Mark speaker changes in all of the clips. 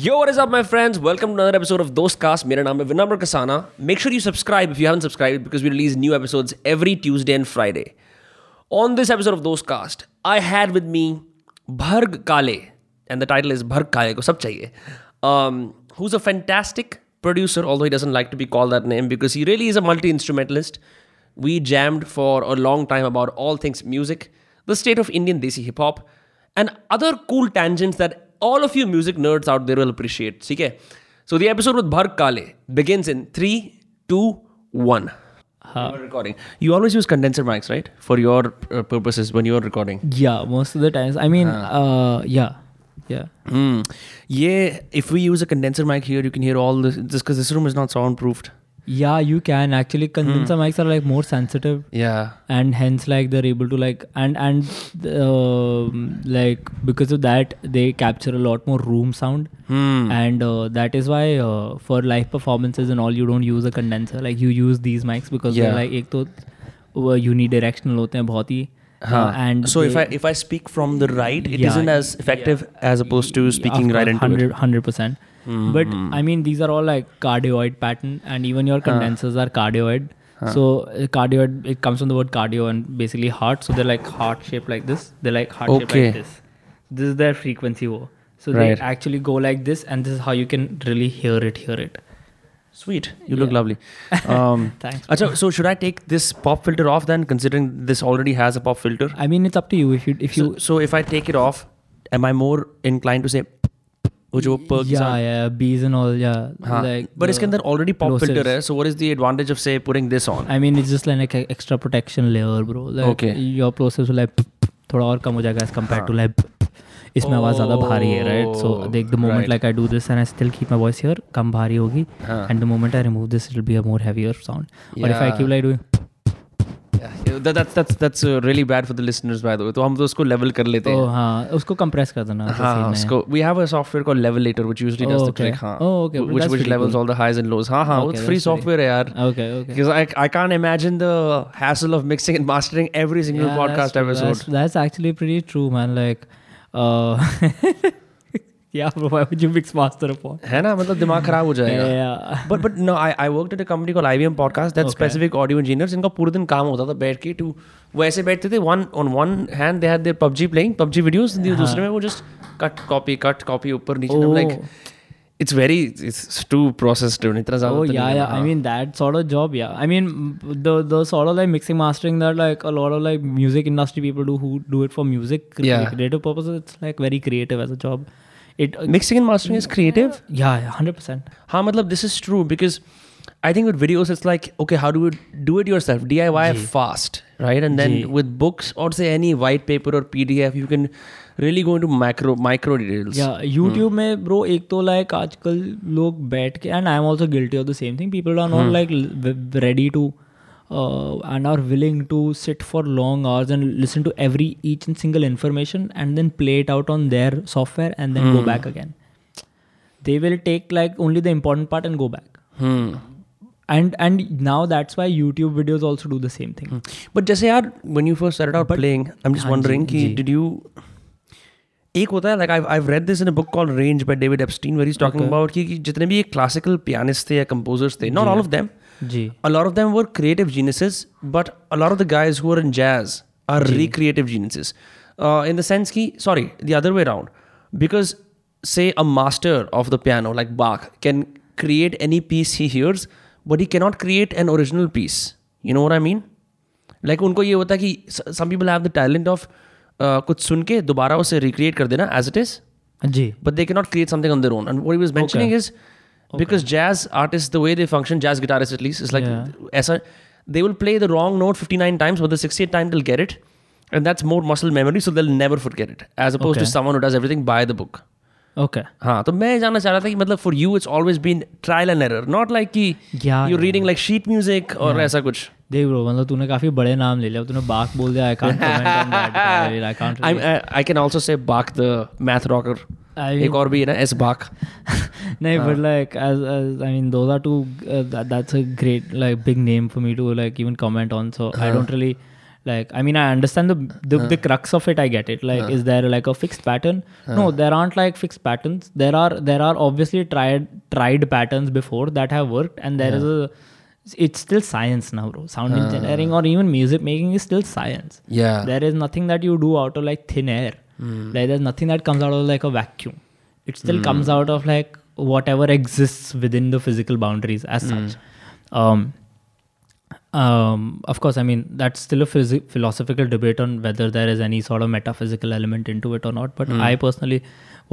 Speaker 1: Yo, what is up, my friends? Welcome to another episode of Dostcast. मेरा नाम है विनम्र Kasana Make sure you subscribe if you haven't subscribed because we release new episodes every Tuesday and Friday. On this episode of Dostcast, I had with me Bharg Kale, and the title is Bharg Kale को सब चाहिए, um, who's a fantastic producer, although he doesn't like to be called that name because he really is a multi-instrumentalist. We jammed for a long time about all things music, the state of Indian desi hip-hop, and other cool tangents that all of you music nerds out there will appreciate. Okay? So the episode with Bharg Kale begins in 3, 2, 1. We're recording. You always use condenser mics, right? For your uh, purposes when you're recording.
Speaker 2: Yeah, most of the times. I mean, uh, yeah, yeah.
Speaker 1: Hmm. Yeah, if we use a condenser mic here, you can hear all this because this room is not soundproofed.
Speaker 2: Yeah, you can actually
Speaker 1: Hmm.
Speaker 2: condenser mics are like more sensitive,
Speaker 1: Yeah.
Speaker 2: and hence like they're able to like and and um, like because of that they capture a lot more room sound,
Speaker 1: Hmm.
Speaker 2: and uh, that is why uh, for live performances and all you don't use a condenser like you use these mics because they're
Speaker 1: Yeah.
Speaker 2: like एक तो वो unidirectional होते हैं बहुत ही
Speaker 1: Huh.
Speaker 2: uh, and
Speaker 1: so if I
Speaker 2: they-
Speaker 1: if I speak from the right, it
Speaker 2: Yeah,
Speaker 1: not as effective as opposed to speaking right into it. Hmm.
Speaker 2: 100 percent but i mean these are all like cardioid pattern and even your condensers are cardioid so uh, cardioid it comes from the word cardio and basically heart so they're like heart shaped like this they're like heart shaped
Speaker 1: Okay.
Speaker 2: like this this is their frequency wo. so
Speaker 1: Right.
Speaker 2: they actually go like this and this is how you can really hear it hear it
Speaker 1: Sweet, you look lovely. Um,
Speaker 2: thanks
Speaker 1: Acha, so should I take this pop filter off then, considering this already has a pop filter?
Speaker 2: i mean it's up to you if you if you
Speaker 1: Uh, So, so if I take it off, am I more inclined to say, which वो perk
Speaker 2: yeah yeah bees and all yeah
Speaker 1: हाँ,
Speaker 2: like
Speaker 1: but इसके
Speaker 2: the-
Speaker 1: अंदर already eh? pop filter
Speaker 2: plosives.
Speaker 1: है, so what is the advantage of say putting this on?
Speaker 2: I mean, it's just like an extra protection layer, bro. Like,
Speaker 1: Okay.
Speaker 2: Your process will like थोड़ा और कम हो जाएगा as compared to like इसमें आवाज़ ज़्यादा भारी है राइट सो
Speaker 1: Oh,
Speaker 2: देख the moment
Speaker 1: right.
Speaker 2: Like I do this and I still keep my voice here कम भारी होगी
Speaker 1: हाँ.
Speaker 2: And the moment I remove this will be a more heavier sound और if I
Speaker 1: Yeah.
Speaker 2: Keep like doing
Speaker 1: Yeah, that, that's that's that's uh, really bad for the listeners by the way. तो हम तो उसको level कर लेते
Speaker 2: ओ
Speaker 1: हैं.
Speaker 2: हाँ उसको कंप्रेस कर देना ऐसे
Speaker 1: हाँ,
Speaker 2: scene में।
Speaker 1: उसको we have a software called Levelator which usually does
Speaker 2: Oh,
Speaker 1: the
Speaker 2: okay.
Speaker 1: trick. हाँ,
Speaker 2: Oh, okay, but
Speaker 1: which
Speaker 2: that's
Speaker 1: which
Speaker 2: pretty
Speaker 1: levels
Speaker 2: cool.
Speaker 1: all the highs and lows. हाँ हाँ,
Speaker 2: Okay,
Speaker 1: it's
Speaker 2: that's
Speaker 1: free
Speaker 2: pretty-
Speaker 1: software है यार.
Speaker 2: okay okay
Speaker 1: Because I, I can't imagine the hassle of mixing and mastering every single
Speaker 2: Yeah, that's
Speaker 1: podcast
Speaker 2: true.
Speaker 1: episode.
Speaker 2: That's, that's actually pretty true, man. Like, uh, yeah, bro. Why would you mix master upon?
Speaker 1: है ना मतलब दिमाग खराब हो जाएगा
Speaker 2: Yeah.
Speaker 1: But but no I I work at a company call I B M podcast that specific audio engineers इनका पूरे दिन काम होता था बैठ के टू वो ऐसे बैठते थे one on one hand they had there PUBG playing PUBG videos दूसरे में वो just cut copy cut copy ऊपर नीचे like it's very it's too process इतना ज़्यादा
Speaker 2: Oh
Speaker 1: तो
Speaker 2: yeah,
Speaker 1: नहीं है,
Speaker 2: yeah. I
Speaker 1: हाँ।
Speaker 2: mean that sort of job. Yeah. I mean m- the the sort of like mixing, mastering that like a lot of like music industry people do who do it for music cre-
Speaker 1: Yeah.
Speaker 2: creative purposes. It's like very creative as a job. It uh,
Speaker 1: mixing and mastering is creative
Speaker 2: yeah, yeah, hundred percent.
Speaker 1: हाँ मतलब this is true because I think with videos it's like okay how do you do it yourself DIY fast right and then with books or say any white paper or PDF you can really go into macro micro details
Speaker 2: Yeah, YouTube में bro एक तो like आजकल लोग बैठ के and I am also guilty of the same thing. People are not like l- w- ready to uh, and are willing to sit for long hours and listen to every each and single information and then play it out on their software and then go back again. They will take like only the important part and go back.
Speaker 1: hmm.
Speaker 2: And and now that's why YouTube videos also do the same thing.
Speaker 1: but जैसे यार when you first started out playing I'm just
Speaker 2: हाँ जी,
Speaker 1: wondering कि
Speaker 2: जी.
Speaker 1: did you एक होता है like I've I've read this in a book called Range by David Epstein where he's talking
Speaker 2: Okay.
Speaker 1: about कि कि जितने भी ये classical pianists थे या composers थे not
Speaker 2: जी.
Speaker 1: all of them
Speaker 2: जी
Speaker 1: a lot of them were creative geniuses, but a lot of the guys who are in jazz are recreative geniuses. Uh, in the sense ki, sorry, the other way around. Because say a master of the piano like Bach can create any piece he hears, but he cannot create an original piece. You know what I mean? Like उनको ये होता है कि s- some people have the talent of uh, कुछ सुन के दोबारा उसे recreate कर देना as it is
Speaker 2: ji
Speaker 1: but they cannot create something on their own. And what he was mentioning is because jazz artists, the way they function, jazz guitarists at least, is like
Speaker 2: Yeah.
Speaker 1: as a, they will play the wrong note 59 times, but the 68th time they'll get it. And that's more muscle memory, so they'll never forget it. As opposed to
Speaker 2: Okay.
Speaker 1: someone who does everything by the book.
Speaker 2: okay.
Speaker 1: हाँ तो मैं ये जानना चाह रहा था कि मतलब for you it's always been trial and error not like कि
Speaker 2: Ah, Yeah,
Speaker 1: you reading like sheet music और ऐसा कुछ
Speaker 2: देख ब्रो मतलब तूने काफी बड़े नाम ले लिया तूने बाक बोल दिया I can't comment on that I can't
Speaker 1: I can also say Bach the math rocker एक और भी है ना एस बाक
Speaker 2: नहीं but like as as I mean those are uh, to that's a great like big name for me to like even comment on so I don't really like i mean i understand the the, the crux of it i get it like is there like a fixed pattern no there aren't like fixed patterns there are there are obviously tried tried patterns before that have worked and there is a it's still science now bro sound engineering or even music making is still science
Speaker 1: Yeah.
Speaker 2: there is nothing that you do out of like thin air like there's nothing that comes out of like a vacuum it still comes out of like whatever exists within the physical boundaries as such um um of course i mean that's still a phys- philosophical debate on whether there is any sort of metaphysical element into it or not but i personally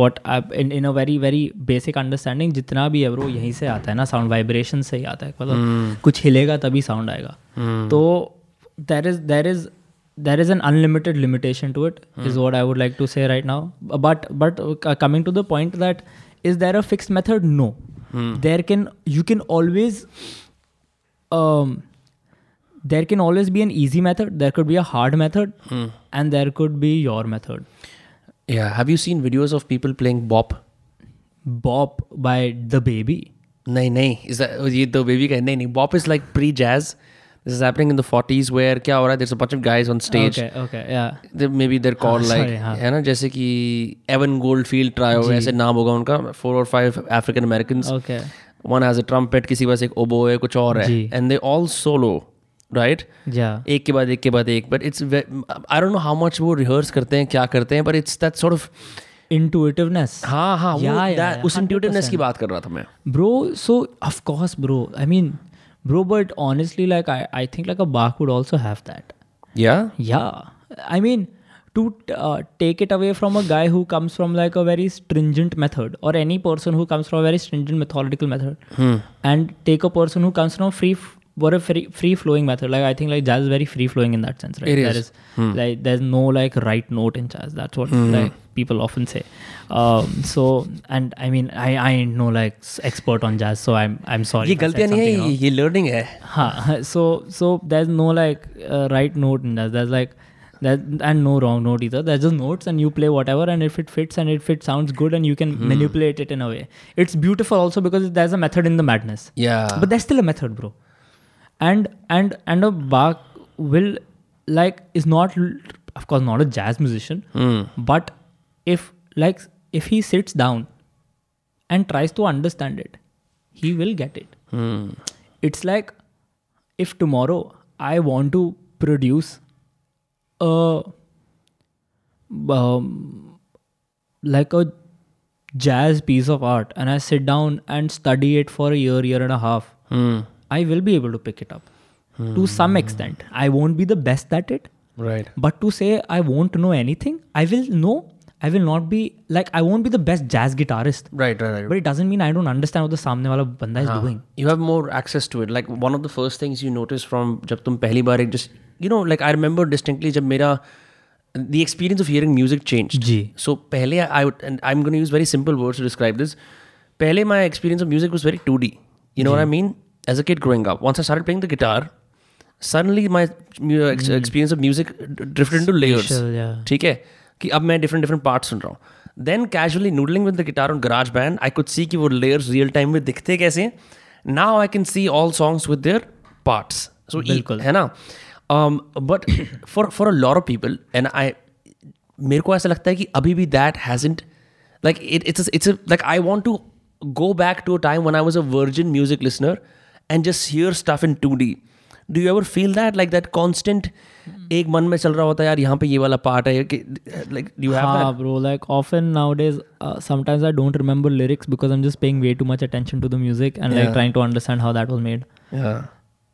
Speaker 2: what I, in, in a very very basic understanding जितना भी है bro यहीं से आता है ना sound vibration से ही आता है मतलब कुछ हिलेगा तभी sound आएगा तो there is there is there is an unlimited limitation to it is what i would like to say right now but but uh, coming to the point that is there a fixed method no there can you can always um, there can always be an easy method there could be a hard method and there could be your method
Speaker 1: Yeah. Have you seen videos of people playing bop?
Speaker 2: bop by the baby
Speaker 1: नहीं नहीं is ये तो baby का है। नहीं नहीं bop is like pre jazz this is happening in the 40s where क्या हो रहा है there is a bunch of guys on stage
Speaker 2: okay okay yeah
Speaker 1: maybe there call
Speaker 2: हाँ,
Speaker 1: लाइक
Speaker 2: sorry, हाँ।
Speaker 1: है ना जैसे कि एवन गोल्ड फील्ड ट्राई हो ऐसे नाम होगा उनका फोर और five African American
Speaker 2: okay
Speaker 1: one has a trumpet किसी के पास एक ओबो है कुछ और है
Speaker 2: जी।
Speaker 1: And they all solo right
Speaker 2: yeah
Speaker 1: एक के बाद एक के बाद एक but it's I don't know how much वो रिहर्स करते हैं क्या करते हैं but it's that sort of
Speaker 2: intuitiveness
Speaker 1: हाँ हाँ वो
Speaker 2: Yeah, yeah,
Speaker 1: that-
Speaker 2: yeah,
Speaker 1: उस इंट्यूटिवनेस की बात कर रहा था मैं
Speaker 2: bro so of course bro i mean bro but honestly like i, I think like a bark would also have that
Speaker 1: या
Speaker 2: yeah i mean to uh, take it away from a guy who comes from like a very stringent method or any person who comes from a very stringent methodical method
Speaker 1: Hmm.
Speaker 2: and take a person who comes from free f- what a free free flowing method like i think like jazz is very free flowing in that sense right
Speaker 1: It
Speaker 2: there
Speaker 1: is. Hmm.
Speaker 2: is like there's no like right note in jazz that's what like people often say um so and i mean i i ain't no like s- expert on jazz so i'm i'm sorry
Speaker 1: ये
Speaker 2: if I said
Speaker 1: गलतियाँ नहीं है
Speaker 2: something
Speaker 1: ये-
Speaker 2: wrong.
Speaker 1: ये learning है
Speaker 2: Huh. So so there's no like uh, right note in that. There's like that and no wrong note either. There's just notes and you play whatever and if it fits and if it sounds good and you can manipulate it in a way. It's beautiful also because there's a method in the madness.
Speaker 1: या
Speaker 2: But there's still a method, bro. And and and a Bach will like is not l- of course not a jazz musician, but if like if he sits down and tries to understand it, he will get it it's like if tomorrow I want to produce a um, like a jazz piece of art and I sit down and study it for a year, year and a half, I will be able to pick it up to some extent. I won't be the best at it,
Speaker 1: right
Speaker 2: but to say I won't know anything, I will know. I will not be like I won't be the best jazz guitarist,
Speaker 1: right right
Speaker 2: but it doesn't mean I don't understand what the सामने वाला बंदा is doing.
Speaker 1: you have more access to it like one of the first things you notice from जब तुम पहली बार एक just you know like I remember distinctly जब मेरा the experience of hearing music changed
Speaker 2: ji.
Speaker 1: so पहले I would and I'm going to use very simple words to describe this पहले my experience of music was very 2D you know what I mean as a kid growing up once I started playing the guitar suddenly my mu- ex- experience of music d- drifted into layers
Speaker 2: Spatial, yeah.
Speaker 1: ठीक है कि अब मैं different different part सुन रहा हूँ then casually noodling with the guitar on garage band I could see कि वो लेयर्स रियल टाइम में दिखते कैसे हैं now I can see all songs with their parts so
Speaker 2: बिल्कुल।
Speaker 1: है ना Um, but for for a lot of people and I मेरे को ऐसा लगता है कि अभी भी that hasn't like it it's it's like I want to go back to a time one I was a virgin music listener and just hear stuff in to D do you ever feel that like that constant एक मन में चल रहा होता है यार यहाँ पे ये वाला पार्ट है like you
Speaker 2: Haan,
Speaker 1: have
Speaker 2: bro. Like often nowadays, uh, sometimes I don't remember lyrics because I'm just paying way too much attention to the music and like
Speaker 1: Yeah.
Speaker 2: trying to understand how that was made.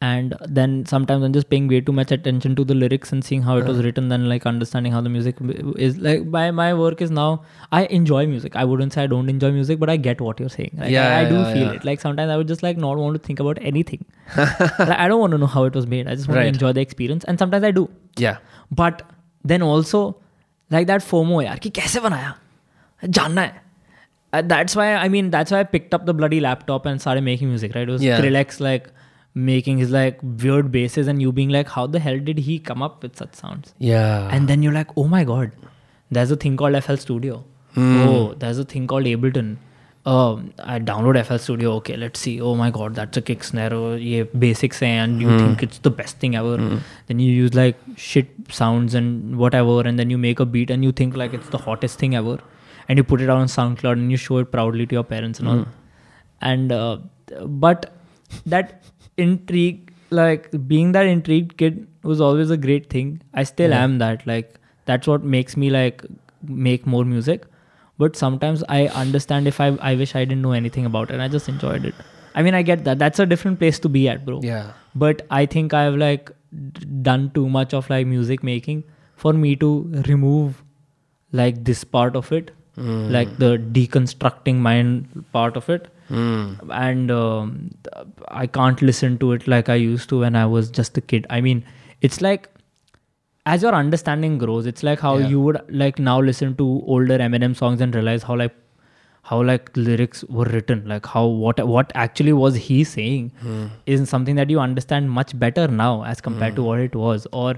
Speaker 2: And then sometimes I'm just paying way too much attention to the lyrics and seeing how it was
Speaker 1: Uh-huh.
Speaker 2: written, then like understanding how the music w- is like. My my work is now I enjoy music. I wouldn't say I don't enjoy music, but I get what you're saying. Like,
Speaker 1: Yeah,
Speaker 2: I, I do
Speaker 1: yeah,
Speaker 2: feel
Speaker 1: yeah.
Speaker 2: it. Like sometimes I would just like not want to think about anything. like, I don't want to know how it was made. I just want
Speaker 1: Right.
Speaker 2: to enjoy the experience, and sometimes I do.
Speaker 1: या
Speaker 2: but then also like that FOMO यार कि कैसे बनाया जानना है Uh, that's why I mean that's why picked up the bloody laptop and सारे making music right
Speaker 1: Yeah.
Speaker 2: Relax like making his like weird bases and you being like how the hell did he come up with such sounds
Speaker 1: या
Speaker 2: and then you're like, oh my god, there's a thing called FL Studio. Oh, there's a thing called Ableton. um, I download FL Studio. Okay, let's see. Oh my god, that's a kick snare. Oh, ये basics हैं, and you think it's the best thing ever. Then you use like shit sounds and whatever, and then you make a beat and you think like it's the hottest thing ever, and you put it out on SoundCloud and you show it proudly to your parents and all. And uh, but that intrigue, like being that intrigued kid, was always a great thing. I still am that. Like that's what makes me like make more music but sometimes i understand if i i wish i didn't know anything about it and i just enjoyed it i mean i get that that's a different place to be at bro
Speaker 1: Yeah.
Speaker 2: but i think i've like d- done too much of like music making for me to remove like this part of it like the deconstructing mind part of it
Speaker 1: Hmm.
Speaker 2: and um, th- i can't listen to it like i used to when i was just a kid i mean it's like as your understanding grows it's like how
Speaker 1: Yeah.
Speaker 2: you would like now listen to older eminem songs and realize how like how like lyrics were written like how what what actually was he saying is something that you understand much better now as compared to what it was or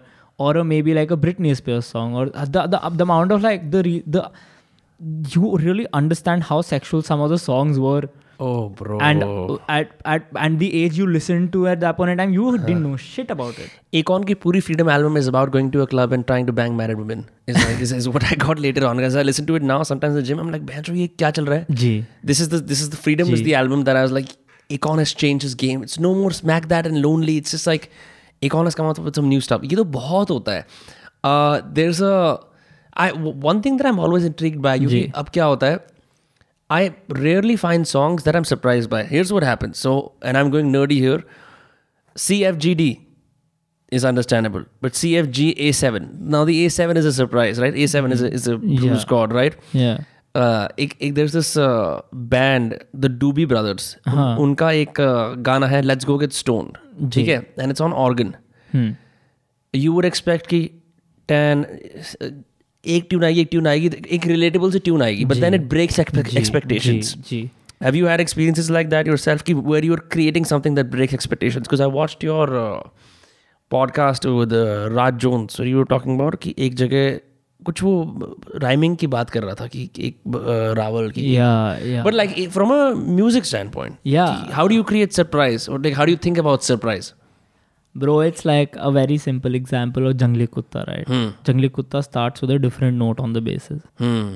Speaker 2: or a, maybe like a Britney Spears song or the the, the amount of like the re, the you really understand how sexual some of the songs were
Speaker 1: Oh, bro.
Speaker 2: and at, at and the age you listened to at that point in time you didn't know shit about it
Speaker 1: Akon ki puri Freedom album is about going to a club and trying to bang married women. Is, like, is, is what I got later on. As I listen to it now, sometimes in the gym, I'm like, "Bhaiya, ye kya chal raha hai?"
Speaker 2: Ji.
Speaker 1: This is the this is the Freedom is
Speaker 2: Ji.
Speaker 1: the album that I was like, Akon has changed his game. It's no more smack that and lonely. It's just like Akon has come out with some new stuff. ये तो बहुत होता है. Uh, there's a I one thing that I'm always intrigued by. You
Speaker 2: जी.
Speaker 1: अब क्या होता है? I rarely find songs that I'm surprised by. Here's what happens. So, and I'm going nerdy here. CFGD is understandable, but CFG A7. Now the A7 is a surprise, right? A7 is a, is a blues
Speaker 2: Yeah.
Speaker 1: god, right?
Speaker 2: yeah
Speaker 1: Uh, एक, एक there's this uh, band, the Doobie Brothers. उन- उनका एक uh, गाना है Let's Go Get Stoned. ठीक है? And it's on organ.
Speaker 2: hmm.
Speaker 1: You would expect कि tan एक ट्यून आएगी एक ट्यून आएगी एक रिलेटेबल से ट्यून आएगी but then it breaks expectations
Speaker 2: Ji.
Speaker 1: Have you had experiences like that yourself, ki- where you're creating something that breaks expectations? Because I watched your uh, podcast with uh, Raj Jones, where you were talking about कि एक जगह कुछ वो rhyming की बात कर रहा था कि एक uh, रावल की
Speaker 2: yeah yeah
Speaker 1: But like from a music standpoint,
Speaker 2: Yeah.
Speaker 1: ki how do you create surprise or like how do you think about surprise?
Speaker 2: bro it's like a very simple example of jangli kutta right jangli kutta starts with a different note on the basis
Speaker 1: Hmm.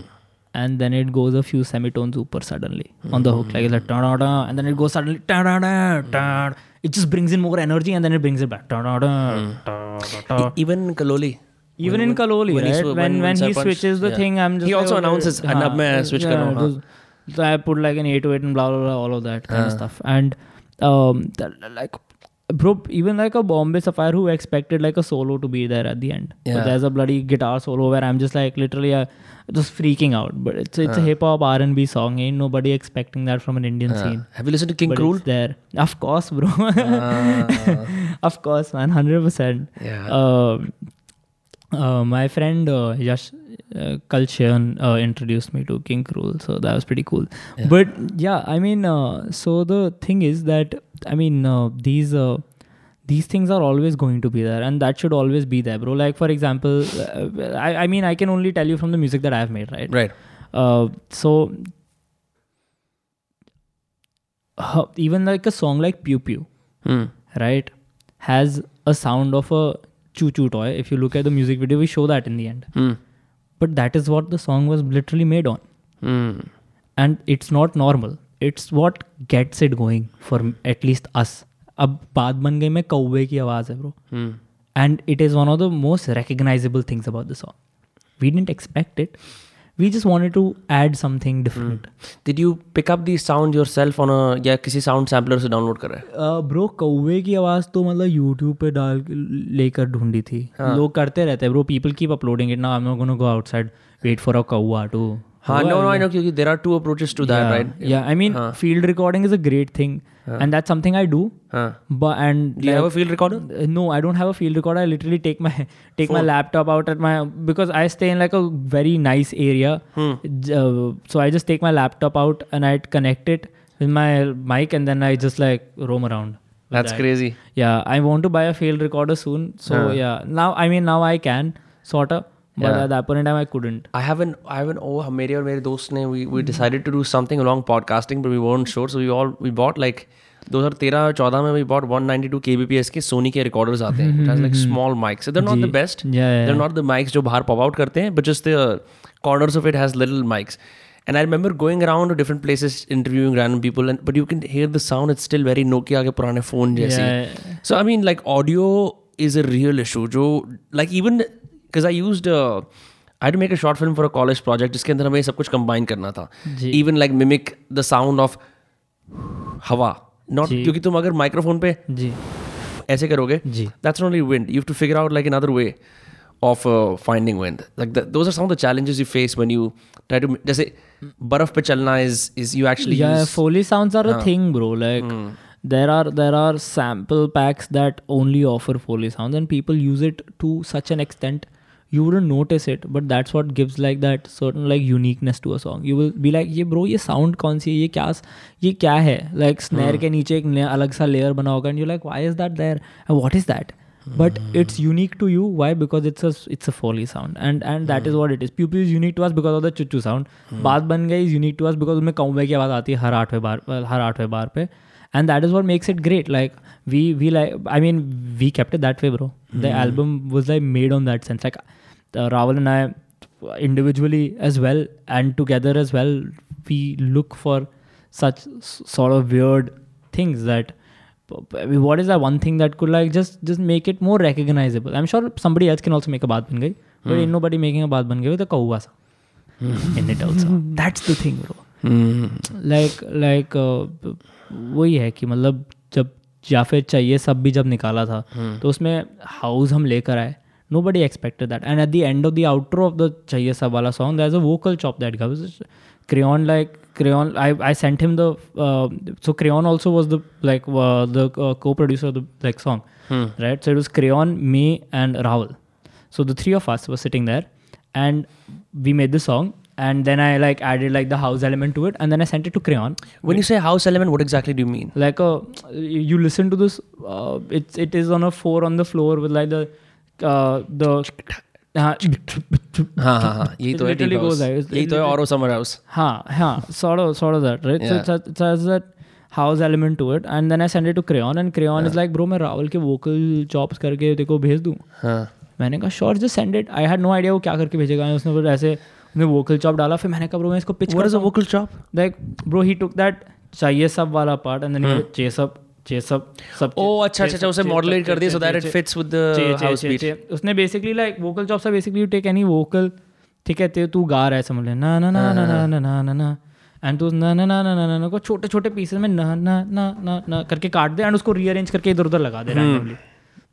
Speaker 2: and then it goes a few semitones super suddenly on the hook like it's
Speaker 1: Hmm.
Speaker 2: like da da and then it goes suddenly da da da it just brings in more energy and then it brings it back da da
Speaker 1: Hmm.
Speaker 2: da
Speaker 1: E- even Kaloli.
Speaker 2: even in Kaloli,
Speaker 1: when he
Speaker 2: right?
Speaker 1: sw-
Speaker 2: when
Speaker 1: when-
Speaker 2: when,
Speaker 1: when
Speaker 2: he
Speaker 1: Sarpanch-
Speaker 2: switches the
Speaker 1: yeah.
Speaker 2: thing, I'm just
Speaker 1: He
Speaker 2: like,
Speaker 1: also
Speaker 2: okay,
Speaker 1: announces, "Ah, now
Speaker 2: हाँ,
Speaker 1: मैं switch कर रहा हूँ, हाँ."
Speaker 2: it was- So I put like an eight to eight and blah blah blah, all of that kind of stuff. And um, that- like, bro, even like a Bombay Sapphire who expected like a solo to be there at the end. But
Speaker 1: Yeah.
Speaker 2: there's a bloody guitar solo where I'm just like literally uh, just freaking out. But it's it's a hip hop R and B song. Ain't nobody expecting that from an Indian scene.
Speaker 1: Have you listened to King
Speaker 2: But
Speaker 1: Cruel?
Speaker 2: it's there, of course, bro. of course, man, hundred percent
Speaker 1: Yeah.
Speaker 2: um, uh, my friend uh, Yash uh, Kalshan uh, introduced me to King Krul, so that was pretty cool. But yeah, I mean, uh, so the thing is that I mean uh, these uh, these things are always going to be there, and that should always be there, bro. Like for example, uh, I, I mean, I can only tell you from the music that I've made, right?
Speaker 1: right.
Speaker 2: Uh, so uh, even like a song like Pew Pew,
Speaker 1: Hmm.
Speaker 2: right has a sound of a choo choo toy if you look at the music video we show that in the end
Speaker 1: Hmm.
Speaker 2: but that is what the song was literally made on
Speaker 1: Hmm.
Speaker 2: and it's not normal it's what gets it going for m- at least us अब बात बन गई मैं कौवे की आवाज़ है bro
Speaker 1: Hmm.
Speaker 2: and it is one of the most recognizable things about the song we didn't expect it we just wanted to add something different
Speaker 1: Did you pick up the sound yourself on a या किसी sound sampler से download करा है?
Speaker 2: Hmm. Bro कौवे की आवाज़ तो मतलब यूट्यूब पे डाल लेकर ढूंढी थी लोग करते रहते हैं bro people keep uploading it now I am not gonna go outside wait for a कौवा टू
Speaker 1: हाँ नो नो आई नो क्योंकि there are two approaches to that right
Speaker 2: या I mean field recording is a great thing and that's something I do
Speaker 1: हाँ
Speaker 2: and
Speaker 1: do have a field recorder
Speaker 2: Uh, no i don't have a field recorder i literally take my take my laptop out at my because i stay in like a very nice area J- uh, so i just take my laptop out and i connect it with my mic and then i just like roam around with
Speaker 1: that's
Speaker 2: that.
Speaker 1: Crazy
Speaker 2: yeah i want to buy a field recorder soon so yeah now i mean now i can sorta but
Speaker 1: Yeah.
Speaker 2: at that point in time I couldn't.
Speaker 1: I haven't, I haven't, oh, मेरे और मेरे दोस्त ने, we, we decided to do something along podcasting, but we weren't sure. So we all, we bought like, 2013-14 में we bought 192 kbps के सोनी के recorders आते हैं, which has like small mics. They're not the best.
Speaker 2: Yeah, yeah,
Speaker 1: They're
Speaker 2: yeah.
Speaker 1: not the mics जो बाहर pop out करते हैं, but just the uh, corners of it has little mics. And I remember going around to different places interviewing random people, and but you can hear the sound. It's still very Nokia के पुराने phone जैसे.
Speaker 2: Yeah.
Speaker 1: So I mean, like audio is a real issue. जो like even because I used uh, I had to make a short film for a college project जिसके अंदर हमें ये सब कुछ combine करना था.
Speaker 2: जी।
Speaker 1: Even like mimic the sound of हवा. Not
Speaker 2: जी।
Speaker 1: क्योंकि तुम अगर microphone पे
Speaker 2: जी
Speaker 1: ऐसे करोगे
Speaker 2: जी
Speaker 1: that's not only wind. You have to figure out like another way of uh, finding wind. Like the, those are some of the challenges you face when you try to. Just say, barf pe chalna is is you actually
Speaker 2: yeah
Speaker 1: use. Hmm.
Speaker 2: foley sounds are a thing bro like there are there are sample packs that only offer foley sounds and people use it to such an extent you wouldn't notice it but that's what gives like that certain like uniqueness to a song you will be like ये bro ये sound कौन सी है ये क्या ये क्या है like snare
Speaker 1: Hmm.
Speaker 2: के नीचे एक नया- अलग सा layer बना होगा and you're like why is that there and what is that but it's unique to you why because it's a it's a foley sound and and that is what it is pupu is unique to us because of the chuchu sound बात बन गई is unique to us because उसमें कौवे की आवाज़ आती है हर आठवें बार हर आठवें बार पे and that is what makes it great like we we like I mean we kept it that way bro the album was like made on that sense like uh, Raval and I individually as well and together as well we look for such s- sort of weird things that I mean, what is that one thing that could like just just make it more recognizable? I'm sure somebody else can also make a baat ban gayi, but ain't nobody making a baat ban gayi with a kaua sa in it also. Hmm. That's the thing, bro.
Speaker 1: Hmm.
Speaker 2: Like like uh, वही है कि मतलब जब जाफिर चाहिए सब भी जब निकाला था तो उसमें हाउस हम लेकर आए nobody expected that and at the end of the outro of the चाहिए सब वाला song that is a vocal chop that गाज Crayon like Crayon I I sent him the so Crayon also was the like the co producer the like song right so it was Crayon me and Rahul So the three of us were sitting there and we made the song and then I like added like the house element to it and then I sent it to Crayon.
Speaker 1: when you say house element, what exactly do you mean?
Speaker 2: Like a you listen to this uh, it's it is on a four on the floor with like the uh, the uh,
Speaker 1: हाँ हाँ हाँ यही
Speaker 2: It
Speaker 1: तो है
Speaker 2: literally
Speaker 1: deep house.
Speaker 2: goes like- it's-
Speaker 1: यही
Speaker 2: it
Speaker 1: तो है
Speaker 2: literally-
Speaker 1: और summer house
Speaker 2: Ha, ha, sort of, sort of that, right?
Speaker 1: Yeah.
Speaker 2: So it's, it's, has that house element to it, and then I send it to Crayon, and Crayon is like, bro, मैं राहुल के vocal chops करके देखो भेज दूँ
Speaker 1: हाँ
Speaker 2: मैंने कहा sure just send it I had no idea वो क्या करके भेजेगा उसने फिर ऐसे उसने वोकल चॉप डाला फिर मैंने कहा ब्रो मैं इसको pitch
Speaker 1: what is a vocal chop
Speaker 2: like bro he took that चाहिए सब वाला पार्ट एंड
Speaker 1: Hmm.
Speaker 2: देन चे सब चे सब सब
Speaker 1: ओ अच्छा अच्छा अच्छा उसे मॉडुलेट कर दिया so that it fits with the house beat
Speaker 2: उसने बेसिकली लाइक वोकल चॉप से basically you take any vocal ठीक है ते तू गा रहा है समझ ले ना ना ना ना ना
Speaker 1: Uh-huh.
Speaker 2: ना ना ना ना एंड तू ना ना ना ना ना ना ना को छोटे छोटे पीसेस में ना ना ना ना ना करके काट दे एंड उसको रीअरेंज करके इधर उधर लगा दे
Speaker 1: Hmm.
Speaker 2: रैंडमली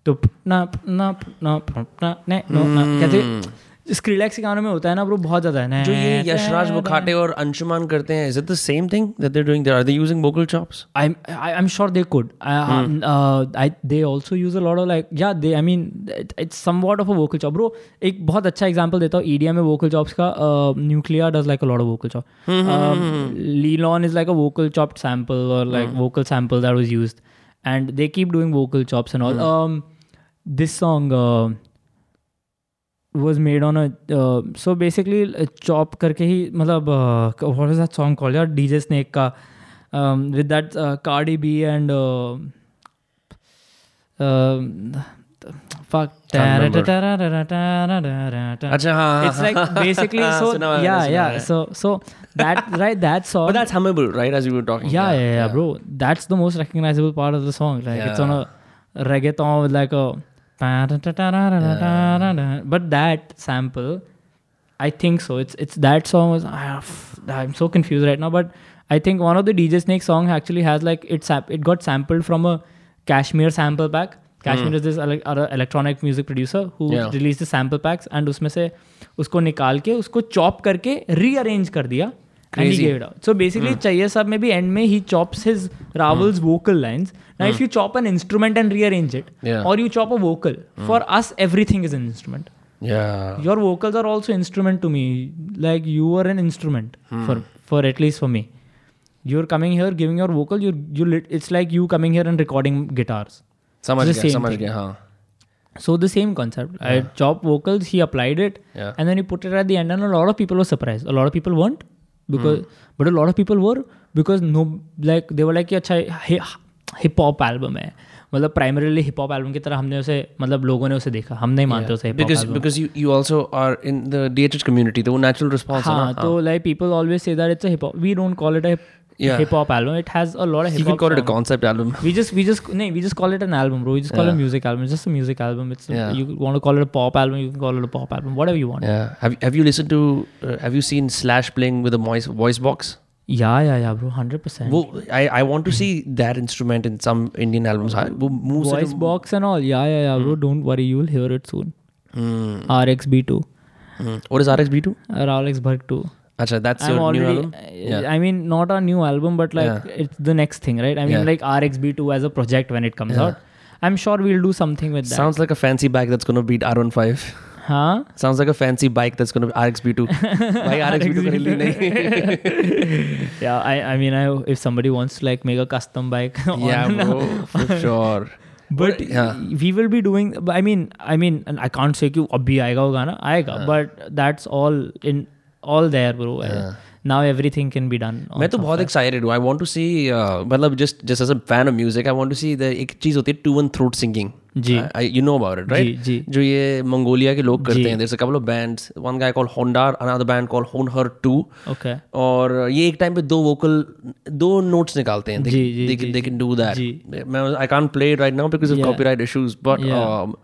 Speaker 2: तो प- ना प- ना प- ना प- ना ने नो ना कहते स्क्रीलैक्स के गानों में होता है ना ब्रो बहुत ज्यादा है ना
Speaker 1: Hmm. जो ये यशराज बुखाटे और अंशुमान करते हैं is it the same thing that they doing are they using vocal chops
Speaker 2: I'm I, I'm sure they could. I, uh, I they also use a lot of like yeah they I mean it, it's somewhat of a vocal chop bro. एक बहुत अच्छा example देता हूँ EDM में vocal chops का uh, Nuclear does like a lot of vocal chop. Um, Lelon is like a vocal chopped sample or like vocal sample that was used, and they keep doing vocal chops and all. Um, this song. Uh, was made on a uh, so basically uh, chop करके ही मतलब uh, what is that song called यार DJ Snake का um, with that uh, Cardi B and uh, um, fuck
Speaker 1: Can't
Speaker 2: it's
Speaker 1: अच्छा हाँ हाँ, हाँ
Speaker 2: like basically so
Speaker 1: सुना मैंने,
Speaker 2: yeah
Speaker 1: सुना
Speaker 2: yeah
Speaker 1: मैंने।
Speaker 2: so so that right that song
Speaker 1: but that's hummable right as we were talking
Speaker 2: yeah, yeah, yeah, bro. That's the most recognizable part of the song. Like it's on a reggaeton with like a. But that sample, I think so. It's it's that song was. ah, f- I'm so confused right now, but I think one of the DJ Snake song actually has like it's it got sampled from a Kashmir sample pack. Kashmir is this ele- other electronic music producer who
Speaker 1: Hmm. Yeah.
Speaker 2: released the sample packs and उसमें से उसको निकाल के उसको chop करके rearrange कर दिया and he
Speaker 1: Crazy.
Speaker 2: gave it out. So basically,
Speaker 1: Hmm.
Speaker 2: Chaya Saab maybe end mein he chops his Raval's vocal lines. Now, if you chop an instrument and rearrange it,
Speaker 1: Hmm. Yeah. Hmm.
Speaker 2: or you chop a vocal, for us everything is an instrument.
Speaker 1: yeah
Speaker 2: Your vocals are also instrument to me. Like you are an instrument
Speaker 1: Hmm.
Speaker 2: for for at least for me. You're coming here, giving your vocal. You you lit, it's like you coming here and recording guitars.
Speaker 1: समझ
Speaker 2: It's the
Speaker 1: गया
Speaker 2: same
Speaker 1: समझ
Speaker 2: thing.
Speaker 1: गया हाँ
Speaker 2: So the same concept. I chop vocals. He applied it,
Speaker 1: Yeah.
Speaker 2: and then he put it at the end, and a lot of people were surprised. A lot of people weren't because,
Speaker 1: Hmm.
Speaker 2: but a lot of people were because no, like they were like, "ये अच्छा hip hop album है मतलब primarily hip hop album की तरह हमने उसे मतलब लोगों ने उसे देखा हम नहीं मानते उसे hip hop
Speaker 1: because
Speaker 2: album.
Speaker 1: because you, you also are in the DHH community, the natural response.
Speaker 2: हाँ
Speaker 1: है ना?
Speaker 2: तो like people always say that it's a hip hop we don't call it a
Speaker 1: Yeah.
Speaker 2: Hip hop album it has a lot of
Speaker 1: you
Speaker 2: hip
Speaker 1: can
Speaker 2: hop
Speaker 1: call it a concept album.
Speaker 2: we just we just no, we just call it an album bro we just call it a music album it's just a music album it's
Speaker 1: Yeah.
Speaker 2: you want to call it a pop album you can call it a pop album whatever you want yeah
Speaker 1: Yeah. Have Have you listened to? Uh, have you seen Slash playing with a voice voice box?
Speaker 2: yeah yeah, bro 100%
Speaker 1: वो I I want to see that instrument in some Indian albums. हाँ, वो moves like
Speaker 2: voice
Speaker 1: a-
Speaker 2: box and all yeah yeah yeah
Speaker 1: Hmm.
Speaker 2: bro don't worry you'll hear it soon rxb2
Speaker 1: Hmm. तो- हम्म, What is RXB2?
Speaker 2: or rx bhag 2
Speaker 1: Acha, अच्छा, that's
Speaker 2: I'm
Speaker 1: your new
Speaker 2: already. uh,
Speaker 1: album. Yeah.
Speaker 2: I mean, not a new album, but like it's the next thing, right? I mean,
Speaker 1: Yeah.
Speaker 2: like RXB2 as a project when it comes out. I'm sure we'll do something with that.
Speaker 1: Sounds like a fancy bike that's gonna beat R15.
Speaker 2: huh?
Speaker 1: Sounds like a fancy bike that's gonna be RXB2. Why RXB2 currently नहीं?
Speaker 2: Yeah. I, I mean, I if somebody wants to like make a custom bike. on-
Speaker 1: yeah, bro, for sure.
Speaker 2: but
Speaker 1: yeah.
Speaker 2: we will be doing but i mean i mean and i can't say कि अभी आएगा वो गाना आएगा but that's all in all there bro now everything can be done on
Speaker 1: मैं तो बहुत excited हूँ आई वांट टू सी मतलब just just as a fan of music I want to see the एक चीज होती है टू वन थ्रोट सिंगिंग
Speaker 2: जी।
Speaker 1: यू नो अबाउट इट
Speaker 2: जी,
Speaker 1: राइट जो ये मंगोलिया के लोग करते हैं there a couple of bands one guy call होंडार another band call Huun Huur Tu
Speaker 2: okay
Speaker 1: और ये एक टाइम पे दो वोकल दो नोट्स निकालते हैं
Speaker 2: जी, जी,
Speaker 1: they they can do that मैं I can't play it right now because of copyright issues but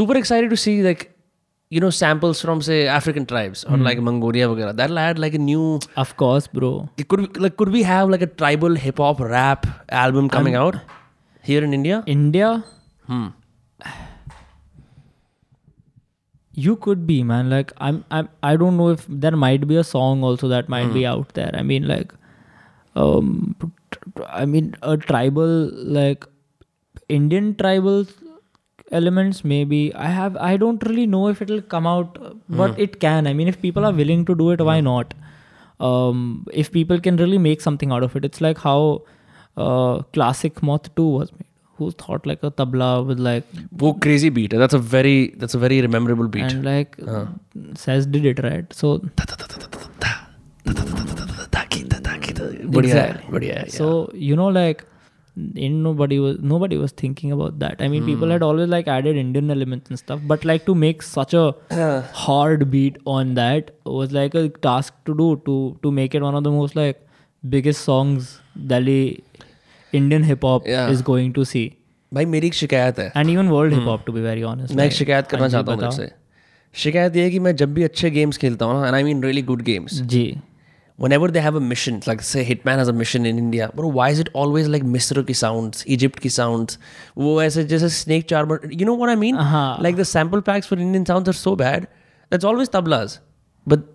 Speaker 1: super excited to see like you know samples from से अफ्रीकन ट्राइब्स
Speaker 2: Hmm.
Speaker 1: और लाइक मंगोलिया वगैरह that add like a new
Speaker 2: of course bro
Speaker 1: It could like could we have like a tribal hip hop rap album coming out here in India?
Speaker 2: india
Speaker 1: Hmm.
Speaker 2: you could be man like I'm, I'm i don't know if there might be a song also that might be
Speaker 1: Hmm.
Speaker 2: out there i mean like um i mean a tribal like indian tribal elements maybe i have i don't really know if it'll come out uh, but it can i mean if people are willing to do it why not um if people can really make something out of it it's like how uh classic moth 2 was made who thought like a tabla with like
Speaker 1: Whoa, crazy beat. That's a very that's a very memorable beat.
Speaker 2: and like says did it right so
Speaker 1: बढ़िया है, बढ़िया है,
Speaker 2: so you know like in nobody was nobody was thinking about that i mean people had always like added indian elements and stuff but like to make such a hard beat on that was like a task to do to to make it one of the most like biggest songs delhi indian hip hop
Speaker 1: Yeah.
Speaker 2: is going to see
Speaker 1: भाई मेरी एक शिकायत है
Speaker 2: and even world hip hop to be very honest
Speaker 1: मैं एक
Speaker 2: like,
Speaker 1: शिकायत करना
Speaker 2: हाँ जी,
Speaker 1: चाहता हूँ
Speaker 2: बताओ।
Speaker 1: तुमसे शिकायत ये है कि मैं जब भी अच्छे गेम्स खेलता हूँ ना and I mean really good games
Speaker 2: जी
Speaker 1: whenever they have a mission, like say Hitman has a mission in India, bro, why is it always like Misr ki sounds, Egypt ki sounds? Wo aise jaise snake charmer. You know what I mean?
Speaker 2: Uh-huh.
Speaker 1: Like the sample packs for Indian sounds are so bad. That's always tablas. But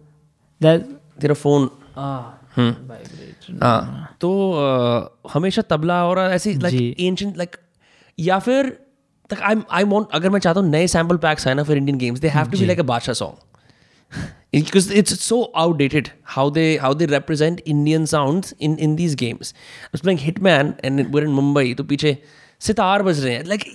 Speaker 2: that
Speaker 1: they're a phone.
Speaker 2: ah
Speaker 1: हाँ तो अ, हमेशा तबला और ऐसी
Speaker 2: जी।
Speaker 1: Like ancient like या फिर तक आई आई वांट अगर मैं चाहता हूँ नए सैम्पल पैक्स आए ना for Indian games they have to be like a Badshah song because it's so outdated how they how they represent indian sounds in in these games i was playing hitman and we're in mumbai तो पीछे सितार बज रहे हैं like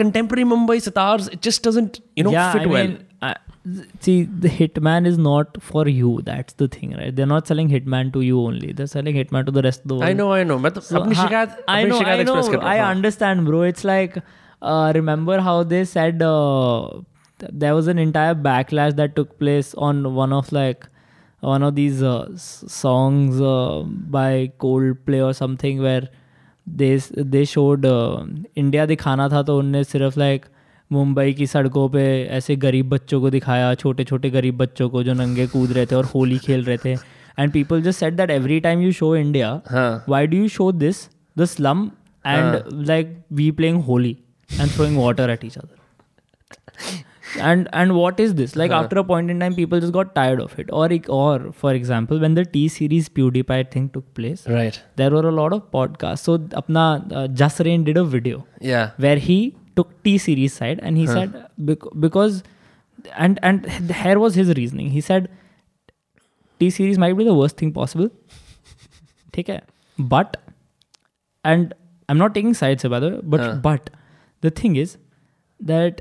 Speaker 1: contemporary mumbai sitars it just doesn't you know
Speaker 2: yeah,
Speaker 1: fit
Speaker 2: I
Speaker 1: well
Speaker 2: Mean, I- see, the Hitman is not for you. That's the thing, right? They're not selling Hitman to you only. They're selling Hitman to the rest of the world.
Speaker 1: i know i know मैं तो
Speaker 2: So,
Speaker 1: अपनी
Speaker 2: हाँ,
Speaker 1: शिकायत
Speaker 2: I
Speaker 1: अपनी
Speaker 2: know,
Speaker 1: शिकायत
Speaker 2: I know.
Speaker 1: express कर रहा
Speaker 2: I
Speaker 1: हूँ हाँ।
Speaker 2: understand, bro. It's like, uh, remember how they said uh, th- there was an entire backlash that took place on one of like one of these uh, s- songs uh, by Coldplay or something where they s- they showed uh, India दिखाना था तो उनने सिर्फ like Mumbai की सड़कों पे ऐसे गरीब बच्चों को दिखाया छोटे छोटे गरीब बच्चों को जो नंगे कूद रहे थे और होली खेल रहे थे and people just said that every time you show India
Speaker 1: हाँ।
Speaker 2: why do you show this the slum and like we playing holy and throwing water at each other and and what is this like after a point in time people just got tired of it or or for example when the t series pewdiepie thing took place
Speaker 1: right
Speaker 2: there were a lot of podcasts so apna uh, jasrain did a video
Speaker 1: yeah
Speaker 2: where he took T series side and he said bec- because and and here was his reasoning. He said T series might be the worst thing possible. Take care. But and I'm not taking sides here, by the way, but but the thing is that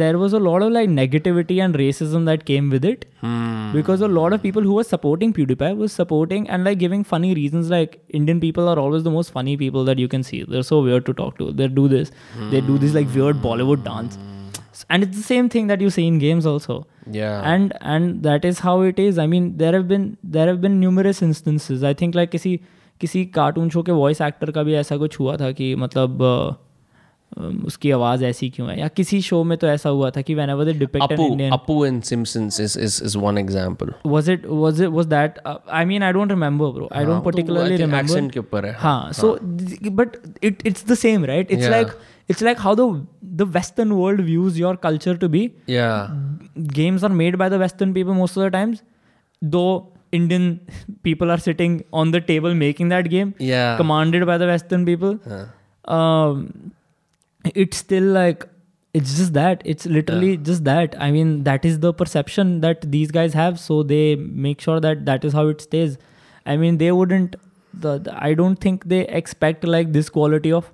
Speaker 2: there was a lot of like negativity and racism that came with it
Speaker 1: Hmm.
Speaker 2: because a lot of people who were supporting PewDiePie was supporting and like giving funny reasons. Like Indian people are always the most funny people that you can see. They're so weird to talk to. They do this. They do this like weird Bollywood dance, and it's the same thing that you see in games also
Speaker 1: Yeah.
Speaker 2: and and that is how it is i mean there have been there have been numerous instances i think like किसी किसी cartoon show के voice actor का भी ऐसा कुछ हुआ था कि मतलब अ, अम, उसकी आवाज़ ऐसी क्यों है या किसी शो में तो ऐसा हुआ था कि whenever depict
Speaker 1: Apu,
Speaker 2: Indian
Speaker 1: Apu and Simpsons is, is, is one example.
Speaker 2: was it was it was that uh, i mean i don't remember bro i don't particularly
Speaker 1: तो वो
Speaker 2: remember
Speaker 1: accent के ऊपर है।
Speaker 2: हाँ, so th- but it it's the same right it's
Speaker 1: Yeah.
Speaker 2: like it's like how the the western world views your culture to be
Speaker 1: Yeah.
Speaker 2: games are made by the western people most of the times though indian people are sitting on the table making that game
Speaker 1: Yeah.
Speaker 2: commanded by the western people um, it's still like it's just that it's literally just that i mean that is the perception that these guys have so they make sure that that is how it stays i mean they wouldn't the, the i don't think they expect like this quality of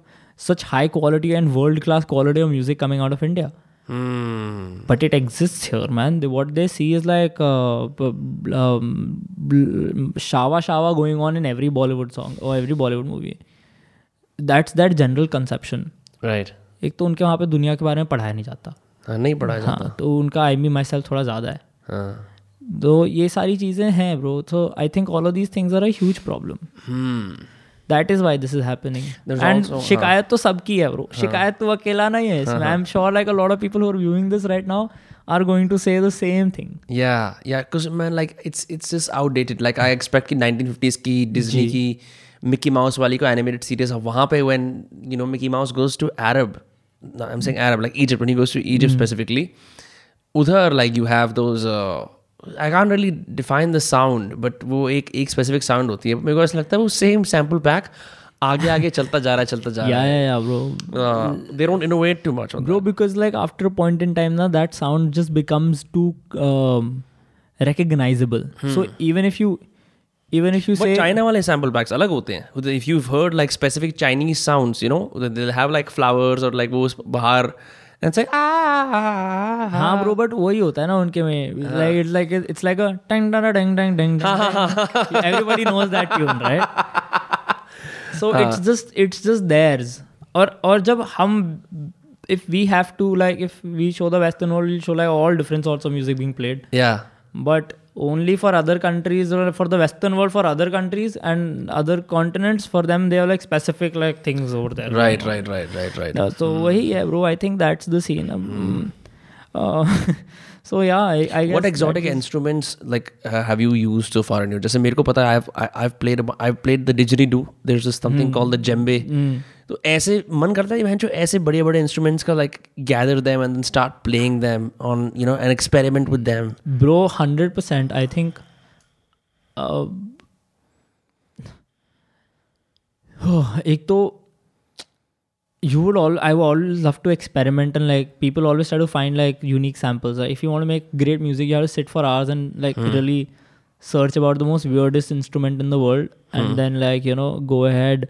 Speaker 2: such high quality and world class quality of music coming out of india
Speaker 1: Hmm.
Speaker 2: but it exists here man they, what they see is like uh, b- b- um, bl- shawa shawa going on in every bollywood song or every bollywood movie that's that general conception
Speaker 1: Right.
Speaker 2: एक तो उनके वहाँ पे दुनिया के बारे में पढ़ाया नहीं जाता
Speaker 1: हाँ नहीं पढ़ा जाता
Speaker 2: हाँ तो उनका आई मी माई सेल्फ थोड़ा ज़्यादा है
Speaker 1: हाँ
Speaker 2: तो ये सारी चीज़ें हैं ब्रो तो I think all of these things are a huge problem
Speaker 1: Hmm.
Speaker 2: That is why this is happening
Speaker 1: There's
Speaker 2: and
Speaker 1: also- uh, हाँ।
Speaker 2: शिकायत तो सबकी है ब्रो शिकायत तो अकेला नहीं है इसमें I am sure like a lot of people who are viewing this right now are going to say the same thing
Speaker 1: yeah yeah because man like it's it's just outdated like i expect कि 1950s की disney की mickey mouse वाली को animated series और वहाँ पे when you know mickey mouse goes to arab no, i'm saying arab like egypt when he goes to egypt
Speaker 2: Hmm.
Speaker 1: specifically उधर like you have those uh, I can't really define the sound, but वो एक एक specific sound होती है मेरे को ऐसा लगता है वो same sample pack आगे आगे चलता जा रहा है चलता जा रहा
Speaker 2: Yeah,
Speaker 1: है
Speaker 2: yeah, yeah, bro.
Speaker 1: Uh, they don't innovate too much on that.
Speaker 2: Bro, because like after a point in time, now that sound just becomes too um, recognizable. So even if you, even if you
Speaker 1: Hmm. But
Speaker 2: say,
Speaker 1: China वाले sample packs अलग होते हैं if you heard like specific Chinese sounds you know they'll have like flowers or like वो बाहर and it's like ah
Speaker 2: हाँ bro, but वही होता है ना उनके में.
Speaker 1: हाँ।
Speaker 2: Like it's like it's like a dang dang dang dang dang. dang. Everybody knows that tune, right? So
Speaker 1: हाँ।
Speaker 2: it's just it's just theirs. और और जब हम if we have to like if we show the western world we'll show like all different sorts of music being played
Speaker 1: ah." yeah
Speaker 2: but only for other countries or for the western world for other countries and other continents for them they have like specific like things over there
Speaker 1: right Hmm. right right right right
Speaker 2: Yeah, so वही है bro I think that's the scene um, uh, so yeah I, I
Speaker 1: Hmm.
Speaker 2: guess
Speaker 1: what exotic instruments like uh, have you used so far in your जैसे मेरे को पता है I've I, I've played ab- I've played the didgeridoo there's this
Speaker 2: Hmm.
Speaker 1: something called the djembe तो ऐसे मन करता है मैं ऐसे बड़े बड़े instruments का like gather them and then start playing them on you know and experiment with them
Speaker 2: bro 100% I think uh, एक तो you would all i would always love to experiment and like people always try to find like unique samples like, if you want to make great music you have to sit for hours and like really search about the most weirdest instrument in the world and then like you know go ahead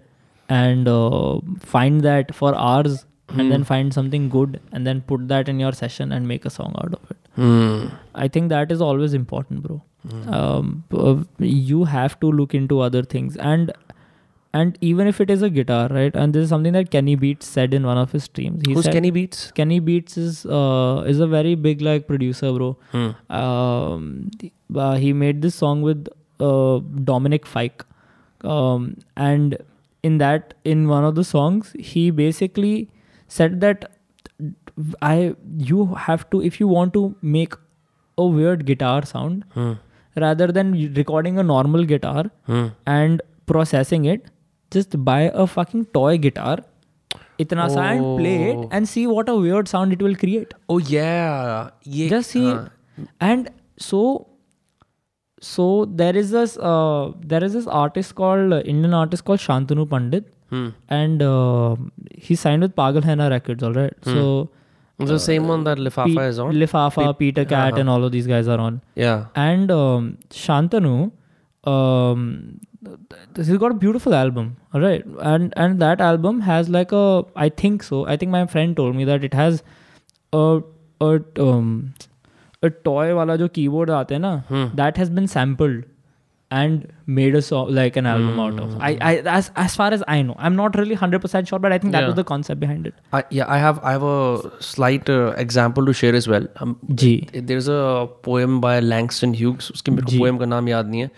Speaker 2: and uh, find that for hours and then find something good and then put that in your session and make a song out of it i think that is always important bro
Speaker 1: Hmm.
Speaker 2: um, uh, you have to look into other things and and even if it is a guitar right and this is something that kenny beats said in one of his streams he
Speaker 1: who's
Speaker 2: said
Speaker 1: Kenny Beats
Speaker 2: kenny beats is uh, is a very big like producer bro um, the- uh, he made this song with uh, dominic fike um, and in that in one of the songs he basically said that i you have to if you want to make a weird guitar sound rather than recording a normal guitar and processing it just buy a fucking toy guitar itna सा and play it and see what a weird sound it will create
Speaker 1: oh yeah ये
Speaker 2: just see and so so there is this uh, there is this artist called indian artist called shantanu pandit
Speaker 1: Hmm.
Speaker 2: and uh, he signed with pagal Haina records all right so
Speaker 1: The same one that Lifafa
Speaker 2: Pe-
Speaker 1: Hmm. is on. uh-huh.
Speaker 2: lifafa peter cat and all of these guys are on
Speaker 1: yeah.
Speaker 2: and um, Shantanu, um, th- th- he's got a beautiful album, all right. And and that album has like a, I think so. I think my friend told me that it has a a um, a toy wala जो keyboard आते हैं ना that has been sampled and made a song like an album out of I, I as as far as I know I'm not really 100% sure but I think that
Speaker 1: Yeah.
Speaker 2: was the concept behind it
Speaker 1: I, yeah, I have I have a slight uh, example to share as well. Um,
Speaker 2: ji
Speaker 1: there's a poem by Langston Hughes. उसके मेरे को
Speaker 2: जी।
Speaker 1: poem का नाम याद नहीं है.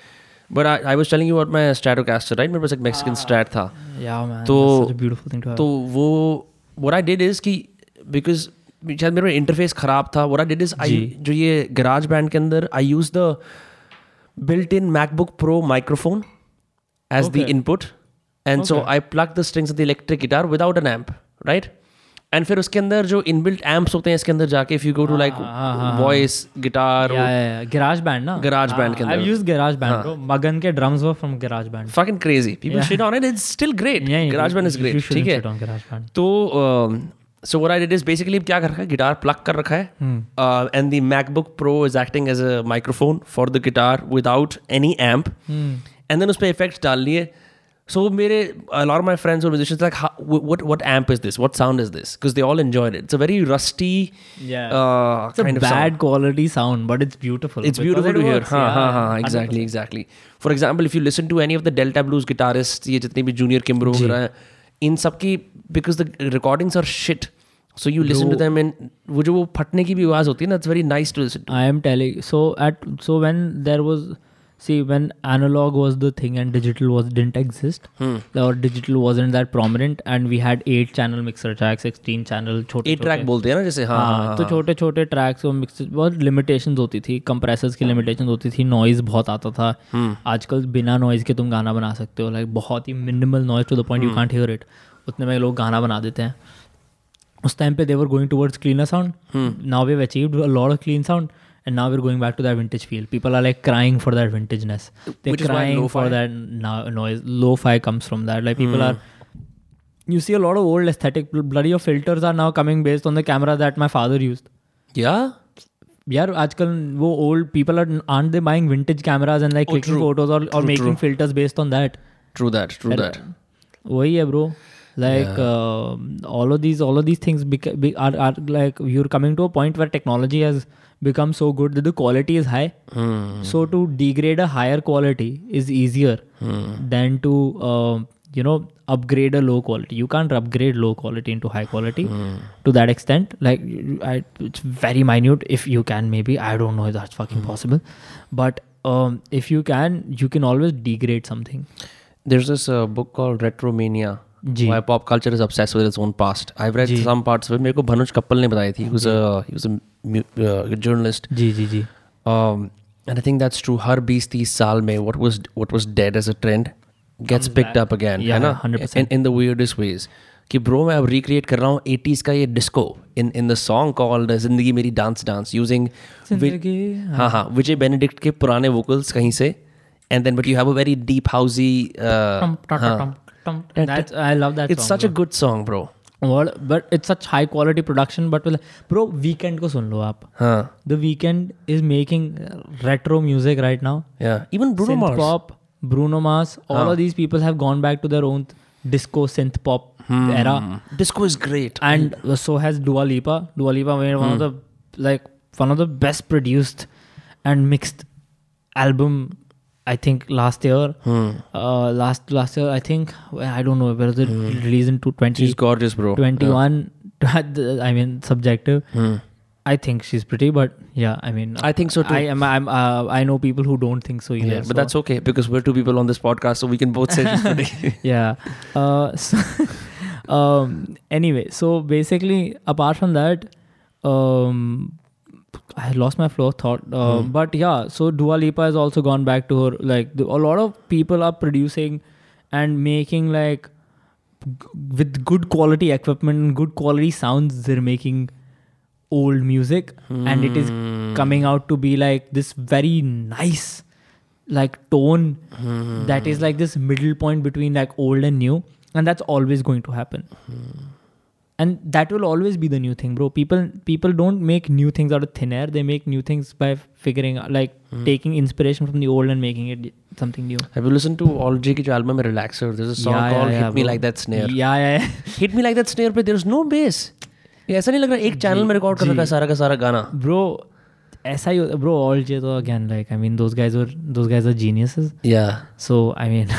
Speaker 1: But I, I was telling you about my Stratocaster, right? मेरे पास एक Mexican Strat था.
Speaker 2: yeah man
Speaker 1: तो-
Speaker 2: that's such a beautiful thing to have
Speaker 1: तो वो what I did is कि because शायद मेरा इंटरफेस खराब था what I did is I
Speaker 2: जी।
Speaker 1: जो ये गराज बैंड के अंदर I use the built in macbook pro microphone as the
Speaker 2: Okay.
Speaker 1: input and so i plugged the strings of the electric guitar without an amp right and फिर उसके अंदर जो inbuilt amps होते हैं इसके अंदर जाके इफ यू गो टू
Speaker 2: हाँ,
Speaker 1: like voice guitar
Speaker 2: yeah, yeah, yeah. garage band na
Speaker 1: Garage Band के
Speaker 2: I've
Speaker 1: अंदर। हाँ।
Speaker 2: used garage band bro Magan के drums were from garage band
Speaker 1: fucking crazy people shit on it it's still great garage band is great ठीक है तो सो what I did is basically क्या कर रखा है गिटार प्लग कर रखा
Speaker 2: Hmm.
Speaker 1: है and the MacBook Pro is acting as a microphone for the guitar without any amp
Speaker 2: Hmm.
Speaker 1: And then उस पर इफेक्ट्स डाल लिए सो मेरे अलॉर माई फ्रेंड्स और musicians like what what amp is this what sound is this because they all enjoyed it it's a very rusty
Speaker 2: Yeah.
Speaker 1: uh,
Speaker 2: It's a
Speaker 1: kind of sound.
Speaker 2: bad quality sound, but it's beautiful.
Speaker 1: It's
Speaker 2: because
Speaker 1: beautiful
Speaker 2: it
Speaker 1: to hear.
Speaker 2: works,
Speaker 1: हाँ
Speaker 2: yeah.
Speaker 1: हाँ हाँ exactly exactly. For example, if you listen to any of the Delta Blues guitarists, ये जितने भी junior Kimbrough वगैरह हैं, इन सब की because the recordings are shit. So you listen to them and वो जो वो फटने की भी आवाज़ होती है ना, it's very nice to listen to.
Speaker 2: I am telling. So at so when there was, see when analog was the thing and digital was didn't exist,
Speaker 1: Hmm.
Speaker 2: or digital wasn't that prominent, and we had eight channel mixer tracks, sixteen channel छोटे
Speaker 1: Eight track बोलते हैं ना जैसे हाँ हाँ
Speaker 2: हाँ तो छोटे छोटे ट्रैक्स और मिक्स बहुत लिमिटेशन होती थी कंप्रेसर्स की लिमिटेशन होती थी नॉइज़ बहुत आता था
Speaker 1: हम्म।
Speaker 2: आजकल बिना नॉइज़ के तुम गाना बना सकते हो लाइक बहुत ही minimal noise to the point
Speaker 1: hmm.
Speaker 2: You can't hear it उतने में लोग गाना बना देते हैं उस टाइम पे they were going towards cleaner sound
Speaker 1: Hmm.
Speaker 2: Now we achieved a lot of clean sound and now we are going back to that vintage feel people are like crying for that vintageness they
Speaker 1: Which is why
Speaker 2: crying
Speaker 1: lo-fi- Hmm.
Speaker 2: For that noise lo fi comes from that like people are you see a lot of old aesthetic bl- bloody your filters are now coming based on the camera that my father used
Speaker 1: हाँ। yeah
Speaker 2: यार आजकल वो old people are aren't they buying vintage cameras and like
Speaker 1: Oh,
Speaker 2: clicking
Speaker 1: true.
Speaker 2: photos or, or
Speaker 1: True,
Speaker 2: making
Speaker 1: true.
Speaker 2: filters based on that
Speaker 1: true that true
Speaker 2: And
Speaker 1: that.
Speaker 2: वही है bro like uh, all of these all of these things beca- be, are, are like you're coming to a point where technology has become so good that the quality is high
Speaker 1: Hmm.
Speaker 2: so to degrade a higher quality is easier
Speaker 1: Hmm.
Speaker 2: than to uh, you know upgrade a low quality you can't upgrade low quality into high quality
Speaker 1: Hmm.
Speaker 2: to that extent like you- I, it's very minute if you can maybe i don't know if that's fucking
Speaker 1: Hmm.
Speaker 2: possible but um, if you can you can always degrade something
Speaker 1: There's this uh, book called Retromania.
Speaker 2: Ji.
Speaker 1: Why pop culture is obsessed with its own past. I've read some parts of it. मेरे को भनुष couple ने बताई थी. He was a he was a mu- uh, journalist.
Speaker 2: जी जी जी
Speaker 1: um, and I think that's true. Har 20 साल में what was what was dead as a trend gets picked up again,
Speaker 2: Yeah,
Speaker 1: है ना?
Speaker 2: 100%.
Speaker 1: In in the weirdest ways. कि bro मैं अब recreate कर रहा हूँ 80s का ये disco in in the song called जिंदगी मेरी dance dance using
Speaker 2: जिंदगी-
Speaker 1: हाँ हाँ विजय बेनेडिक्ट के पुराने vocals कहीं से and then but you have a very deep housey uh, हाँ.
Speaker 2: That's, I love that
Speaker 1: it's such a good song bro
Speaker 2: word, but it's such high quality production. But will bro, weekend को सुन लो आप.
Speaker 1: हाँ
Speaker 2: The weekend is making uh, retro music right now.
Speaker 1: yeah even Bruno
Speaker 2: synth
Speaker 1: Mars
Speaker 2: pop, Bruno Mars. All of these people have gone back to their own disco synth pop era,
Speaker 1: disco is great
Speaker 2: and so has Dua Lipa. Dua Lipa made one
Speaker 1: Hmm.
Speaker 2: of the like one of the best produced and mixed album. I think last year,
Speaker 1: Hmm.
Speaker 2: uh, last last year I think I don't know whether it released in two twenty
Speaker 1: Hmm. she's gorgeous bro Hmm.
Speaker 2: 21 i mean subjective i think she's pretty but yeah i mean
Speaker 1: I think so too
Speaker 2: i am i'm uh, i know people who don't think so either
Speaker 1: Yeah,
Speaker 2: so-
Speaker 1: but that's okay because we're two people on this podcast, so we can both say this today.
Speaker 2: yeah uh, so, um anyway so basically apart from that um I lost my flow of thought, uh, but yeah. So Dua Lipa has also gone back to her. Like the, a lot of people are producing and making like g- with good quality equipment and good quality sounds. They're making old music, and it is
Speaker 1: Hmm.
Speaker 2: coming out to be like this very nice like tone that is like this middle point between like old and new, and that's always going to happen and that will always be the new thing bro people people don't make new things out of thin air they make new things by figuring out like
Speaker 1: Hmm.
Speaker 2: taking inspiration from the old and making it something new
Speaker 1: Have you listened to All J के album Relaxer? There's a song called Hit Me
Speaker 2: bro.
Speaker 1: Like That Snare.
Speaker 2: yeah yeah, yeah.
Speaker 1: Hit Me Like That Snare, but there's no bass. ये ऐसा नहीं लग रहा एक channel में record कर रखा है सारा का सारा गाना
Speaker 2: ब्रो ऐसा ही ब्रो ऑल जे तो again like I mean those guys were those guys are geniuses
Speaker 1: या
Speaker 2: so I mean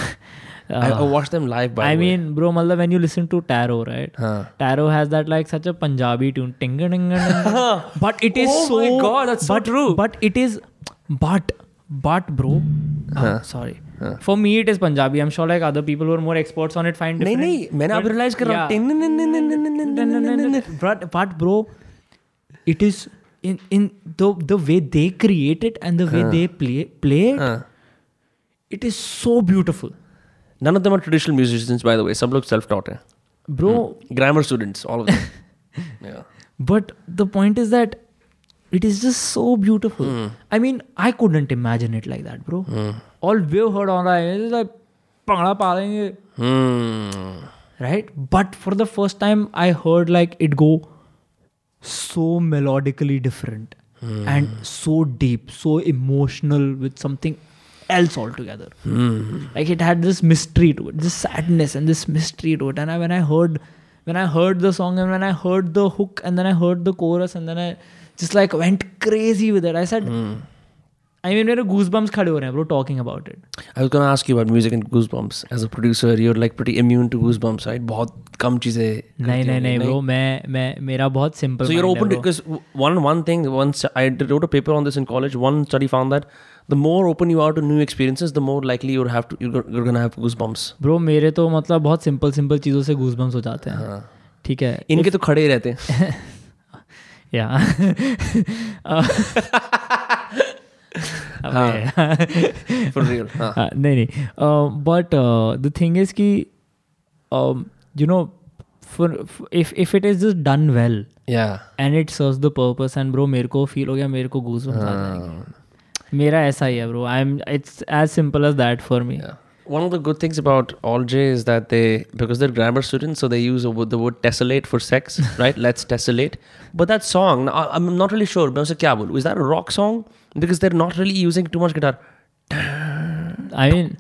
Speaker 2: Ah. uh,
Speaker 1: I watch them live by
Speaker 2: I mean bro मतलब when you listen to Taro right
Speaker 1: हाँ
Speaker 2: Taro has that like such a Punjabi tune, ting ting But it is
Speaker 1: Oh
Speaker 2: so.
Speaker 1: my God, that's so
Speaker 2: but,
Speaker 1: true.
Speaker 2: But it is, but but bro, Ah, sorry. For me, it is Punjabi. I'm sure like other people who are more experts on it find
Speaker 1: नहीं
Speaker 2: different.
Speaker 1: नहीं मैंने अभी realise कर रहा हूँ टिन- nin- nin- nin- nin- nin- nin- nin- nin- nin-
Speaker 2: But but bro, it is in in the the way they create it and the way they play play it.
Speaker 1: हाँ
Speaker 2: It is so beautiful,
Speaker 1: None of them are traditional musicians, by the way. Some look self-taught. हैं.
Speaker 2: bro.
Speaker 1: Hmm. Grammar students, all of them. yeah.
Speaker 2: But the point is that it is just so beautiful. I mean, I couldn't imagine it like that, bro. All we've heard online is like pangra palenge,
Speaker 1: Hmm.
Speaker 2: right? But for the first time, I heard like it go so melodically different
Speaker 1: Hmm.
Speaker 2: and so deep, so emotional with something else altogether.
Speaker 1: Hmm.
Speaker 2: Like it had this mystery to it, this sadness and this mystery to it. And I, when I heard, when I heard the song and when I heard the hook and then I heard the chorus and then I just like went crazy with it. I said,
Speaker 1: Hmm.
Speaker 2: I mean, मेरे goosebumps खड़े हो रहे हैं bro talking about it.
Speaker 1: I was going to ask you about music and goosebumps. As a producer, you're like pretty immune to goosebumps, right? बहुत कम चीजें
Speaker 2: नहीं नहीं नहीं bro मैं मैं मेरा बहुत simple
Speaker 1: So you're
Speaker 2: mind है,
Speaker 1: open to
Speaker 2: bro.
Speaker 1: because one one thing once I did- wrote a paper on this in college. One study found that the more open you are to new experiences, the more likely you'll have to you're, go- you're gonna have goosebumps.
Speaker 2: Bro मेरे तो मतलब बहुत simple simple चीज़ों से goosebumps हो जाते हैं ठीक है
Speaker 1: इनके तो खड़े ही रहते हैं
Speaker 2: या अबे।
Speaker 1: for real. हाँ.
Speaker 2: हाँ, नहीं नहीं बट द थिंग इज कि you know if if it is just done well
Speaker 1: Yeah.
Speaker 2: And it serves the purpose and bro मेरे को फील हो गया मेरे को गूजबम्स
Speaker 1: हाँ।
Speaker 2: आ जाएंगे मेरा ऐसा ही है bro I am it's as simple as that for me
Speaker 1: Yeah. One of the good things about All J is that they, because they're grammar students, so they use a word- the word tessellate for sex, right? Let's tessellate. But that song, now, I- I'm not really sure. but I was like, "Kya bolu?" Is that a rock song? Because they're not really using too much guitar.
Speaker 2: I mean,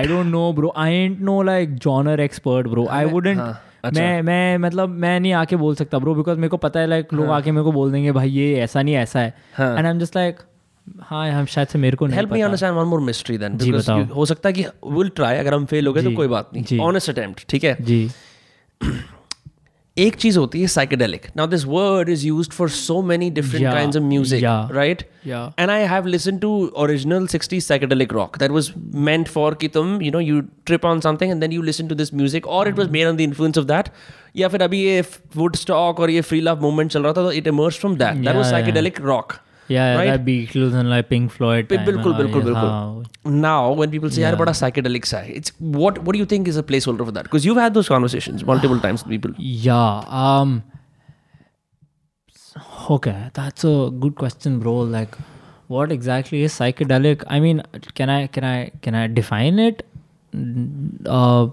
Speaker 2: I don't know, bro. I ain't no like genre expert, bro. I
Speaker 1: हाँ,
Speaker 2: wouldn't.
Speaker 1: अच्छा।
Speaker 2: मैं मैं मतलब मैं नहीं आके बोल सकता ब्रो बिकॉज मेरे को पता है लाइक
Speaker 1: हाँ।
Speaker 2: लोग आके मेरे को बोल देंगे भाई ये ऐसा नहीं ऐसा है and I am just like हाँ हम शायद से मेरे को नहीं
Speaker 1: Help me understand one more mystery then. Because
Speaker 2: बताओ।
Speaker 1: you, हो सकता है कि we'll try. अगर हम fail हो गए तो
Speaker 2: जी,
Speaker 1: कोई बात नहीं.
Speaker 2: जी।
Speaker 1: Honest attempt, ठीक है?
Speaker 2: जी
Speaker 1: एक चीज होती है psychedelic. Now this word is used for so many different
Speaker 2: Yeah,
Speaker 1: kinds of music,
Speaker 2: yeah.
Speaker 1: right?
Speaker 2: या
Speaker 1: And I have listened to original 60s psychedelic rock that was meant for kitum, you know, you trip on something and then you listen to this music, or it was made on the influence of that. Yeah, फिर अभी ये Woodstock और ये free love movement चल रहा था, तो it emerged from that. That was
Speaker 2: Yeah, yeah.
Speaker 1: psychedelic rock. Right?
Speaker 2: या Beatles and like Pink Floyd
Speaker 1: Bi- बिल्कुल बिल्कुल
Speaker 2: हाँ,
Speaker 1: बिल्कुल. Now, when people say यार बड़ा psychedelic सा है, it's what what do you think is a placeholder for that? Because you've had those conversations multiple times with people.
Speaker 2: Yeah. Um. Okay, that's a good question, bro. Like, what exactly is psychedelic? I mean, can I can I can I define it? N- Uh,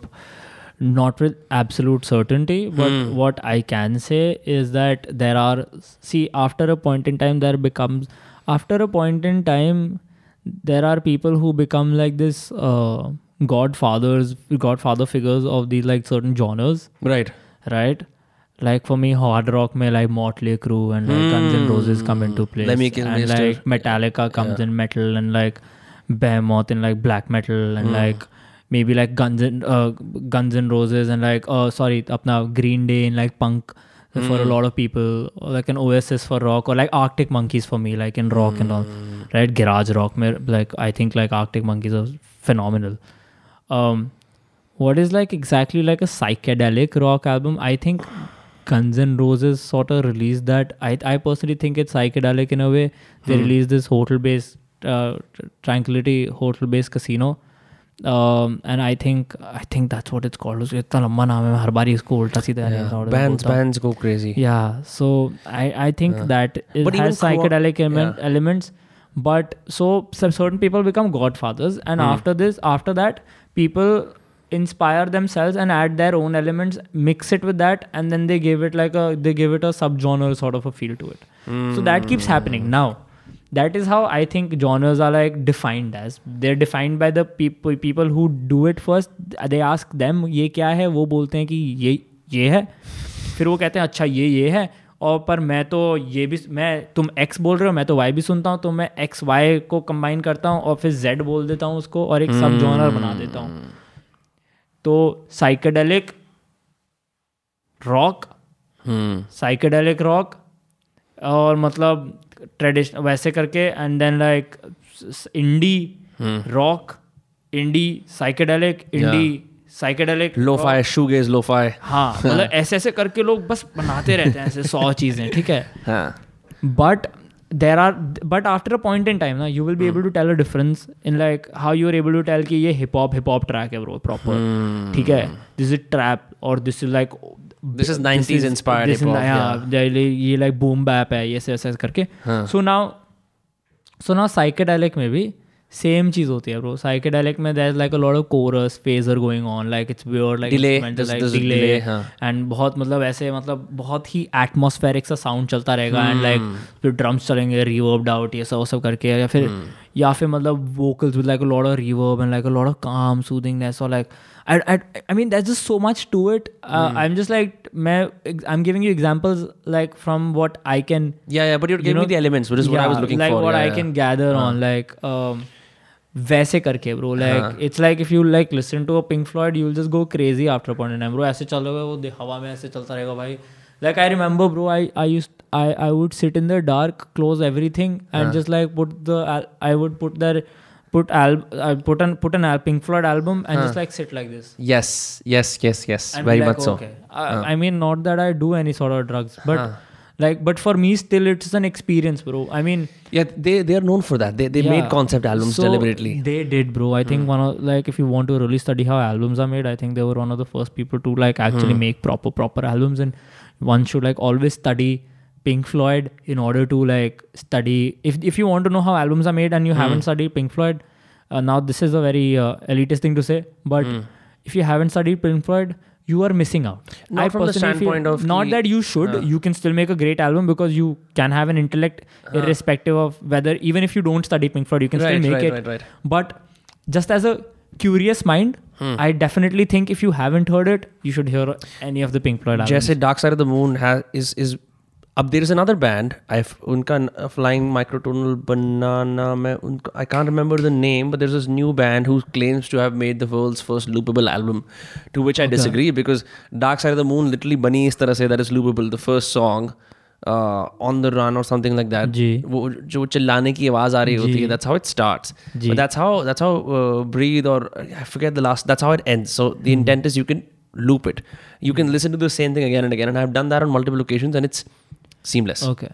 Speaker 2: not with absolute certainty, but what I can say is that there are see after a point in time there becomes after a point in time there are people who become like this uh, godfathers godfather figures of these like certain genres
Speaker 1: Right.
Speaker 2: right? Like for me, hard rock may like Motley Crue and like Guns N' Roses come into play,
Speaker 1: Hmm. Lemmy Kilmister.
Speaker 2: and like Metallica comes in metal, and like Behemoth in like black metal,
Speaker 1: Hmm.
Speaker 2: and like maybe like Guns N' uh, Guns N' Roses and like oh sorry, apna Green Day in like punk for a
Speaker 1: Hmm.
Speaker 2: lot of people, or like an Oasis for rock, or like Arctic Monkeys for me, like in rock and all,
Speaker 1: Hmm.
Speaker 2: right? Garage rock, may, like I think like Arctic Monkeys are phenomenal. Um, what is like exactly like a psychedelic rock album i think guns n' roses sort of released that i i personally think it's psychedelic in a way they
Speaker 1: Hmm.
Speaker 2: released this hotel based uh, tr- tranquility hotel based casino um, and i think i think that's what it's called उसका इतना लंबा नाम है मैं हर बार ही इसको उल्टा सीधा नहीं
Speaker 1: Yeah.
Speaker 2: बोलता
Speaker 1: Bands
Speaker 2: हूँ।
Speaker 1: bands go crazy.
Speaker 2: yeah so i i think that it
Speaker 1: But
Speaker 2: has
Speaker 1: even throughout-
Speaker 2: psychedelic element, elements but so some certain people become godfathers and after this after that people inspire themselves and add their own elements mix it with that and then they give it like a they give it a subgenre sort of a feel to it so that keeps happening now that is how i think genres are like defined as they're defined by the people people who do it first they ask them ye kya hai wo bolte hain ki ye ye है फिर वो कहते हैं अच्छा ये ये है और पर मैं तो ये भी मैं तुम एक्स बोल रहे हो मैं तो वाई भी सुनता हूँ तो मैं एक्स वाई को कंबाइन करता हूँ और फिर जेड बोल देता हूँ उसको और एक सब जॉनर बना देता हूँ तो psychedelic rock
Speaker 1: hmm
Speaker 2: psychedelic rock और मतलब ट्रेडिशन वैसे करके and then like indie rock indie psychedelic indie psychedelic
Speaker 1: lofi shoegaze lo-fi
Speaker 2: हाँ मतलब ऐसे ऐसे करके लोग बस बनाते रहते हैं ऐसे सौ चीज़ें ठीक है
Speaker 1: हाँ
Speaker 2: but there are but after a point in time na you will be
Speaker 1: Hmm.
Speaker 2: able to tell a difference in like how you are able to tell कि ये hip hop hip hop track है bro proper
Speaker 1: Hmm.
Speaker 2: ठीक है this is trap or this is like
Speaker 1: This is 90s inspired
Speaker 2: this is-
Speaker 1: hip hop,
Speaker 2: yeah, ये ये like boom bap है ये ऐसे ऐसे करके
Speaker 1: हाँ।
Speaker 2: so now so now psychedelic में भी सेम चीज होती है ब्रो साइकेडेलिक में there like a lot of chorus phaser going on like it's weird like
Speaker 1: Delay, there's- there's a delay, हाँ।
Speaker 2: एंड बहुत मतलब ऐसे मतलब बहुत ही एटमोस्फेरिक सा साउंड चलता रहेगा एंड लाइक
Speaker 1: Hmm.
Speaker 2: फिर ड्रम्स चलेंगे रिवर्ब्ड आउट ये सब वो सब करके या फिर
Speaker 1: Hmm.
Speaker 2: या फिर मतलब vocals with like a lot of reverb and like a lot of calm soothingness और like I mean that just so much to it
Speaker 1: Hmm.
Speaker 2: I am just like मैं I am giving you examples like from what I can
Speaker 1: yeah yeah but you're giving
Speaker 2: know-
Speaker 1: me the elements which is what I was looking
Speaker 2: like
Speaker 1: for
Speaker 2: what
Speaker 1: yeah,
Speaker 2: I
Speaker 1: yeah. Uh-huh.
Speaker 2: can gather on like um, वैसे करके bro like it's like if you like listen to a Pink Floyd you will just go crazy after point in time bro ऐसे चलोगे वो दे- हवा में ऐसे चलता रहेगा भाई like I remember bro I I use I I would sit in the dark close everything
Speaker 1: Uh-huh.
Speaker 2: And just like put the I would put the put al uh, put an put an al- pink floyd album and just like sit like this
Speaker 1: yes yes yes yes
Speaker 2: and
Speaker 1: Uh-huh.
Speaker 2: be
Speaker 1: very
Speaker 2: like,
Speaker 1: much so Uh-huh.
Speaker 2: okay. I, I mean, not that I do any sort of drugs, but like, but for me, still, it's an experience, bro. I mean,
Speaker 1: yeah they they are known for that they they made
Speaker 2: yeah.
Speaker 1: concept albums
Speaker 2: So,
Speaker 1: deliberately Hmm.
Speaker 2: They did, bro. I think one of like, if you want to really study how albums are made, I think they were one of the first people to like actually
Speaker 1: Hmm.
Speaker 2: make proper proper albums, and one should like always study. Pink Floyd in order to like study if if you want to know how albums are made and
Speaker 1: Hmm.
Speaker 2: you haven't studied Pink Floyd uh, now this is a very uh, elitist thing to say but
Speaker 1: Hmm.
Speaker 2: if you haven't studied Pink Floyd you are missing out
Speaker 1: Not from the
Speaker 2: personally feel-
Speaker 1: standpoint of uh.
Speaker 2: not
Speaker 1: कि-
Speaker 2: that you should you can still make a great album because you can have an intellect
Speaker 1: Uh.
Speaker 2: irrespective of whether even if you don't study Pink Floyd you can
Speaker 1: Right,
Speaker 2: still make
Speaker 1: right,
Speaker 2: it
Speaker 1: right, right. Hmm.
Speaker 2: but just as a curious mind I definitely think if you haven't heard it you should hear any of the Pink Floyd albums
Speaker 1: जैसे dark side of the moon has is is अब there is another band I उनका flying माइक्रोटोनल बनाना मैं उनका I can't remember the name but there is new band who claims to have made the world's first loopable album to which I disagree because Dark Side of the Moon literally बनी इस तरह से that is loopable the first song on the run और something like that
Speaker 2: जी।
Speaker 1: वो जो चिल्लाने की आवाज़ आ रही होती है दैट्स हाउ इट स्टार्ट्स
Speaker 2: जी।
Speaker 1: that's how that's how uh, breathe or I forget the last. That's how it ends. So the
Speaker 2: Hmm.
Speaker 1: intent is you can loop it. You can listen to the same thing again and again. And I've done that on multiple occasions, and it's seamless.
Speaker 2: okay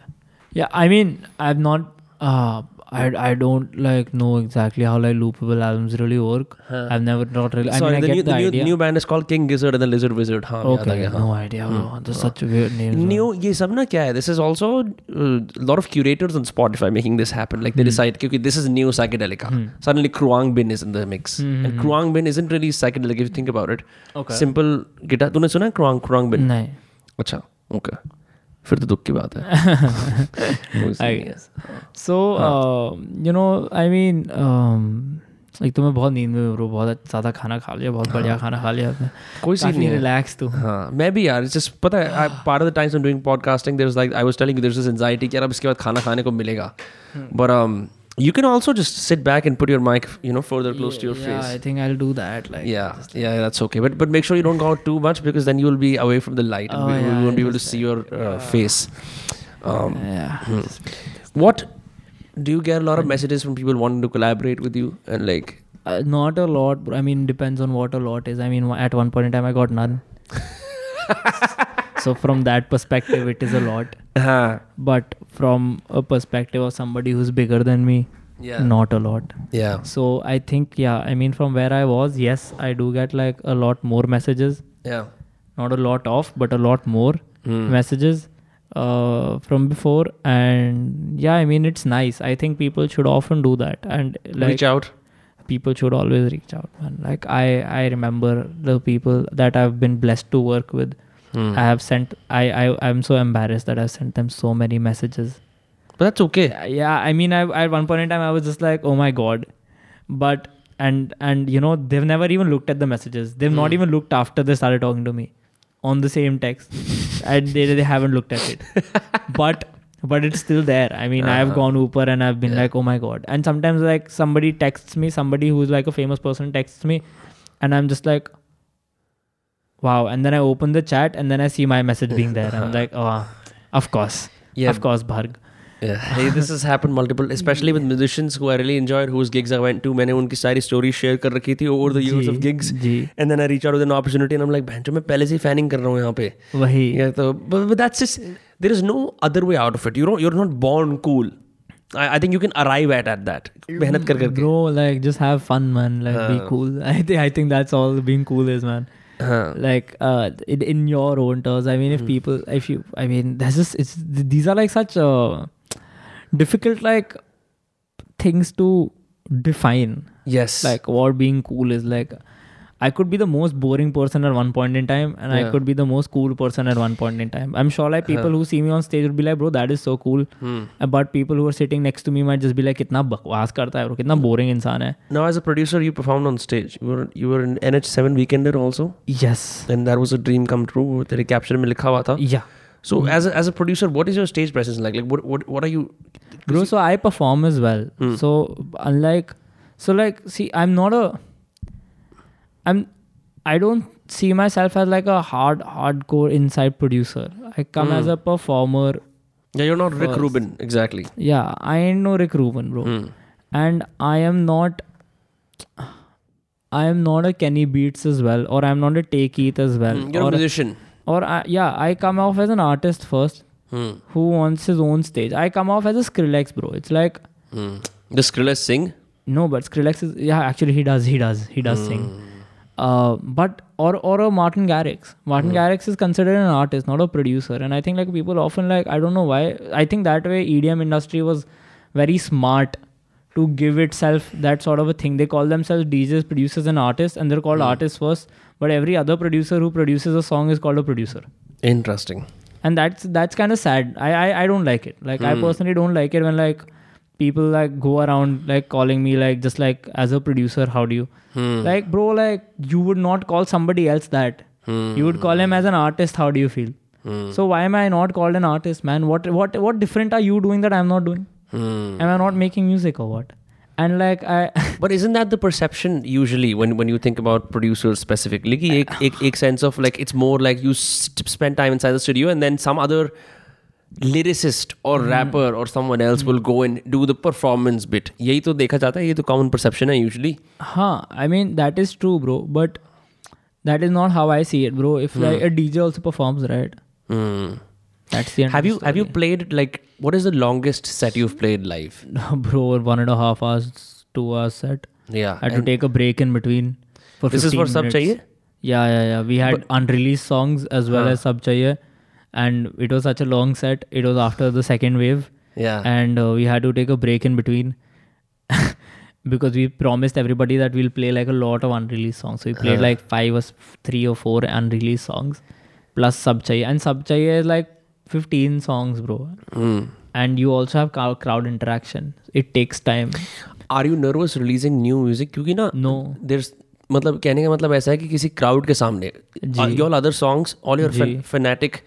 Speaker 2: yeah I mean I'm not uh, I, I don't like know exactly how like loopable albums really work I've never not really I
Speaker 1: Sorry,
Speaker 2: mean I
Speaker 1: the,
Speaker 2: get
Speaker 1: new,
Speaker 2: the,
Speaker 1: the, new,
Speaker 2: idea
Speaker 1: new band is called King Gizzard and the Lizard Wizard. Haan, yaad aa
Speaker 2: okay
Speaker 1: gaya, haan.
Speaker 2: no idea bro
Speaker 1: Hmm.
Speaker 2: there's such weird names bro.
Speaker 1: New ये सब ना क्या है this is also lot of curators on Spotify making this happen like they decide क्योंकि this is new psychedelica suddenly Khruangbin is in the mix and Khruangbin isn't really psychedelic if you think about it
Speaker 2: Okay.
Speaker 1: Simple guitar तूने सुना है क्रुआंग क्रुआंग बिन
Speaker 2: नहीं
Speaker 1: अच्छा okay फिर तो दुख की बात है कोई सीन नहीं है।
Speaker 2: So you know I mean एक तो मैं um, बहुत नींद में हूँ bro, बहुत ज़्यादा खाना खा लिया बहुत बढ़िया खाना खा लिया आपने
Speaker 1: कोई सीन नहीं है।
Speaker 2: रिलैक्स तू
Speaker 1: हाँ मैं भी यार जस्ट पता है part of the times I am doing podcasting there is like I was telling there is anxiety कि यार अब इसके बाद खाना खाने को मिलेगा but you can also just sit back and put your mic you know further close to your face
Speaker 2: I think I will do that like
Speaker 1: Yeah, yeah, that's okay. But but make sure you don't go out too much because then you'll be away from the light and
Speaker 2: Oh,
Speaker 1: we, we
Speaker 2: yeah,
Speaker 1: won't be
Speaker 2: I
Speaker 1: able to see your uh, face. Um,
Speaker 2: yeah
Speaker 1: What do you get a lot of messages from people wanting to collaborate with you and like?
Speaker 2: Uh, not a lot bro. i mean depends on what a lot is i mean at one point in time i got none so from that perspective it is a lot
Speaker 1: Uh,
Speaker 2: but from a perspective of somebody who's bigger than me
Speaker 1: Yeah.
Speaker 2: not a lot
Speaker 1: yeah.
Speaker 2: so i think yeah i mean from where i was yes i do get like a lot more messages
Speaker 1: Yeah.
Speaker 2: not a lot of but a lot more
Speaker 1: Hmm.
Speaker 2: messages uh, from before and yeah i mean it's nice i think people should often do that and like
Speaker 1: Reach out.
Speaker 2: people should always reach out man like i i remember the people that i've been blessed to work with
Speaker 1: Hmm.
Speaker 2: i have sent I, I i'm so embarrassed that i've sent them so many messages
Speaker 1: But that's okay.
Speaker 2: yeah i mean i at one point in time i was just like oh my god but and and you know they've never even looked at the messages they've not even looked after they started talking to me on the same text and they, they haven't looked at it but but it's still there i mean i've gone uber and i've been like oh my god and sometimes like somebody texts me somebody who's like a famous person texts me and i'm just like wow and then i open the chat and then i see my message being there i'm like oh of course
Speaker 1: Yeah.
Speaker 2: of course bharg
Speaker 1: Yeah, hey, this has happened multiple, especially with musicians who I really enjoyed, whose gigs I went to. मैंने उनकी सारी stories share कर रखी थी over the years
Speaker 2: ji,
Speaker 1: of gigs,
Speaker 2: ji.
Speaker 1: and then I reach out with an opportunity, and I'm like, "बहन, मैं पहले से फैनिंग कर रहा हूँ यहाँ पे."
Speaker 2: वही
Speaker 1: Yeah, so, but, but that's just there is no other way out of it. You know, you're not born cool. I, I think you can arrive at at that. मेहनत कर करके.
Speaker 2: bro like just have fun man like be
Speaker 1: Uh.
Speaker 2: cool i think i think that's all being cool is man
Speaker 1: हाँ.
Speaker 2: like uh in, in your own terms i mean
Speaker 1: Hmm.
Speaker 2: if people if you i mean there's just it's th- these are like such uh difficult like things to define
Speaker 1: Yes.
Speaker 2: like what being cool is like i could be the most boring person at one point in time and
Speaker 1: Yeah. Uh-huh.
Speaker 2: i could be the most cool person at one point in time i'm sure like people who see me on stage would be like bro that is so cool
Speaker 1: Hmm.
Speaker 2: Uh, but people who are sitting next to me might just be like kitna bakwas karta hai bro kitna boring insaan hai
Speaker 1: now, as a producer, you performed on stage. You were you were in NH7 Weekender also,
Speaker 2: yes
Speaker 1: and that was a dream come true. वो तेरे caption में लिखा हुआ था.
Speaker 2: yeah
Speaker 1: So as a, as a producer, what is your stage presence like? Like what what what are you?
Speaker 2: bro so i perform as well
Speaker 1: Hmm.
Speaker 2: so unlike so like see i'm not a i'm i don't see myself as like a hard hardcore inside producer i come
Speaker 1: Hmm.
Speaker 2: as a performer
Speaker 1: Yeah, you're not Rick Rubin exactly.
Speaker 2: yeah i ain't no rick rubin
Speaker 1: Hmm.
Speaker 2: bro and i am not i am not a kenny beats as well or i'm not a take Eat as well
Speaker 1: Hmm, You're a
Speaker 2: or
Speaker 1: musician.
Speaker 2: or I, yeah i come off as an artist first
Speaker 1: Hmm.
Speaker 2: who wants his own stage i come off as a skrillex bro it's like
Speaker 1: Hmm. Does Skrillex sing?
Speaker 2: No, but Skrillex is yeah. Actually, he does. He does. He does sing. Uh, but or or a Martin Garrix. Martin Garrix is considered an artist, not a producer. And I think like people often like I don't know why. I think that way EDM industry was very smart to give itself that sort of a thing. They call themselves DJs, producers, and artists, and they're called artists first. But every other producer who produces a song is called a producer
Speaker 1: Interesting.
Speaker 2: and that's that's kind of sad I, I i don't like it like
Speaker 1: Hmm.
Speaker 2: i personally don't like it when like people like go around like calling me like just like as a producer how do you
Speaker 1: Hmm.
Speaker 2: like bro like you would not call somebody else that
Speaker 1: Hmm.
Speaker 2: you would call him as an artist how do you feel so why am i not called an artist man what what what different are you doing that i'm not doing
Speaker 1: Hmm.
Speaker 2: am i not making music or what and like i
Speaker 1: But isn't that the perception usually when, when you think about producers specifically? कि एक, एक, एक sense of like it's more like you st- spend time inside the studio and then some other lyricist or rapper or someone else will go and do the performance bit. यही तो देखा जाता है ये तो common perception है usually.
Speaker 2: Huh. I mean that is true, bro. But that is not how I see it, bro. If like a DJ also performs, right?
Speaker 1: Hmm.
Speaker 2: That's the end.
Speaker 1: Have
Speaker 2: of
Speaker 1: you have you played like what is the longest set you've played live?
Speaker 2: the story. bro? One and a half hours, two hours set.
Speaker 1: Yeah.
Speaker 2: I had to take a break in between. For
Speaker 1: This is
Speaker 2: 15
Speaker 1: for sub
Speaker 2: minutes.
Speaker 1: chahiye?
Speaker 2: Yeah, yeah, yeah. We had unreleased songs as well as sub chahiye, and it was such a long set. It was after the second wave.
Speaker 1: Yeah.
Speaker 2: and uh, we had to take a break in between because we promised everybody that we'll play like a lot of unreleased songs. So we played like five or s- three or four unreleased songs plus Sab Chahiye. And Sab Chahiye is like 15 songs, bro.
Speaker 1: Hmm.
Speaker 2: And you also have crow- crowd interaction. It takes time.
Speaker 1: Are you nervous releasing new music क्योंकि ना
Speaker 2: No.
Speaker 1: देर मतलब कहने का मतलब ऐसा है कि किसी क्राउड के सामने your other songs all your fanatic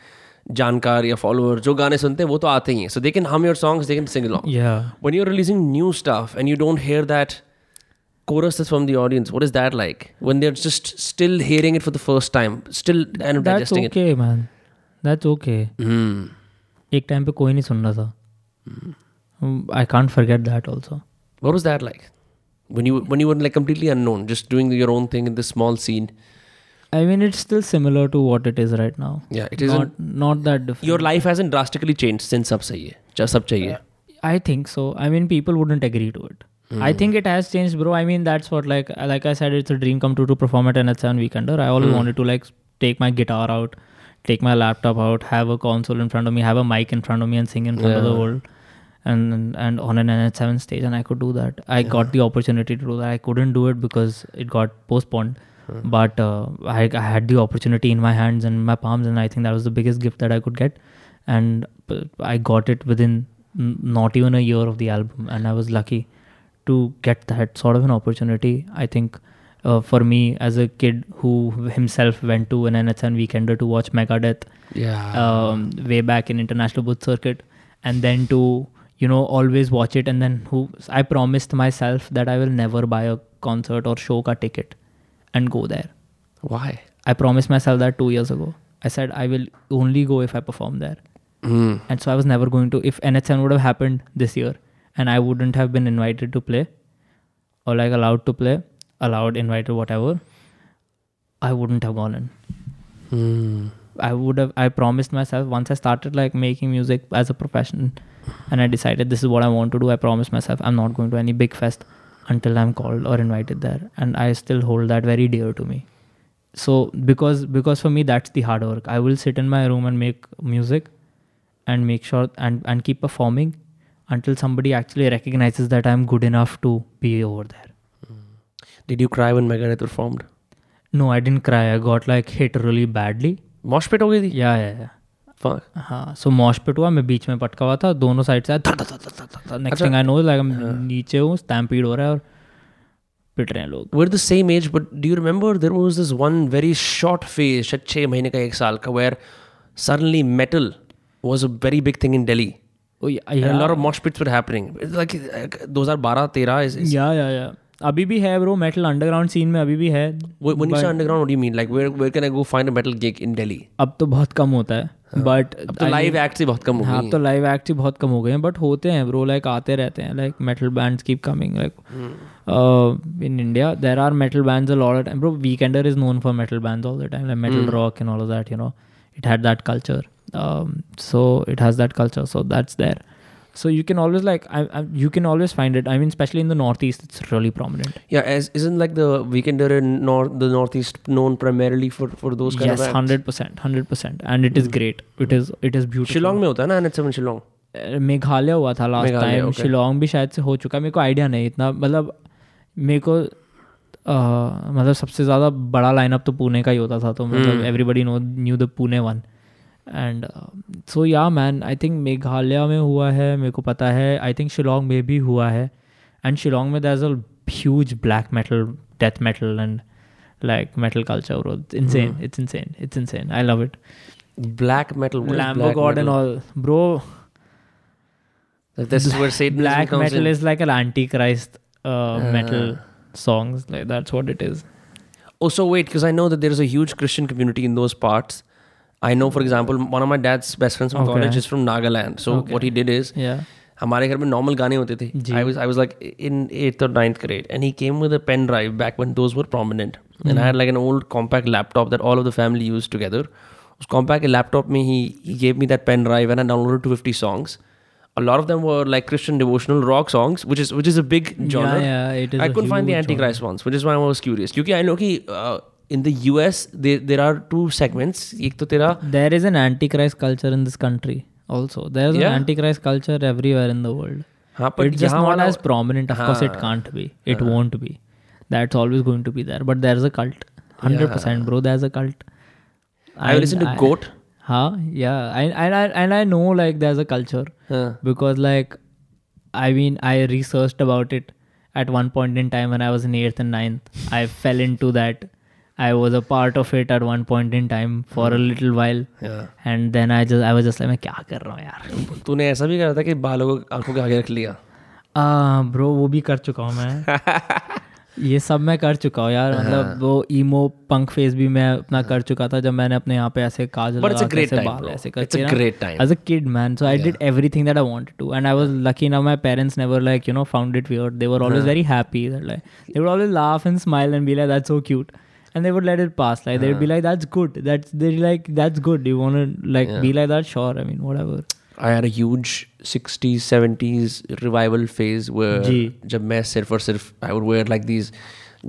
Speaker 1: जानकार या फॉलोअर जो गाने सुनते हैं वो तो आते ही हैं so they can hum your songs they can sing long
Speaker 2: Yeah.
Speaker 1: When you're releasing new stuff and you don't hear that chorus from the audience what is that like when they're just still hearing it for the first time still and
Speaker 2: That's
Speaker 1: digesting it
Speaker 2: okay, man. That's okay.
Speaker 1: Hmm.
Speaker 2: एक time पे कोई नहीं सुन रहा था I can't forget that also
Speaker 1: What was that like? When you when you were like completely unknown, just doing your own thing in this small scene.
Speaker 2: I mean, it's still similar to what it is right now.
Speaker 1: Yeah, it isn't.
Speaker 2: Not not that different.
Speaker 1: Your life hasn't drastically changed since sub chahiye. Just sub chahiye.
Speaker 2: I think so. I mean, people wouldn't agree to it. I think it has changed, bro. I mean, that's what like like I said, it's a dream come true to perform at NH7 Weekender. I always wanted to like take my guitar out, take my laptop out, have a console in front of me, have a mic in front of me, and sing in front of the world. And and on an NH7 stage, and I could do that. I got the opportunity to do that. I couldn't do it because it got postponed. But uh, I, I had the opportunity in my hands and my palms, and I think that was the biggest gift that I could get. And uh, I got it within n- not even a year of the album, and I was lucky to get that sort of an opportunity. I think uh, for me as a kid who himself went to an NHN weekender to watch Megadeth
Speaker 1: Yeah.
Speaker 2: um, way back in international booth circuit, and then to you know always watch it, and then who I promised myself that I will never buy a concert or show ka ticket and go there.
Speaker 1: Why?
Speaker 2: I promised myself that two years ago. I said I will only go if I perform there.
Speaker 1: Mm.
Speaker 2: And so I was never going to. If NHN would have happened this year and I wouldn't have been invited to play or like allowed to play, allowed, invited, whatever, I wouldn't have gone in.
Speaker 1: Mm.
Speaker 2: I would have, I promised myself once I started like making music as a profession and I decided this is what I want to do, I promised myself I'm not going to any big fest until I'm called or invited there. And I still hold that very dear to me. So because because for me that's the hard work. I will sit in my room and make music and make sure and, and keep performing until somebody actually recognizes that I'm good enough to be over there.
Speaker 1: Did you cry when Megadeth performed?
Speaker 2: No, I didn't cry. I got like hit really badly.
Speaker 1: Mosh pit हो गई थी
Speaker 2: Yeah, yeah, yeah.
Speaker 1: Fuck.
Speaker 2: हाँ सो मॉश पिट हुआ मैं बीच में पटका हुआ था दोनों साइड से next thing I know like नीचे हूँ स्टैम्पीड हो रहा है और पिट रहे हैं लोग
Speaker 1: We're the same age, but do you remember there was this one very short phase, शायद छः महीने का एक साल का, where suddenly metal was a very big thing in Delhi.
Speaker 2: Oh
Speaker 1: And a
Speaker 2: या
Speaker 1: lot of mosh pits were happening. It's like uh, 2012-13 is, is
Speaker 2: या या अभी भी है ब्रो मेटल अंडरग्राउंड सीन में अभी भी है
Speaker 1: When when you say underground, what do you mean? Like where where can I go find a metal gig in Delhi?
Speaker 2: अब तो बहुत कम होता है बट
Speaker 1: अब तो लाइव एक्ट से बहुत कम हो
Speaker 2: हाँ
Speaker 1: गई
Speaker 2: अब तो लाइव एक्ट ही बहुत कम हो गए हैं बट होते हैं ब्रो लाइक आते रहते हैं like metal bands keep coming
Speaker 1: hmm.
Speaker 2: Like in India there are metal bands a lot of time bro Weekender is known for metal bands all the time like
Speaker 1: hmm.
Speaker 2: Metal rock and all of that you know it had that culture um, so it has that culture so that's there so you can always like you can always find it I mean especially in the north east it's really prominent
Speaker 1: Yeah, as, isn't like the Weekender in north the Northeast known primarily for for those kind
Speaker 2: yes
Speaker 1: of acts? Hmm.
Speaker 2: 100% 100% and it is great it is it is beautiful
Speaker 1: Shillong में होता है ना N seven Shillong
Speaker 2: Meghalaya हुआ था last
Speaker 1: Meghalaya,
Speaker 2: time
Speaker 1: okay.
Speaker 2: Shillong भी शायद से हो चुका है मेरे को आइडिया नहीं इतना मतलब मेरे को अह, मतलब सबसे ज़्यादा बड़ा लाइनअप तो पुणे का ही होता था तो
Speaker 1: Hmm.
Speaker 2: मतलब everybody know new the Pune one and so yeah man I think Meghalaya में हुआ है मेरे को पता है आई थिंक शिलोंग में भी हुआ है एंड शिलोंग में there's a huge black metal death metal and like metal culture insane
Speaker 1: Hmm.
Speaker 2: It's insane it's insane I love it
Speaker 1: Black metal. what is
Speaker 2: lambo
Speaker 1: black
Speaker 2: god and
Speaker 1: metal?
Speaker 2: All bro
Speaker 1: Like, this is where Satanism
Speaker 2: black
Speaker 1: comes
Speaker 2: metal
Speaker 1: in.
Speaker 2: is like an antichrist uh, metal
Speaker 1: Ah.
Speaker 2: songs like that's what it is
Speaker 1: Oh, so wait, because I know that there is a huge Christian community in those parts. I know, for example, one of my dad's best friends from
Speaker 2: Okay.
Speaker 1: college is from Nagaland. So
Speaker 2: Okay.
Speaker 1: what he did is,
Speaker 2: yeah
Speaker 1: हमारे घर में normal गाने होते थे
Speaker 2: जी।
Speaker 1: I was I was like in 8th और 9th grade and he came with a pen drive back when those were prominent and I had like an old compact laptop that all of the family use together उस compact के laptop में ही ही gave me that pen drive and I downloaded 250 songs A lot of them were like Christian devotional rock songs, which is which is a big genre.
Speaker 2: yeah yeah it is
Speaker 1: I
Speaker 2: a
Speaker 1: couldn't find the
Speaker 2: huge
Speaker 1: Antichrist ones, which is why I was curious. Because I know that uh, in the US there there are two segments. एक तो तेरा
Speaker 2: genre. there is an antichrist culture in this country also there's
Speaker 1: Yeah.
Speaker 2: an antichrist culture everywhere in the world
Speaker 1: हाँ पर
Speaker 2: it's just
Speaker 1: यहाँ
Speaker 2: not
Speaker 1: वाला
Speaker 2: as prominent of course it
Speaker 1: हाँ.
Speaker 2: can't be it won't be that's always going to be there but there's a cult 100% bro there's a cult
Speaker 1: I
Speaker 2: And
Speaker 1: listened to
Speaker 2: I-
Speaker 1: Goat.
Speaker 2: huh yeah I, and, I, and I know like there's a culture
Speaker 1: हाँ.
Speaker 2: because like i mean i researched about it at one point in time when i was in 8th and 9th i fell into that i was a part of it at one point in time for a little while
Speaker 1: Yeah.
Speaker 2: and then i just i was just like मैं क्या कर रहा हूँ यार
Speaker 1: तूने ऐसा भी करा था कि बालों को आंखों के आगे रख लिया
Speaker 2: ब्रो वो भी कर चुका हूँ मैं ये सब मैं कर चुका हूँ यार
Speaker 1: हाँ।
Speaker 2: मतलब वो ईमो पंक फेस भी मैं अपना कर चुका था जब मैंने अपने यहाँ पे ऐसे काजल
Speaker 1: But it's a
Speaker 2: लगा के
Speaker 1: great
Speaker 2: ऐसे
Speaker 1: time,
Speaker 2: बाल
Speaker 1: bro.
Speaker 2: ऐसे
Speaker 1: It's a
Speaker 2: करके ना,
Speaker 1: great time.
Speaker 2: as a kid man so i did everything that i wanted to and i was lucky enough my parents never like you know found it weird they were always very happy that like they would always laugh and smile and be like that's so cute and they would let it pass like they would be like that's good that's they like that's good you want to like be like that sure i mean whatever
Speaker 1: I had a huge 60s 70s revival phase
Speaker 2: जी।
Speaker 1: Where जब मैं सिर्फ और सिर्फ I would wear like these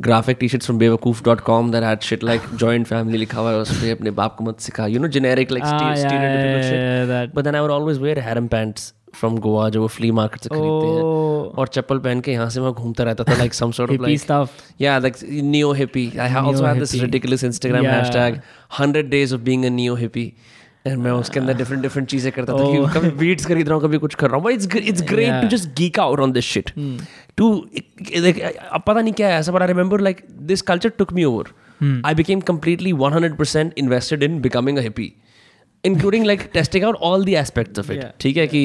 Speaker 1: graphic T shirts from Bewakoof dot com that had shit like joint family लिखा हुआ है उस पे अपने बाप को मत सिखा you know generic like
Speaker 2: Ah, yeah,
Speaker 1: stereotypical
Speaker 2: yeah, yeah, yeah,
Speaker 1: shit
Speaker 2: that-
Speaker 1: but then I would always wear harem pants from Goa जो वो फ्ली मार्केट से खरीदते हैं
Speaker 2: oh
Speaker 1: और चप्पल पहन के यहाँ से वहाँ घूमता रहता था like some sort of
Speaker 2: hippie
Speaker 1: like
Speaker 2: stuff
Speaker 1: Yeah, like neo hippie. I ha- also had this
Speaker 2: Neo-hippie.
Speaker 1: ridiculous Instagram
Speaker 2: Yeah.
Speaker 1: hashtag, 100 days of being a neo hippie. फिर मैं उसके अंदर डिफरेंट डिफरेंट चीजें करता था कि कभी बीट्स खरीद रहा हूँ कभी कुछ कर रहा हूँ it's it's great to
Speaker 2: Yeah.
Speaker 1: Just geek out on this shit. To like, अब पता नहीं क्या है ऐसा but I remember like this culture took me over. I became completely 100% invested in becoming a hippie, including like testing out all the aspects of it.
Speaker 2: Yeah.
Speaker 1: ठीक है कि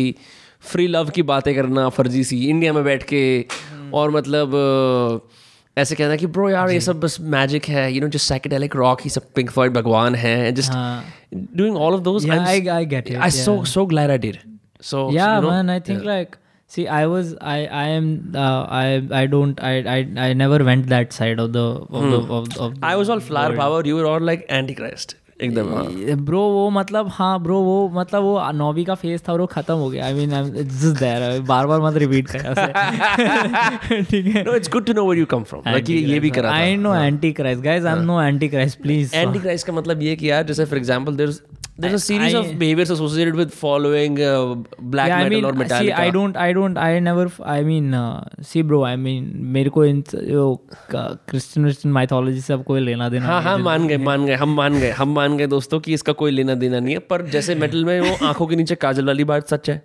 Speaker 1: free love की बातें करना फर्जी सी इंडिया में बैठ के
Speaker 2: हम्म।
Speaker 1: और मतलब अ, ऐसे कहना कि ब्रो यार ये सब बस मैजिक है you know just psychedelic rock ही सब पिंक फ्लॉयड भगवान है जस्ट
Speaker 2: हाँ.
Speaker 1: Doing all of those
Speaker 2: Yeah, I- I get it,
Speaker 1: I so
Speaker 2: yeah.
Speaker 1: So glad I did so
Speaker 2: yeah man i think like see i was i i am uh, i i don't I, I i never went that side of the of
Speaker 1: Hmm.
Speaker 2: the of, of the
Speaker 1: I was all flower power you और like antichrist एकदम हाँ।
Speaker 2: Bro वो मतलब हाँ bro वो मतलब वो नौवी का फेस था और वो खत्म हो गया I mean it's just there बार बार मत रिपीट कर उसे। ठीक है
Speaker 1: no it's good to know where you come from like ये ये भी करा था हाँ।
Speaker 2: I know antichrist guys I am no antichrist please
Speaker 1: antichrist का मतलब ये कि यार जैसे for example there there a series
Speaker 2: I-
Speaker 1: of behaviours associated with following black
Speaker 2: yeah, I
Speaker 1: metal
Speaker 2: mean, uh,
Speaker 1: और
Speaker 2: see, I
Speaker 1: Metallica
Speaker 2: don't, I don't, I never, f- I mean, uh, see, bro, I mean, मेरे को इन Christian Christian mythology से अब कोई लेना देना
Speaker 1: हाँ
Speaker 2: नहीं
Speaker 1: हाँ
Speaker 2: है।
Speaker 1: मान गए मान गए हम मान गए हम मान गए दोस्तों कि इसका कोई लेना देना नहीं है पर जैसे मेटल में वो आंखों के नीचे काजल वाली बात सच है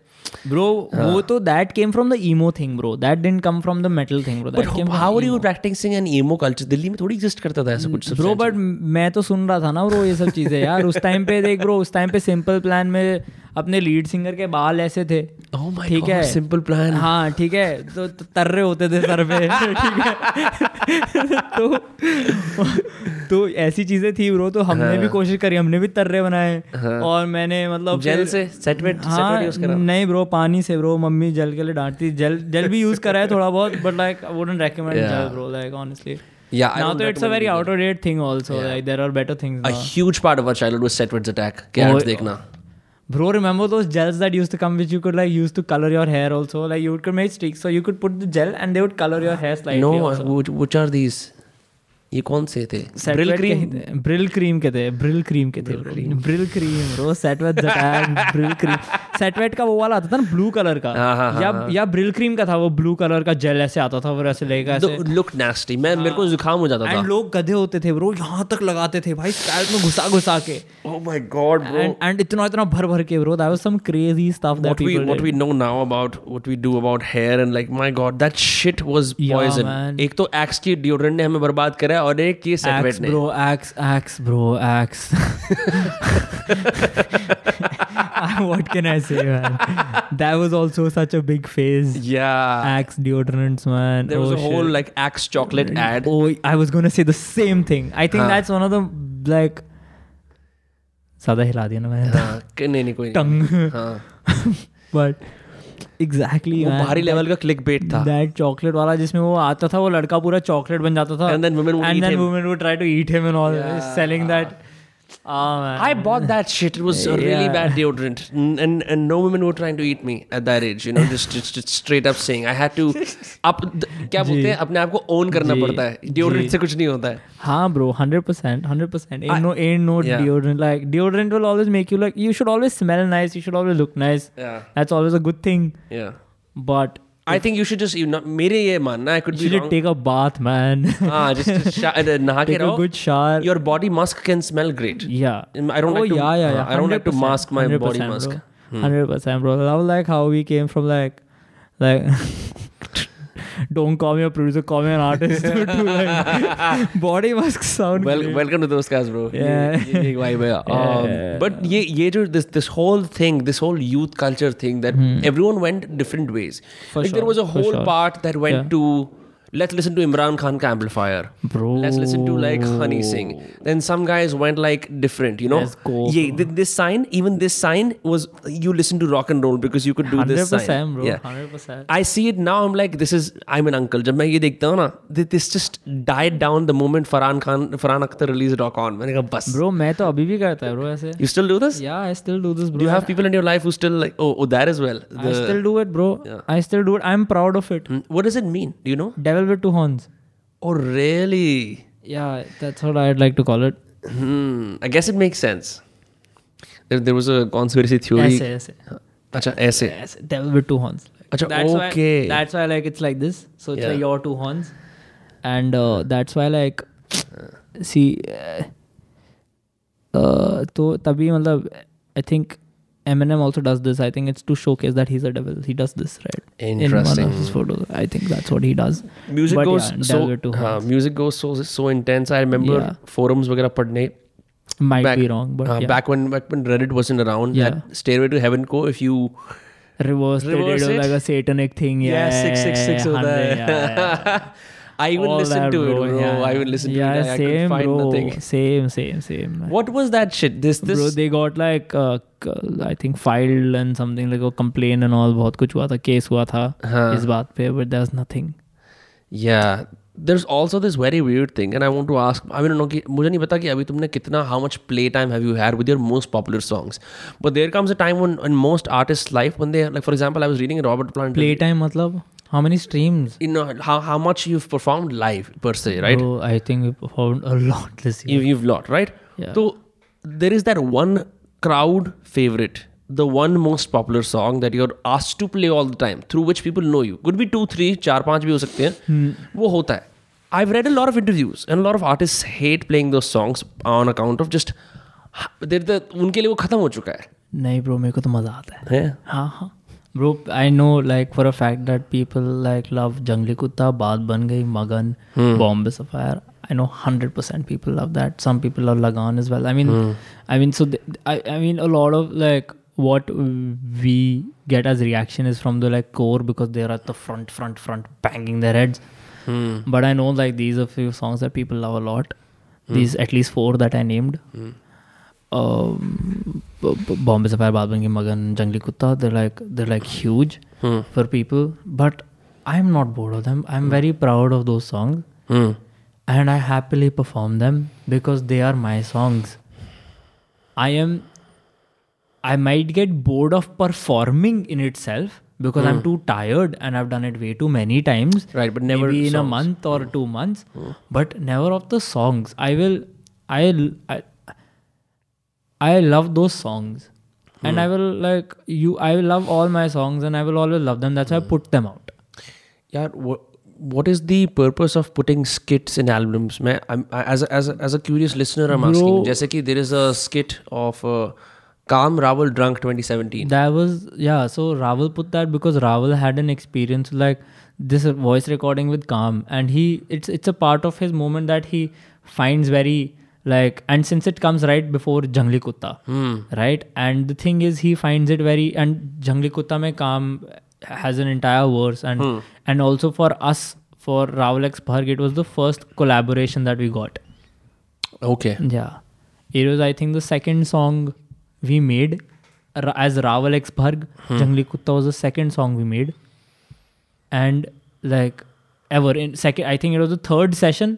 Speaker 2: bro, वो तो that came from the emo thing, bro. That didn't come from the metal thing, bro.
Speaker 1: But
Speaker 2: That came
Speaker 1: how are you practising an emo culture Delhi में थोड़ी एग्जिस्ट करता था ऐसा कुछ
Speaker 2: ब्रो बट मैं तो सुन रहा था ना ब्रो ये सब चीजें यार उस टाइम पे देख ब्रो उस टाइम पे सिंपल प्लान में अपने लीड सिंगर के बाल ऐसे थे
Speaker 1: Oh my
Speaker 2: ठीक
Speaker 1: God,
Speaker 2: है
Speaker 1: simple plan.
Speaker 2: हाँ ठीक है तो तो तर्रे होते थे सर पे ठीक है तो तो ऐसी चीजें थी ब्रो तो हमने
Speaker 1: हाँ।
Speaker 2: भी कोशिश करी हमने भी तर्रे बनाए और मैंने मतलब
Speaker 1: जेल
Speaker 2: फिर-
Speaker 1: से सेट में
Speaker 2: हाँ नहीं ब्रो पानी से ब्रो मम्मी जल के लिए डांटती जल जल भी यूज करा है थोड़ा बहुत but like I wouldn't recommend gel bro like honestly
Speaker 1: Yeah, I
Speaker 2: now
Speaker 1: don't
Speaker 2: तो it's a very out of date thing also like there are better
Speaker 1: a
Speaker 2: things
Speaker 1: huge part of our childhood was Setward's attack.
Speaker 2: Oh,
Speaker 1: Carrots देखना.
Speaker 2: Bro, remember those gels that used to come, which you could like use to color your hair also. Like you could make streaks, so you could put the gel and they would color your hair slightly.
Speaker 1: No,
Speaker 2: also.
Speaker 1: which, which are these? ये कौन से थे? uh, Brill cream.
Speaker 2: Brylcreem के थे Brylcreem के थे Brylcreem bro Set Wet Brylcreem Set Wet का वो वाला आता था ना ब्लू कलर का
Speaker 1: हाँ, हाँ,
Speaker 2: या या ब्रिल क्रीम का था वो ब्लू कलर का जेल ऐसे आता था वो ऐसे लेगा ऐसे
Speaker 1: The- look nasty. मैं मेरे
Speaker 2: हाँ।
Speaker 1: को जुकाम हो जाता
Speaker 2: एंड
Speaker 1: था.
Speaker 2: लोग गधे होते थे ब्रो यहाँ तक लगाते थे भाई स्कैल्प में घुसा घुसा के
Speaker 1: Oh my god,
Speaker 2: and and इतना इतना भर भर के bro that was some crazy stuff that
Speaker 1: What we
Speaker 2: people
Speaker 1: what we know now about what we do about hair and like my god that shit was
Speaker 2: Yeah,
Speaker 1: poison.
Speaker 2: man.
Speaker 1: एक तो x की deodorant ने हमें बर्बाद करा है और एक ये सेटवेट
Speaker 2: Axe,
Speaker 1: ने.
Speaker 2: bro. Axe, axe, bro. Axe. what can I say, man? That was also such a big phase.
Speaker 1: Yeah.
Speaker 2: Axe deodorants, man.
Speaker 1: There was
Speaker 2: Oh,
Speaker 1: a whole
Speaker 2: shit.
Speaker 1: like axe chocolate ad.
Speaker 2: Oh, I was gonna say the same thing. I think that's one of the like. सादा हिला दिया ना मैंने
Speaker 1: हाँ, कि- नहीं नहीं कोई नहीं.
Speaker 2: Oh, टंग
Speaker 1: हाँ.
Speaker 2: बट एग्जैक्टली
Speaker 1: वो भारी लेवल का क्लिक बेट था.
Speaker 2: दैट चॉकलेट वाला जिसमें वो आता था वो लड़का पूरा चॉकलेट बन जाता था
Speaker 1: And then women would
Speaker 2: and
Speaker 1: eat
Speaker 2: then
Speaker 1: him.
Speaker 2: women would try to eat him and all selling that ah man
Speaker 1: I bought that shit. It was a really
Speaker 2: Yeah.
Speaker 1: bad deodorant, and, and and no women were trying to eat me at that age. You know, just just, just straight up saying I had to up the- क्या बोलते हैं अपने आप को own करना
Speaker 2: जी,
Speaker 1: पड़ता है deodorant से कुछ नहीं होता है
Speaker 2: हाँ bro 100% 100% ain't no ain't no
Speaker 1: Yeah.
Speaker 2: deodorant like deodorant will always make you like you should always smell nice you should always look nice
Speaker 1: Yeah,
Speaker 2: that's always a good thing
Speaker 1: yeah.
Speaker 2: but
Speaker 1: I think you should just you know मेरे ये मानना I could
Speaker 2: you
Speaker 1: be
Speaker 2: should
Speaker 1: wrong.
Speaker 2: take a bath man
Speaker 1: हाँ just, just sha- uh, नहा के
Speaker 2: take a
Speaker 1: रहो.
Speaker 2: good shower
Speaker 1: Your body musk can smell great.
Speaker 2: yeah
Speaker 1: I don't
Speaker 2: oh
Speaker 1: like to. uh,
Speaker 2: yeah yeah yeah
Speaker 1: I don't like to
Speaker 2: 100%,
Speaker 1: mask my body
Speaker 2: 100%,
Speaker 1: mask. Hmm.
Speaker 2: bro. 100% bro love like how we came from like like don't call me a producer call me an artist to like body mask sound
Speaker 1: Well,
Speaker 2: great.
Speaker 1: welcome to those guys, bro.
Speaker 2: Yeah.
Speaker 1: ये, ये vibe है. Um,
Speaker 2: Yeah.
Speaker 1: But ये ये जो this this whole thing, this whole youth culture thing that everyone went different ways.
Speaker 2: Hmm. For
Speaker 1: like there
Speaker 2: sure,
Speaker 1: was a
Speaker 2: for
Speaker 1: whole
Speaker 2: sure.
Speaker 1: part that went
Speaker 2: Yeah.
Speaker 1: to let's listen to Imran Khan ka amplifier.
Speaker 2: bro
Speaker 1: Let's listen to like Honey Singh. Then some guys went like different, you know.
Speaker 2: Let's go,
Speaker 1: Yeah, th- this sign, even this sign was you listen to rock and roll because you could do this sign.
Speaker 2: 100% bro
Speaker 1: Yeah.
Speaker 2: 100%
Speaker 1: I see it now. I'm like, this is I'm an uncle. जब मैं ये देखता हूँ ना, thi- this just died down the moment Farhan Khan, Farhan Akhtar released Rock On. मैंने कहा बस.
Speaker 2: bro मैं तो अभी भी करता है bro ऐसे
Speaker 1: You still do this?
Speaker 2: yeah I still do this bro
Speaker 1: Do you have people in your life who still like, oh, oh that as well.
Speaker 2: I
Speaker 1: The-
Speaker 2: still do it bro I still do it I'm proud of it
Speaker 1: Hmm, what does it mean? Do you know?
Speaker 2: devil with two horns
Speaker 1: Oh, really?
Speaker 2: yeah that's what I'd like to call it
Speaker 1: Hmm. I guess it makes sense. There, there was a conspiracy theory.
Speaker 2: ऐसे ऐसे
Speaker 1: अच्छा ऐसे.
Speaker 2: ऐसे devil with two horns
Speaker 1: अच्छा
Speaker 2: that's
Speaker 1: okay.
Speaker 2: why that's why like it's like this so it's
Speaker 1: Yeah.
Speaker 2: like your two horns and uh, that's why like see uh, uh, तो तभी मतलब I think Eminem also does this. I think it's to showcase that he's a devil. He does this, right? In
Speaker 1: Interesting.
Speaker 2: one of his photos. I think that's what he does.
Speaker 1: Music
Speaker 2: But
Speaker 1: goes
Speaker 2: yeah,
Speaker 1: so
Speaker 2: Delaware to
Speaker 1: हाँ
Speaker 2: Horns.
Speaker 1: Music goes so so intense I remember
Speaker 2: Yeah.
Speaker 1: Forums वगैरह पढ़ने
Speaker 2: Might
Speaker 1: back
Speaker 2: be wrong, but
Speaker 1: हाँ,
Speaker 2: yeah.
Speaker 1: back when back when Reddit wasn't around
Speaker 2: Yeah.
Speaker 1: that stairway to heaven को if you
Speaker 2: reverse,
Speaker 1: Reverse
Speaker 2: it, it was
Speaker 1: it?
Speaker 2: like a satanic thing. Yeah,
Speaker 1: yeah six six six होता
Speaker 2: 100,
Speaker 1: है
Speaker 2: yeah, yeah.
Speaker 1: I would
Speaker 2: All
Speaker 1: listen
Speaker 2: that,
Speaker 1: to it bro
Speaker 2: yeah.
Speaker 1: I would listen
Speaker 2: yeah,
Speaker 1: to it I- I
Speaker 2: same,
Speaker 1: could find
Speaker 2: bro.
Speaker 1: nothing
Speaker 2: Same, same, same. man.
Speaker 1: what was that shit this this
Speaker 2: bro, they got like uh, c- I think filed and something like a complaint and all. बहुत कुछ हुआ था, case हुआ था
Speaker 1: हाँ.
Speaker 2: इस बात पे, but there's nothing.
Speaker 1: yeah there's also this very weird thing and I want to ask I mean no कि मुझे नहीं पता कि अभी तुमने कितना how much play time have you had with your most popular songs but there comes a time when in most artists life when they like for example I was reading a Robert Plant
Speaker 2: Playtime मतलब how many streams?
Speaker 1: you know how, how much you've performed live per se right
Speaker 2: Bro, I think we performed a lot this year.
Speaker 1: you, you've lot right
Speaker 2: Yeah.
Speaker 1: so there is that one crowd favorite the one most popular song that you're asked to play all the time through which people know you could be two three चार पांच भी हो सकते
Speaker 2: Hmm.
Speaker 1: हैं वो होता है I've read a lot of interviews and a lot of artists hate playing those songs on account of just they're the उनके लिए वो खत्म हो चुका है
Speaker 2: नहीं bro मेरे को तो मजा आता है.
Speaker 1: हैं?
Speaker 2: हाँ हाँ bro I know like for a fact that people like love Jungli Kutta Baat Ban Gayi Magan Bombay Sapphire I know hundred percent people love that some people love Lagaan is well I mean I mean so I mean a lot of like what we get as reaction is from the like core because they're at the front front front banging their heads but i know like these are few songs that people love a lot these at least four that i named um, B- B- Bombay Sapphire, Baad Bangi Magan, Jangli Kutta, they're like they're like huge for people. But I'm not bored of them. I'm very proud of those songs,
Speaker 1: Hmm.
Speaker 2: and I happily perform them because they are my songs. I am. I might get bored of performing in itself because I'm too tired and I've done it way too many times
Speaker 1: right but never
Speaker 2: maybe in a
Speaker 1: songs. Hmm.
Speaker 2: month or two months but never of the songs i will I'll, i i love those songs
Speaker 1: Hmm.
Speaker 2: and i will like you i will love all my songs and i will always love them that's why i
Speaker 1: Hmm.
Speaker 2: put them out
Speaker 1: यार what is the purpose of putting skits in albums मैं I'm, I- as a, as a, as a curious listener I'm asking जैसे कि there is a skit of uh, Kam Rawal drunk 2017
Speaker 2: that was yeah so ravel put that because ravel had an experience like this voice recording with calm and he it's it's a part of his moment that he finds very like and since it comes right before jangli kutta right and the thing is he finds it very and jangli kutta mein calm has an entire verse and and also for us for ravel x Bharg, it was the first collaboration that we got
Speaker 1: okay
Speaker 2: yeah. It was, I think, the second song we made ra- as Raval X Bharg. Jangli Kutta was the second song we made. And like ever in second, I think it was the third session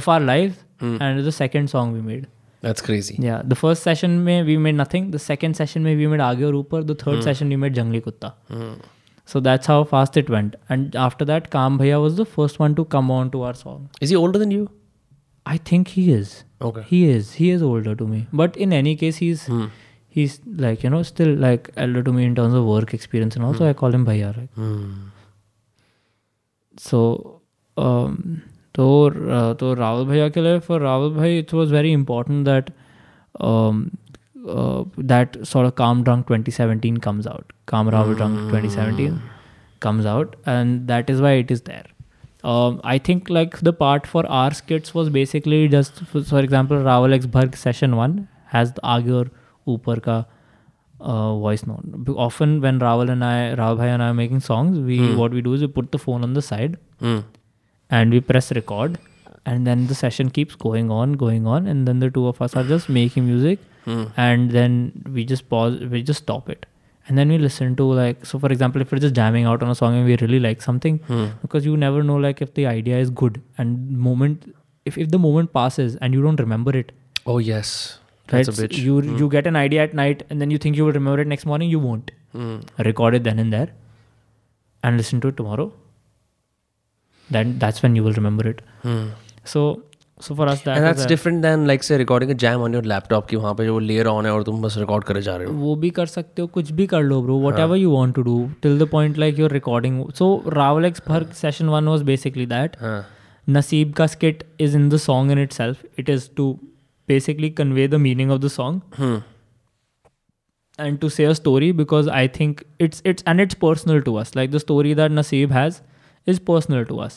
Speaker 2: of our lives. And it was the second song we made.
Speaker 1: that's crazy
Speaker 2: Yeah. The first session may we made nothing. The second session may we made Aage Aur Upar. The third session we made Jangli Kutta. So that's how fast it went. And after that, Kam Bhaiya was the first one to come on to our song.
Speaker 1: is he older than you
Speaker 2: I think he is.
Speaker 1: Okay.
Speaker 2: He is. He is older to me. But in any case, he's he's like you know still like elder to me in terms of work experience and also I call him bhaiya. Right?
Speaker 1: Hmm,
Speaker 2: So um, तो uh, तो रावल भैया के लिए for Rawal भाई it was very important that um, uh, that sort of Calm Drunk 2017 comes out. Calm Raval Drunk 2017 comes out, and that is why it is there. Um, I think like the part for our skits was basically just for, for example Raval X Bharg session one has the Aage aur Upar ka uh, voice note. B- Often when Raval and I, Raval bhai and I are making songs, we what we do is we put the phone on the side
Speaker 1: Hmm.
Speaker 2: and we press record and then the session keeps going on going on and then the two of us are just making music and then we just pause we just stop it and then we listen to like so for example if we're just jamming out on a song and we really like something because you never know like if the idea is good and moment if, if the moment passes and you don't remember it
Speaker 1: oh yes
Speaker 2: right
Speaker 1: that's a bitch
Speaker 2: you you get an idea at night and then you think you will remember it next morning you won't record it then and there and listen to it tomorrow then that's when you will remember it so so for us that
Speaker 1: and
Speaker 2: was
Speaker 1: that's
Speaker 2: a-
Speaker 1: different than like say recording a jam on your laptop कि वहाँ पे जो layer on है और तुम बस record करे जा रहे हो
Speaker 2: वो भी कर सकते हो कुछ भी कर लो bro whatever you want to do till the point like your recording so Raval x फर्क session one was basically that
Speaker 1: हाँ
Speaker 2: Naseeb ka skit is in the song in
Speaker 1: hmm,
Speaker 2: itself. It is to basically convey the meaning of the song. and to say a story because I think it's it's and it's personal to us. Like the story that Nasib has is personal to us,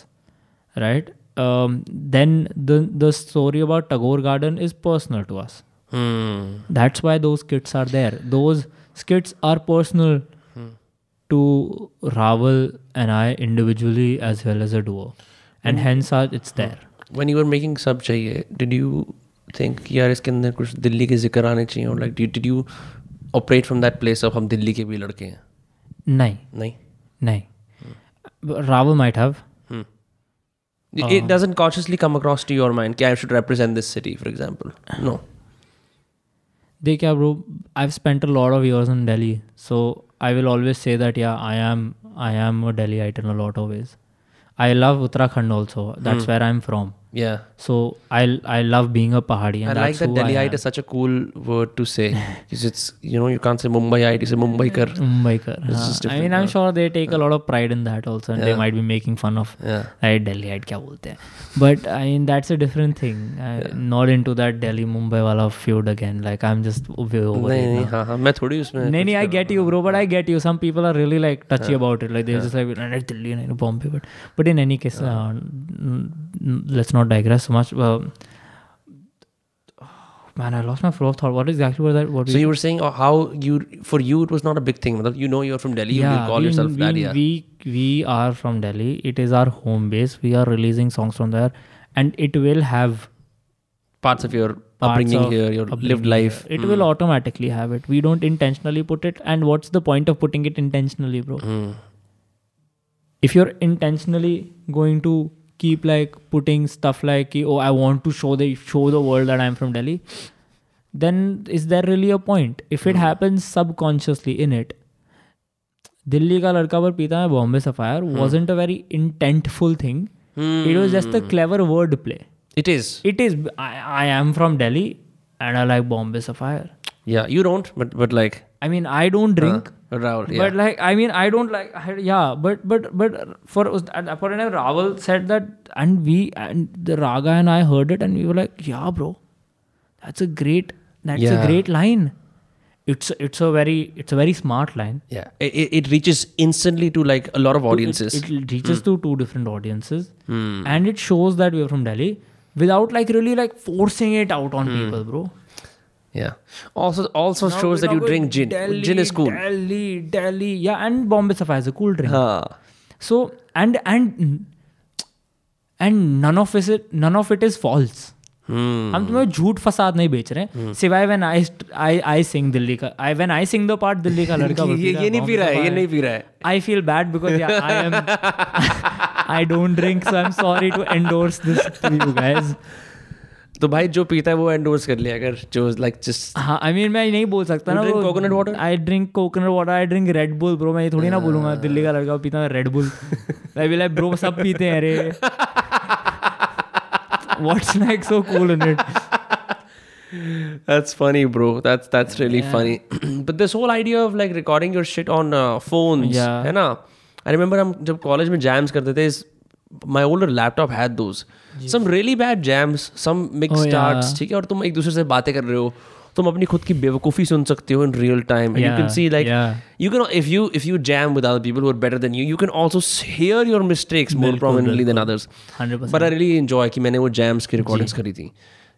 Speaker 2: right? Um, then the the story about Tagore Garden is personal to us.
Speaker 1: Hmm.
Speaker 2: That's why those skits are there. Those skits are personal to Raval and I individually as well as a duo, and hence are, it's there.
Speaker 1: When you were making Sab Chahiye, did you think कि यार इसके अंदर कुछ दिल्ली के जिक्र आने चाहिए और like did you operate from that place of हम दिल्ली के भी लड़के हैं
Speaker 2: Nahi,
Speaker 1: नहीं
Speaker 2: nahi. Raval might have.
Speaker 1: Hmm.
Speaker 2: Um,
Speaker 1: It doesn't consciously come across to your mind कि I should represent this city for example. No.
Speaker 2: देख क्या bro i've spent a lot of years in delhi so i will always say that yeah i am i am a delhiite in a lot of ways i love uttarakhand also
Speaker 1: Hmm.
Speaker 2: that's where i'm from
Speaker 1: Yeah.
Speaker 2: so i i love being a pahadi
Speaker 1: I
Speaker 2: and
Speaker 1: like
Speaker 2: that's
Speaker 1: that
Speaker 2: who I
Speaker 1: Delhiite
Speaker 2: am.
Speaker 1: is such a cool word to say because it's you know you can't say Mumbai you say Mumbai kar.
Speaker 2: Mumbaikar.
Speaker 1: It's
Speaker 2: हाँ.
Speaker 1: just
Speaker 2: I mean, I'm sure they take a lot of pride in that also, and they
Speaker 1: Yeah.
Speaker 2: might be making fun of
Speaker 1: Yeah.
Speaker 2: right Delhiite क्या बोलते हैं. But I mean, that's a different thing. I'm not into that Delhi Mumbai wala feud again. Like I'm just way over it
Speaker 1: नहीं
Speaker 2: now.
Speaker 1: नहीं हाँ हाँ मैं थोड़ी उसमें
Speaker 2: नहीं नहीं I get you bro but I get you some people are really like touchy about it like they just like अरे दिल्ली नहीं Bombay but but in any case let's not digress so much Man, I lost my flow of thought. What exactly was that? What
Speaker 1: So you were saying uh, how you for you it was not a big thing. मतलब, You know you're from Delhi. you will call
Speaker 2: we,
Speaker 1: yourself
Speaker 2: we,
Speaker 1: that. Yeah.
Speaker 2: We we are from Delhi. It is our home base. We are releasing songs from there, and it will have
Speaker 1: Parts of your
Speaker 2: parts
Speaker 1: upbringing
Speaker 2: of
Speaker 1: here, your lived
Speaker 2: upbringing
Speaker 1: life.
Speaker 2: here. It will automatically have it. We don't intentionally put it. And what's the point of putting it intentionally, bro?
Speaker 1: Mm.
Speaker 2: if you're intentionally going to keep like putting stuff like कि, oh i want to show the show the world that i'm from delhi then is there really a point if it happens subconsciously in it Delhi का लड़का पर पीता है Bombay sapphire wasn't a very intentful thing
Speaker 1: Hmm.
Speaker 2: it was just a clever word play
Speaker 1: It is.
Speaker 2: it is I, I am from delhi and i like bombay sapphire
Speaker 1: Yeah. You don't, but but like
Speaker 2: i mean i don't drink
Speaker 1: uh, Rahul. Yeah.
Speaker 2: But like, I mean, I don't like, I, yeah. But but but for us- at that point, in time, Raval said that, and we and the Raga and I heard it, and we were like, yeah, bro, that's a great, that's
Speaker 1: Yeah.
Speaker 2: a great line. It's it's a very it's a very smart line.
Speaker 1: yeah. It, it- it reaches instantly to like a lot of audiences. Hmm.
Speaker 2: It, it reaches to two different audiences, and it shows that we're from Delhi without like really like forcing it out on
Speaker 1: Hmm.
Speaker 2: people, bro.
Speaker 1: yeah. Also also
Speaker 2: Now
Speaker 1: shows
Speaker 2: we're
Speaker 1: that you
Speaker 2: not going
Speaker 1: drink gin.
Speaker 2: Delhi,
Speaker 1: gin is cool.
Speaker 2: Delhi, Delhi, yeah, and Bombay Sapphire is a cool drink.
Speaker 1: Huh.
Speaker 2: so and and and none of it none of it is false
Speaker 1: Hmm.
Speaker 2: हम तुम्हें झूठ फसाद नहीं बेच रहे हैं सिवाय when I I I sing Delhi का I when I sing the part Delhi का लड़का
Speaker 1: ये ये नहीं पी रहा है ये नहीं पी रहा है
Speaker 2: I feel bad because I am I don't drink so I am sorry to endorse this to you guys
Speaker 1: तो भाई जो पीता है वो endorse कर लिया अगर जो like just
Speaker 2: हाँ आई मीन मैं नहीं बोल सकता
Speaker 1: You
Speaker 2: ना
Speaker 1: drink coconut water?
Speaker 2: I drink coconut water I drink Red Bull bro मैं ये थोड़ी ना बोलूंगा दिल्ली का लड़का पीता है red bull I be like bro सब पीते हैं अरे what's like so cool in it
Speaker 1: That's funny, bro. That's that's really funny. but this whole idea of like recording your shit on uh, phones,
Speaker 2: Yeah.
Speaker 1: है ना? I remember हम जब college में jams करते थे, is- my older laptop had those. Some really bad jams, some mixed
Speaker 2: Oh,
Speaker 1: starts,
Speaker 2: yeah.
Speaker 1: ठीक है? और तुम एक दूसरे से बातें कर रहे हो. तुम अपनी खुद की बेवकूफ़ी सुन सकते हो in real time. And you can
Speaker 2: Yeah,
Speaker 1: see like
Speaker 2: yeah.
Speaker 1: you can if you if you jam with other people who are better than you, you can also s- hear your mistakes more prominently than others.
Speaker 2: 100%
Speaker 1: But I really enjoy कि मैंने वो jams की recordings करी थी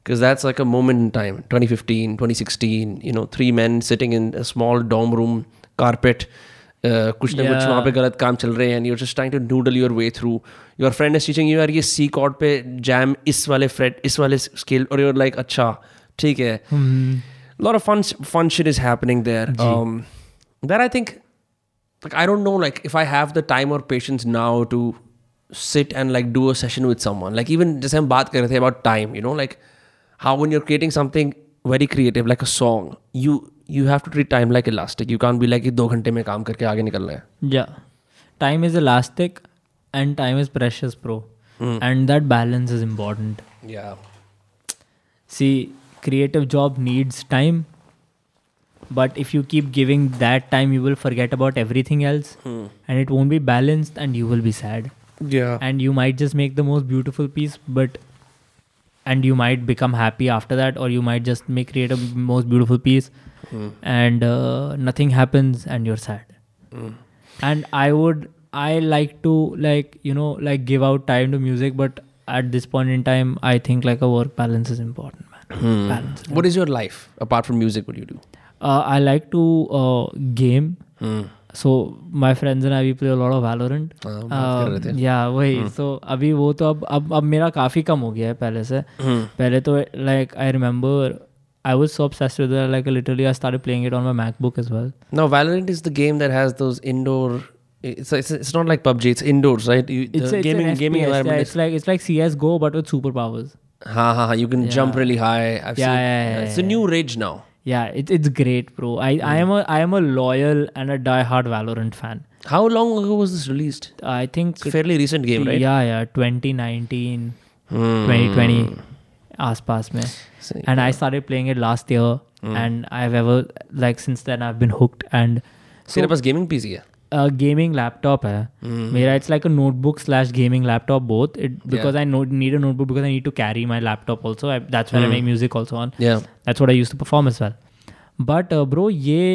Speaker 1: because that's like a moment in time 2015 2016 you know three men sitting in a small dorm room carpet uh, कुछ ना कुछ
Speaker 2: Yeah.
Speaker 1: वहाँ पे गलत काम चल रहे हैं and you're just trying to noodle your way through your friend is teaching you यार ये C chord पे jam इस वाले fret इस वाले scale और you're like अच्छा ठीक है lot of fun fun shit is happening there um, that I think like I don't know like if I have the time or patience now to sit and like do a session with someone like even just हम बात कर रहे थे about time you know like how when you're creating something very creative like a song you you have to treat time like elastic you can't be like ये दो घंटे में काम करके आगे निकलना है
Speaker 2: या time is elastic and time is precious pro
Speaker 1: Hmm.
Speaker 2: And that balance is important
Speaker 1: yeah
Speaker 2: See, creative job needs time. But if you keep giving that time, you will forget about everything else, and it won't be balanced, and you will be sad.
Speaker 1: yeah
Speaker 2: And you might just make the most beautiful piece, but and you might become happy after that, or you might just make create a most beautiful piece, and uh, nothing happens and you're sad and i would i like to like you know like give out time to music but at this point in time i think like a work balance is important man balance
Speaker 1: What is your life apart from music? What do you do?
Speaker 2: uh, i like to uh, game
Speaker 1: Hmm.
Speaker 2: So my friends and I we play lot of
Speaker 1: हाँ,
Speaker 2: Valorant या Um, वही
Speaker 1: Hmm.
Speaker 2: सो अभी वो तो अब अब अब मेरा काफ़ी कम हो गया है पहले से
Speaker 1: Hmm.
Speaker 2: पहले तो like I remember I was so obsessed with it like literally i started playing it on my macbook as well
Speaker 1: Now, Valorant is the game that has those indoor. It's it's, it's not like PUBG. It's indoors, right? You, the
Speaker 2: it's, it's
Speaker 1: gaming
Speaker 2: an
Speaker 1: gaming
Speaker 2: FPS,
Speaker 1: environment.
Speaker 2: yeah,
Speaker 1: is,
Speaker 2: it's like it's like CS:GO but with superpowers.
Speaker 1: ha ha ha! You can jump really high. I've
Speaker 2: Yeah,
Speaker 1: seen,
Speaker 2: yeah, yeah,
Speaker 1: It's a new rage now.
Speaker 2: Yeah, it, it's great, bro. I, I
Speaker 1: Hmm.
Speaker 2: am a I am a loyal and a diehard Valorant fan.
Speaker 1: How long ago was this released?
Speaker 2: I think
Speaker 1: It's a fairly recent game, right?
Speaker 2: yeah yeah 2019
Speaker 1: Hmm.
Speaker 2: 2020 आसपास में
Speaker 1: So-
Speaker 2: and I started playing it last year and I've ever like since then I've been hooked and
Speaker 1: तेरे पास gaming PC है?
Speaker 2: a gaming laptop है मेरा it's like a notebook slash gaming laptop both it because I no, need a notebook because I need to carry my laptop also I, that's where I make music also on
Speaker 1: Yeah.
Speaker 2: that's what I used to perform as well. But uh, bro, yeah,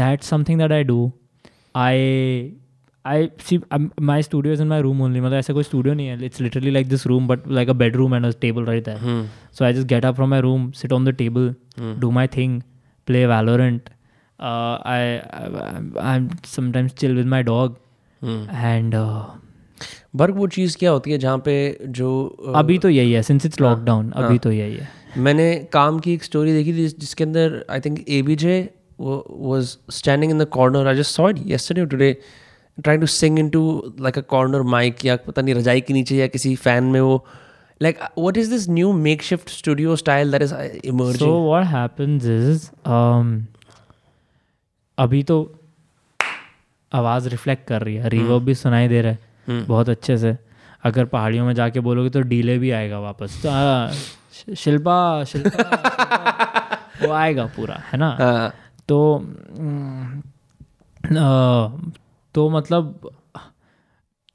Speaker 2: that's something that I do. I I see um, my studio is in my room only. मतलब ऐसा कोई studio नहीं है. It's literally like this room, but like a bedroom and a table right there. So I just get up from my room, sit on the table, do my thing, play Valorant. Uh, I, I I'm sometimes chill with my dog, and uh,
Speaker 1: बर्ग वो चीज़ क्या होती है जहाँ पे जो uh, अ,
Speaker 2: अभी तो यही है. Since it's lockdown, अभी तो यही है.
Speaker 1: मैंने काम की एक स्टोरी देखी थी जिस- जिसके अंदर I think A B J was standing in the corner I just saw it yesterday today trying to sing in to like a corner mic या पता नहीं रजाई के नीचे या किसी फैन में वो like what is this new makeshift studio style that is
Speaker 2: So
Speaker 1: emerging
Speaker 2: what happens is, um, अभी तो आवाज़ रिफ्लेक्ट कर रही है रिवर्ब भी सुनाई दे रहा है बहुत अच्छे से अगर पहाड़ियों में जाके बोलोगे तो डीले भी आएगा वापस तो हाँ, शि- शिल्पा शिल्पा शिल्पा, वो आएगा पूरा है ना
Speaker 1: हाँ।
Speaker 2: तो mm, अ, तो मतलब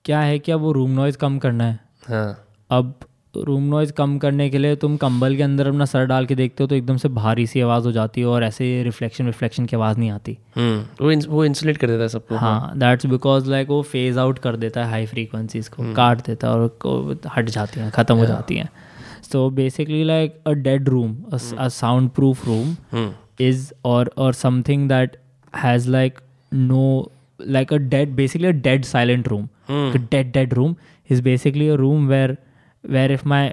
Speaker 2: क्या है कि अब वो रूम नॉइज़ कम करना है
Speaker 1: हाँ
Speaker 2: अब रूम नॉइज़ कम करने के लिए तुम कंबल के अंदर अपना सर डाल के देखते हो तो एकदम से भारी सी आवाज़ हो जाती है और ऐसे रिफ्लेक्शन रिफ्लेक्शन की आवाज़ नहीं आती
Speaker 1: हम्म, वो ins- वो इंसुलेट कर देता है सबको
Speaker 2: हाँ दैट्स बिकॉज लाइक वो फेज आउट कर देता है हाई फ्रीक्वेंसीज को काट देता है और को हट जाती हैं ख़त्म हो जाती हैं so basically like a dead room a soundproof room
Speaker 1: hmm,
Speaker 2: is और और something that has like no like a dead basically a dead silent room dead dead room is basically a room where where if my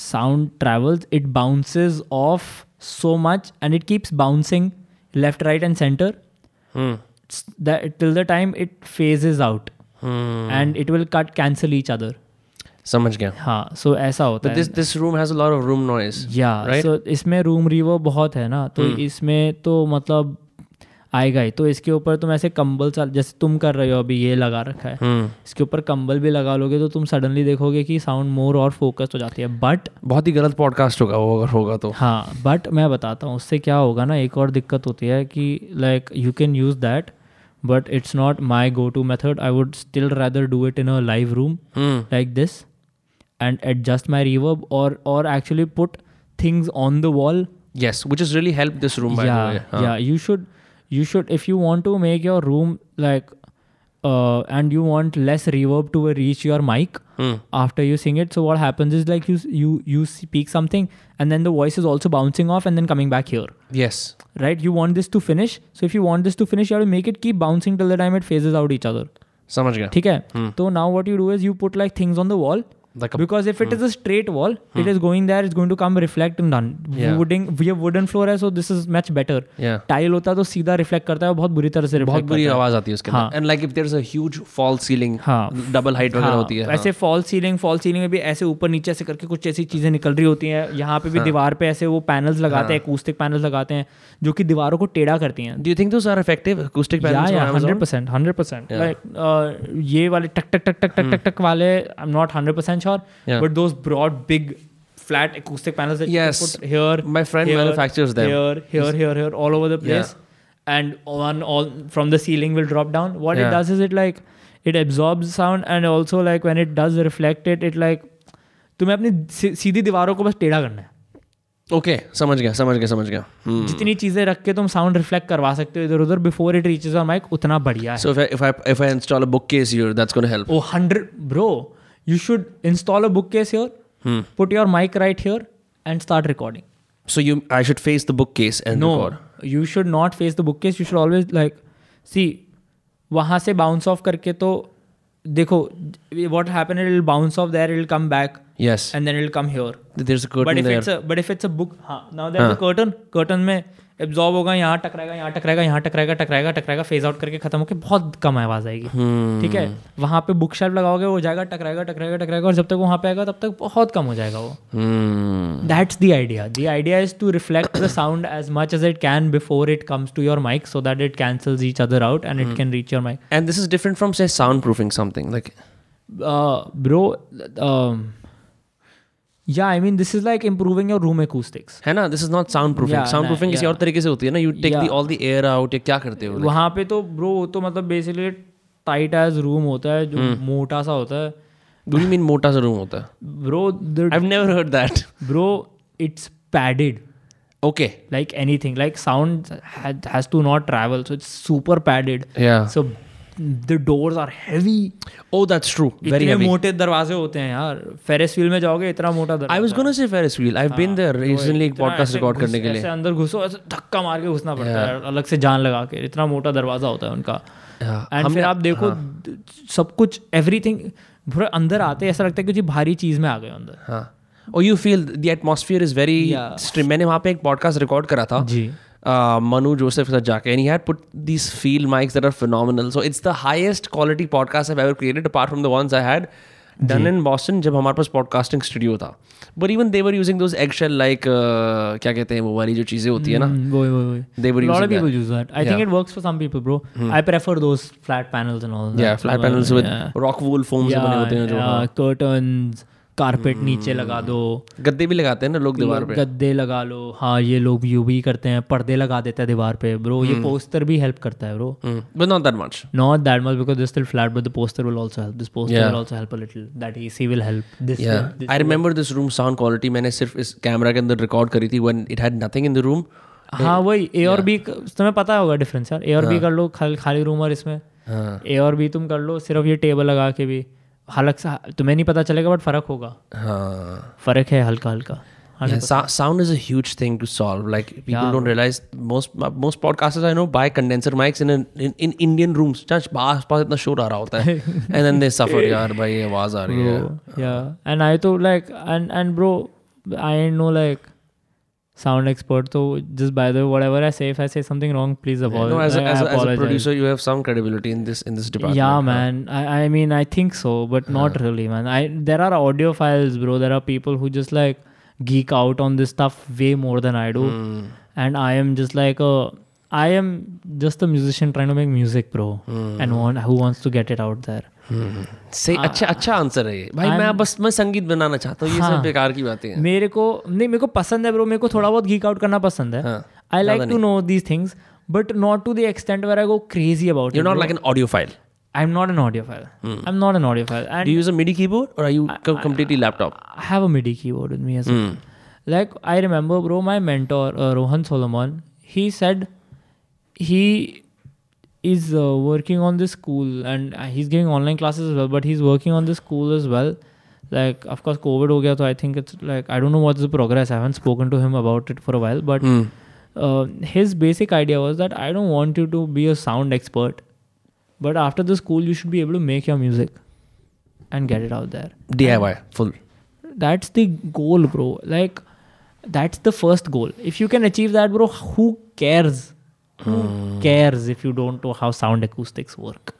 Speaker 2: sound travels it bounces off so much and it keeps bouncing left right and center
Speaker 1: hmm,
Speaker 2: s- that till the time it phases out
Speaker 1: hmm,
Speaker 2: and it will cut cancel each other
Speaker 1: समझ गया
Speaker 2: हाँ so ऐसा होता है
Speaker 1: this this room has a lot of room noise
Speaker 2: या
Speaker 1: right?
Speaker 2: so इसमें room reverb बहुत है ना तो इसमें तो मतलब आएगा ही तो इसके ऊपर तुम ऐसे कंबल सा जैसे तुम कर रहे हो अभी ये लगा रखा
Speaker 1: Hmm.
Speaker 2: है
Speaker 1: हम्म,
Speaker 2: इसके ऊपर कंबल भी लगा लोगे तो तुम सडनली देखोगे कि साउंड मोर और फोकस्ड हो जाती है बट
Speaker 1: बहुत ही गलत पॉडकास्ट होगा वो अगर होगा तो
Speaker 2: हाँ बट मैं बताता हूँ उससे क्या होगा ना एक और दिक्कत होती है कि like you can use that but it's not my go to method I would still rather do it in a live room
Speaker 1: hmm,
Speaker 2: like this and adjust my reverb or or actually put things on the wall
Speaker 1: yes which has really helped this room by the way
Speaker 2: yeah
Speaker 1: हाँ.
Speaker 2: yeah you should you should if you want to make your room like uh and you want less reverb to reach your mic
Speaker 1: hmm,
Speaker 2: after you sing it so what happens is like you you you speak something and then the voice is also bouncing off and then coming back here
Speaker 1: yes
Speaker 2: right you want this to finish so if you want this to finish you have to make it keep bouncing till the time it phases out each other
Speaker 1: समझ गया
Speaker 2: ठीक है तो now what you do is you put like things on the wall
Speaker 1: Like a-
Speaker 2: because if
Speaker 1: Hmm.
Speaker 2: it is a straight wall it is going there it's going to come reflect and done
Speaker 1: Yeah.
Speaker 2: Wooding ये wooden floor है so this is much better
Speaker 1: yeah
Speaker 2: tile होता तो सीधा reflect करता है और बहुत बुरी तरह से
Speaker 1: बहुत
Speaker 2: रिफ्लेक्ट
Speaker 1: बुरी आवाज आती है उसके
Speaker 2: हाँ.
Speaker 1: अंदर and like if there is a huge fall ceiling
Speaker 2: हाँ.
Speaker 1: डबल हाइट वगैरह होती है हाँ।
Speaker 2: ऐसे फॉल सीलिंग फॉल सीलिंग में भी ऐसे ऊपर नीचे ऐसे करके कुछ ऐसी चीजें निकल रही होती हैं यहाँ पे भी
Speaker 1: हाँ।
Speaker 2: दीवार पे ऐसे वो पैनल्स लगाते हैं एकूस्टिक पैनल्स लगाते हैं जो कि दीवारों को टेढ़ा करती हैं
Speaker 1: do you think those are effective acoustic
Speaker 2: या
Speaker 1: पैनल्स
Speaker 2: या
Speaker 1: on
Speaker 2: hundred
Speaker 1: Amazon
Speaker 2: percent hundred percent like uh, ये वाले टक टक टक टक टक टक टक वाले I am not hundred percent sure
Speaker 1: Hmm. Yeah.
Speaker 2: But those broad big flat acoustic panels that you
Speaker 1: Yes.
Speaker 2: put here
Speaker 1: My friend
Speaker 2: here,
Speaker 1: manufactures them.
Speaker 2: here here here here all over the place and one all from the ceiling will drop down what it
Speaker 1: Yeah.
Speaker 2: does is it like it absorbs sound and also like when it does reflect it it like तुम्हें अपनी सी- सीधी दीवारों को बस टेढ़ा करना है
Speaker 1: okay समझ गया समझ गया समझ गया
Speaker 2: जितनी चीजें रख के तुम साउंड रिफ्लेक्ट करवा सकते हो इधर उधर बिफोर इट रीचेज और माइक उतना बढ़िया है
Speaker 1: so if I if I install a bookcase here that's gonna help
Speaker 2: oh hundred bro you should install a bookcase
Speaker 1: Hmm.
Speaker 2: Here put your mic right here and start recording
Speaker 1: so you I should face the bookcase and
Speaker 2: no
Speaker 1: record
Speaker 2: you should not face the bookcase you should always like see वहाँ से bounce off करके तो देखो what happen it will bounce off there it will come back
Speaker 1: yes
Speaker 2: and then it will come here
Speaker 1: there is a
Speaker 2: but
Speaker 1: curtain
Speaker 2: if
Speaker 1: there
Speaker 2: it's but if it's a book हाँ now that curtain curtain में absorb होगा यहाँ टकराएगा यहाँ टकराएगा यहाँ टकराएगा टकराएगा टकराएगा phase out करके खत्म होकर बहुत कम आवाज आएगी ठीक है वहाँ पे बुक शेल्फ लगाओगे वो जाएगा टकराएगा टकराएगा टकराएगा और जब तक वो वहाँ पे आएगा तब तक बहुत कम हो जाएगा वो
Speaker 1: hmm. Hmm.
Speaker 2: That's the idea the idea is to reflect the sound as much as it can before it comes to your mic so that it cancels each other out and it can reach your mic
Speaker 1: And this is different from say soundproofing something like
Speaker 2: bro um, या I mean this is like improving your room acoustics
Speaker 1: है ना this is not soundproofing
Speaker 2: Yeah,
Speaker 1: soundproofing
Speaker 2: nah,
Speaker 1: किसी
Speaker 2: yeah.
Speaker 1: और तरीके से होती है ना you take the
Speaker 2: Yeah.
Speaker 1: all the air out या क्या करते हो
Speaker 2: वहाँ पे तो ब्रो वो तो मतलब बेसिकली टाइट एज रूम होता है जो
Speaker 1: Hmm.
Speaker 2: मोटा सा होता है
Speaker 1: डू यू मीन मोटा सा रूम होता है
Speaker 2: bro the
Speaker 1: I've never heard that
Speaker 2: bro it's padded
Speaker 1: okay
Speaker 2: like anything like sound has to not travel so it's super padded
Speaker 1: yeah
Speaker 2: so the doors are heavy
Speaker 1: oh that's true very
Speaker 2: इतने
Speaker 1: heavy
Speaker 2: मोटे दरवाजे होते हैं यार Ferris wheel में जाओगे इतना मोटा दरवाजा
Speaker 1: I was gonna say Ferris wheel I've been there तो recently एक
Speaker 2: हाँ, तो इतना
Speaker 1: podcast
Speaker 2: ऐसे
Speaker 1: record
Speaker 2: घुस-
Speaker 1: करने के लिए
Speaker 2: ऐसे अंदर घुसो ऐसे धक्का मार के घुसना पड़ता है यार, अलग से जान लगा के इतना मोटा दरवाजा होता है उनका
Speaker 1: हाँ,
Speaker 2: एंड फिर आप देखो द- सब कुछ एवरीथिंग पूरा अंदर आते ही ऐसा लगता है कि जी भारी चीज में आ गए अंदर
Speaker 1: हाँ और you feel the atmosphere is very
Speaker 2: Yeah.
Speaker 1: स्ट्रिम मैंने वहाँ पे एक पॉडकास्ट रिकॉर्ड करा था
Speaker 2: जी
Speaker 1: uh, Manu Joseph has jacket and he had put these field mics that are phenomenal. So it's the highest quality podcast I've ever created apart from the ones I had done in Boston जब हमारे पास podcasting studio था. But even they were using those eggshell like uh, क्या कहते हैं वो वाली जो चीजें होती है ना
Speaker 2: Hmm, वो वो वो
Speaker 1: They were
Speaker 2: lot
Speaker 1: using
Speaker 2: of people use that i think it works for some people bro i prefer those flat panels and all that
Speaker 1: Hmm. yeah flat panels with
Speaker 2: yeah.
Speaker 1: rock wool foam से बने होते हैं जो
Speaker 2: yeah, curtains carpet
Speaker 1: Hmm.
Speaker 2: नीचे लगा दो
Speaker 1: गद्दे भी लगाते हैं ना लोग दीवार पे
Speaker 2: गद्दे लगा लो हाँ ये लोग यू भी करते हैं पर्दे लगा देते हैं दीवार पे ब्रो
Speaker 1: हम्म।
Speaker 2: ये पोस्टर भी हेल्प करता है bro
Speaker 1: Hmm. but not that much
Speaker 2: not that much because they're still flat but the poster will also help this poster
Speaker 1: Yeah.
Speaker 2: will also help a little that ac will help this
Speaker 1: yeah
Speaker 2: will,
Speaker 1: I remember this room sound quality मैंने सिर्फ इस camera के अंदर record करी थी when it had nothing in the room
Speaker 2: हाँ वही A और बी तुम्हें पता होगा डिफरेंस यार ए और बी कर लो खाली खाली रूम और इसमें
Speaker 1: हाँ
Speaker 2: ए और बी तुम कर लो सिर्फ ये टेबल लगा के भी हालांकि तुम्हें नहीं पता चलेगा बट फर्क होगा
Speaker 1: हाँ
Speaker 2: फर्क है हल्का हल्का
Speaker 1: Yeah, sou- sound is a huge thing to solve. Like people don't realize most most podcasters I know buy condenser mics in an, in, in Indian rooms. चाच पास पास इतना शोर आ रहा होता है and then they suffer यार भाई ये आवाज आ रही है.
Speaker 2: या एंड आई तो like and and bro I know like sound expert तो just by the whatever I safe I say something wrong please
Speaker 1: No, as a, as, a, as a
Speaker 2: अबॉल
Speaker 1: producer, you have some credibility in this in this department.
Speaker 2: Yeah, man. I, I mean, I think so, but not really, man. I there are audio files, bro. There are people who just like geek out on this stuff way more than I do,
Speaker 1: Hmm.
Speaker 2: and I am just like a. I am just a musician trying to make music, bro,
Speaker 1: Hmm.
Speaker 2: and want who wants to get it out there. Mm.
Speaker 1: सही अच्छा
Speaker 2: Ah.
Speaker 1: अच्छा answer है ये भाई मैं बस मैं संगीत बनाना चाहता हूँ ये सब बेकार की बातें हैं
Speaker 2: मेरे को नहीं मेरे को पसंद है ब्रो मेरे को थोड़ा बहुत geek out करना पसंद है.
Speaker 1: हाँ,
Speaker 2: I like to know these things, but not to the extent where I go crazy about
Speaker 1: You're
Speaker 2: it.
Speaker 1: not like an audiophile.
Speaker 2: I'm not an audiophile. I'm not an audiophile. And
Speaker 1: Do you use a MIDI keyboard or are you co- completely laptop?
Speaker 2: I have a MIDI keyboard with me as well. Like I remember, bro, my mentor uh, Rohan Solomon, he said he is uh, working on this school and uh, he's giving online classes as well, but he's working on this school as well. Like of course COVID ho gaya, so I think it's like I don't know what's the progress. I haven't spoken to him about it for a while, but uh, his basic idea was that I don't want you to be a sound expert, but after the school you should be able to make your music and get it out there
Speaker 1: DIY full.
Speaker 2: that's the goal bro like that's the first goal if you can achieve that bro who cares who cares if you don't know how sound acoustics work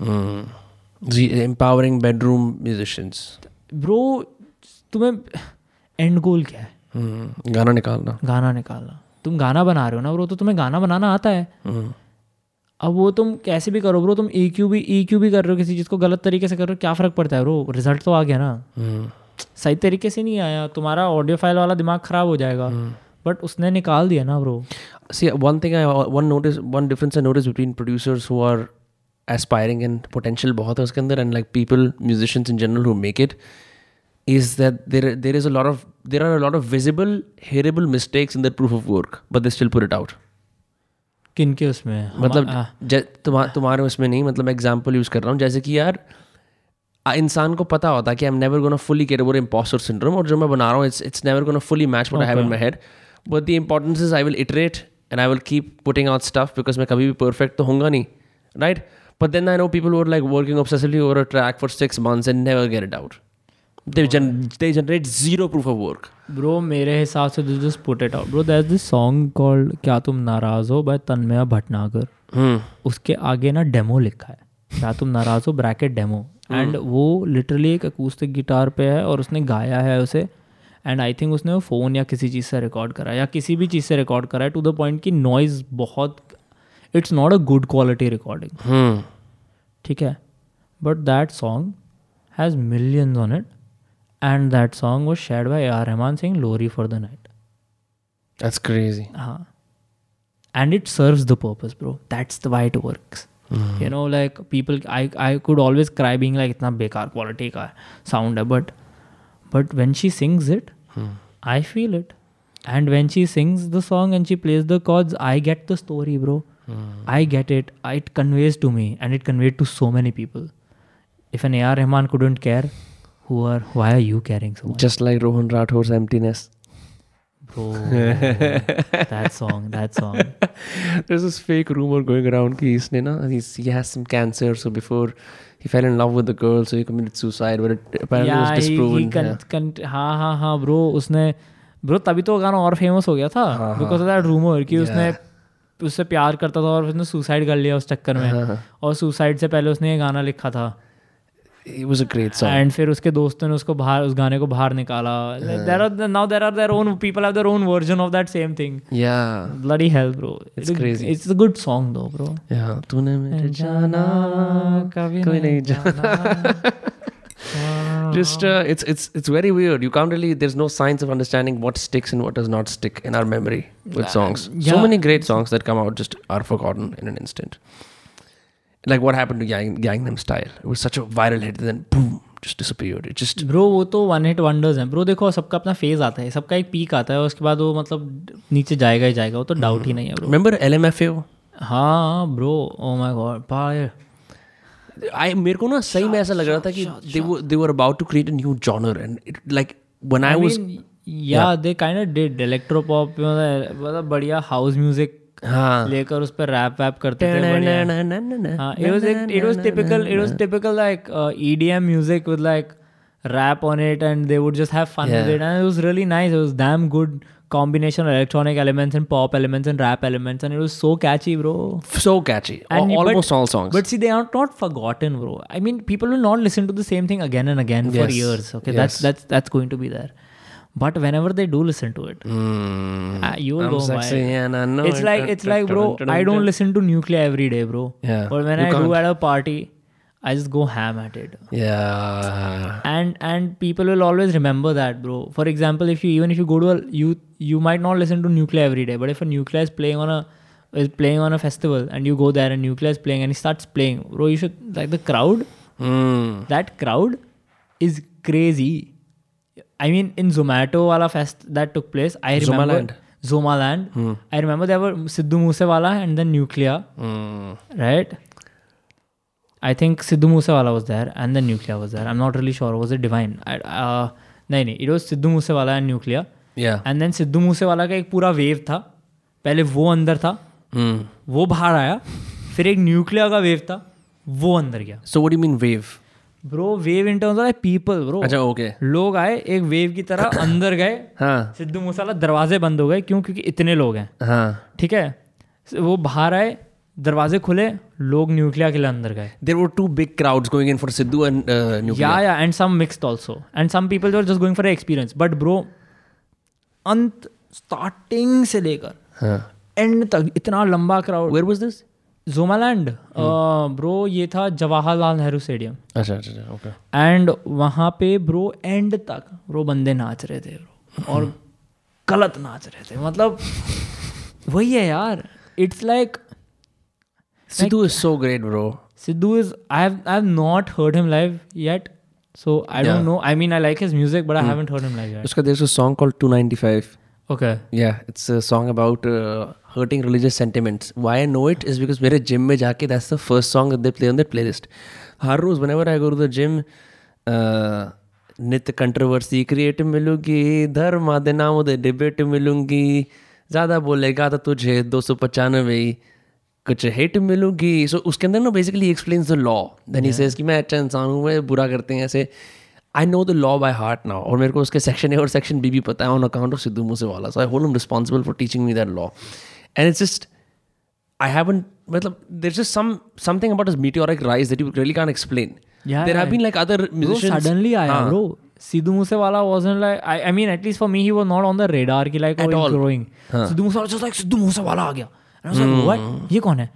Speaker 1: The Hmm. empowering bedroom musicians.
Speaker 2: bro तुम्हें and goal क्या है
Speaker 1: Hmm. गाना निकालना.
Speaker 2: गाना निकालना तुम गाना बना रहे हो ना ब्रो तो तुम्हें गाना बनाना आता है
Speaker 1: Hmm.
Speaker 2: अब वो तुम कैसे भी करो ब्रो तुम ई क्यू भी ई क्यू भी कर रहे हो किसी चीज़ को गलत तरीके से कर रहे हो क्या फ़र्क पड़ता है ब्रो रिजल्ट तो आ गया ना
Speaker 1: Hmm.
Speaker 2: सही तरीके से नहीं आया तुम्हारा ऑडियो फाइल वाला दिमाग ख़राब हो जाएगा बट उसने निकाल दिया ना bro
Speaker 1: See, one thing I one notice one difference I notice between producers who are aspiring and potential बहुत है उसके अंदर and like people musicians in general who make it is that there there is a lot of there are a lot of visible, hearable mistakes in their proof of work, but they still put it out.
Speaker 2: किन के उसमें है? हम-
Speaker 1: मतलब
Speaker 2: हाँ,
Speaker 1: ज- तुम्हा- तुम्हारे उसमें नहीं मतलब मैं एग्जाम्पल यूज कर रहा हूँ जैसे कि यार आ- इंसान को पता होता है कि I am never gonna fully care about impostor syndrome और जो मैं बना रहा हूँ it's it's never gonna fully match what I have in my head but the importance is I will iterate and I will keep putting out stuff because मैं कभी भी perfect तो होऊंगा नहीं right but then I know people were like working obsessively over a track for six months and never get it out they generate zero proof of work
Speaker 2: bro मेरे हिसाब से this just put it out bro that this song called क्या तुम नाराज हो bye Tanmaya Bhatnagar उसके आगे ना डेमो लिखा है क्या तुम नाराज हो ब्रैकेट डेमो एंड वो लिटरली एक अकूस्टिक गिटार पे है और उसने गाया है उसे एंड आई थिंक उसने वो फ़ोन या किसी चीज़ से रिकॉर्ड करा है, या किसी भी चीज़ से रिकॉर्ड करा है टू द पॉइंट कि नॉइज़ बहुत it's not a good quality recording ठीक है but that song has millions on it and that song वो share by are Rahman Singh लोरी for the night
Speaker 1: that's crazy
Speaker 2: हाँ Uh-huh. and it serves the purpose bro that's the why it works you know like people I, I could always cry being like इतना बेकार quality का sound है but but when she sings it I feel it and when she sings the song and she plays the chords I get the story bro I get it it conveys to me and it conveyed to so many people if an AR Rahman couldn't care who are why are you caring so much
Speaker 1: just like Rohan Rathore's emptiness
Speaker 2: bro that song that song
Speaker 1: There's this fake rumor going around कि इसने ना he's, he has some cancer so before he fell in love with the girl so he committed suicide but it apparently was
Speaker 2: he-
Speaker 1: तो disproven
Speaker 2: he con- con- हाँ हाँ हाँ bro उसने bro तभी तो वो गाना और फेमस हो गया था
Speaker 1: हाँ,
Speaker 2: बिकॉज ऑफ दैट रूमर कि उसने उससे प्यार करता था और उसने सुसाइड कर लिया उस चक्कर
Speaker 1: हाँ,
Speaker 2: में और सुसाइड से पहले उसने ये गाना लिखा था
Speaker 1: yeah. it was a great song
Speaker 2: and फिर उसके दोस्तों ने उसको बाहर उस गाने को बाहर निकाला there are now there are their own people have their own version of that same thing
Speaker 1: yeah
Speaker 2: bloody hell bro
Speaker 1: It's crazy.
Speaker 2: It's a good song though bro
Speaker 1: yeah तूने मेरे जाना
Speaker 2: कभी
Speaker 1: कोई नहीं
Speaker 2: जाना
Speaker 1: just uh, it's it's it's very weird you can't really there's no science of understanding what sticks and what does not stick in our memory with songs so
Speaker 2: yeah.
Speaker 1: many great songs that come out just are forgotten in an instant like what happened to Gang, Gangnam Style it was such a viral hit then boom just disappeared it just
Speaker 2: bro वो तो one hit wonders हैं bro देखो सबका अपना phase आता है सबका एक पीक आता है और उसके बाद वो मतलब नीचे जाएगा ही जाएगा वो तो डाउट
Speaker 1: Mm-hmm.
Speaker 2: ही नहीं है ब्रो
Speaker 1: remember LMFAO
Speaker 2: हाँ ब्रो ओ माय गॉड पायर
Speaker 1: I मेरे को ना सही में ऐसा लग रहा था कि they were they were about to create a new genre and it, like when I,
Speaker 2: I
Speaker 1: was
Speaker 2: mean या they kind of did electro pop मतलब बढ़िया हाउस म्यूजिक
Speaker 1: हाँ
Speaker 2: लेकर उस पर रैप वैप करते थे बढ़िया।
Speaker 1: Uh,
Speaker 2: हाँ Uh, it was like it was typical it was typical like uh, EDM music with like rap on it and they would just have fun with
Speaker 1: Yeah.
Speaker 2: it and it was really nice it was damn good combination of electronic elements and pop elements and rap elements and it was so catchy bro
Speaker 1: so catchy Al-
Speaker 2: and but-
Speaker 1: almost all songs
Speaker 2: but see they are not forgotten bro I mean people will not listen to the same thing again and again for
Speaker 1: Yes.
Speaker 2: years okay
Speaker 1: Yes.
Speaker 2: that's that's that's going to be there but whenever they do listen to it
Speaker 1: Mm.
Speaker 2: uh, you will
Speaker 1: I'm
Speaker 2: go
Speaker 1: sexy
Speaker 2: wild.
Speaker 1: and I know
Speaker 2: it's
Speaker 1: it.
Speaker 2: like it's like bro i don't listen to nuclear every day bro
Speaker 1: Yeah,
Speaker 2: but when
Speaker 1: you
Speaker 2: i
Speaker 1: can't.
Speaker 2: do at a party i just go ham at it
Speaker 1: yeah
Speaker 2: and and people will always remember that bro for example if you even if you go to a you you might not listen to nuclear every day but if a nuclear is playing on a is playing on a festival and you go there and nuclear is playing and he starts playing bro you should like the crowd
Speaker 1: mm.
Speaker 2: that crowd is crazy. I mean, in Zomato wala fest that took place, I remember
Speaker 1: Zomaland.
Speaker 2: Zomaland. I remember there were Sidhu Musewala and then Nuclear,
Speaker 1: Mm.
Speaker 2: right? I think Sidhu Musewala was there and then Nuclear was there. I'm not really sure. Was it Divine? I, uh, नहीं नहीं it was Sidhu Moosewala and nuclear
Speaker 1: yeah
Speaker 2: and then Sidhu Moosewala का एक पूरा wave था पहले वो अंदर था
Speaker 1: mm.
Speaker 2: वो बाहर आया फिर एक न्यूक्लियर का वेव था वो अंदर गया
Speaker 1: so what do you mean wave
Speaker 2: bro wave in terms of people bro
Speaker 1: अच्छा okay
Speaker 2: लोग आए एक वेव की तरह अंदर गए
Speaker 1: हाँ
Speaker 2: सिद्धू मूसाला दरवाजे बंद हो गए क्यों क्योंकि इतने लोग हैं
Speaker 1: हाँ
Speaker 2: ठीक है स- वो बाहर आए दरवाजे खुले लोग न्यूक्लिया के लिए अंदर गए
Speaker 1: there were two big crowds going in for Sidhu and uh, Nuclear
Speaker 2: या या and some mixed also and some people are just going for experience but bro अंत स्टार्टिंग से लेकर
Speaker 1: हाँ
Speaker 2: एंड तक इतना लंबा crowd
Speaker 1: where was this Hmm.
Speaker 2: जोमालैंड bro ये था जवाहरलाल नेहरू स्टेडियम
Speaker 1: अच्छा अच्छा अच्छा, okay
Speaker 2: एंड वहाँ पे ब्रो एंड तक ब्रो बंदे नाच रहे थे bro, और गलत नाच रहे थे मतलब वही है यार it's like
Speaker 1: Sidhu is so great bro
Speaker 2: Sidhu is I have I have not heard him live yet So I don't
Speaker 1: Yeah.
Speaker 2: know. I mean, I like his music, but I haven't heard him like that.
Speaker 1: उसका there's a song called 295
Speaker 2: Okay.
Speaker 1: yeah it's a song about uh, hurting religious sentiments why i know it is because मेरे gym में जाके that's the first song that they play on their playlist हर रोज whenever i go to the gym uh, नित्य controversy create मिलूंगी धर्म आदि नामों दे डिबेट मिलूंगी ज़्यादा बोलेगा तो तुझे दो सौ पचानवे कुछ हिट मिलूंगी सो उसके अंदर ना basically explains the law then he says कि मैं अच्छा इंसान हूँ मैं बुरा करते हैं ऐसे I know the law by heart now और मेरे को उसके सेक्शन ए और सेक्शन बी भी पता है on account of Sidhu Moosewala so I hold am responsible for teaching me that law and it's just I haven't मतलब there just some something about meteoric rise that you really can explain
Speaker 2: Yeah,
Speaker 1: there have been like other
Speaker 2: Bro,
Speaker 1: musicians
Speaker 2: suddenly आया bro Sidhu Moosewala wasn't like I I mean at least for me he was not on the radar कि like oh, he's growing Sidhu Moosewala just like Sidhu Moosewala आ गया and I was like what ये कौन है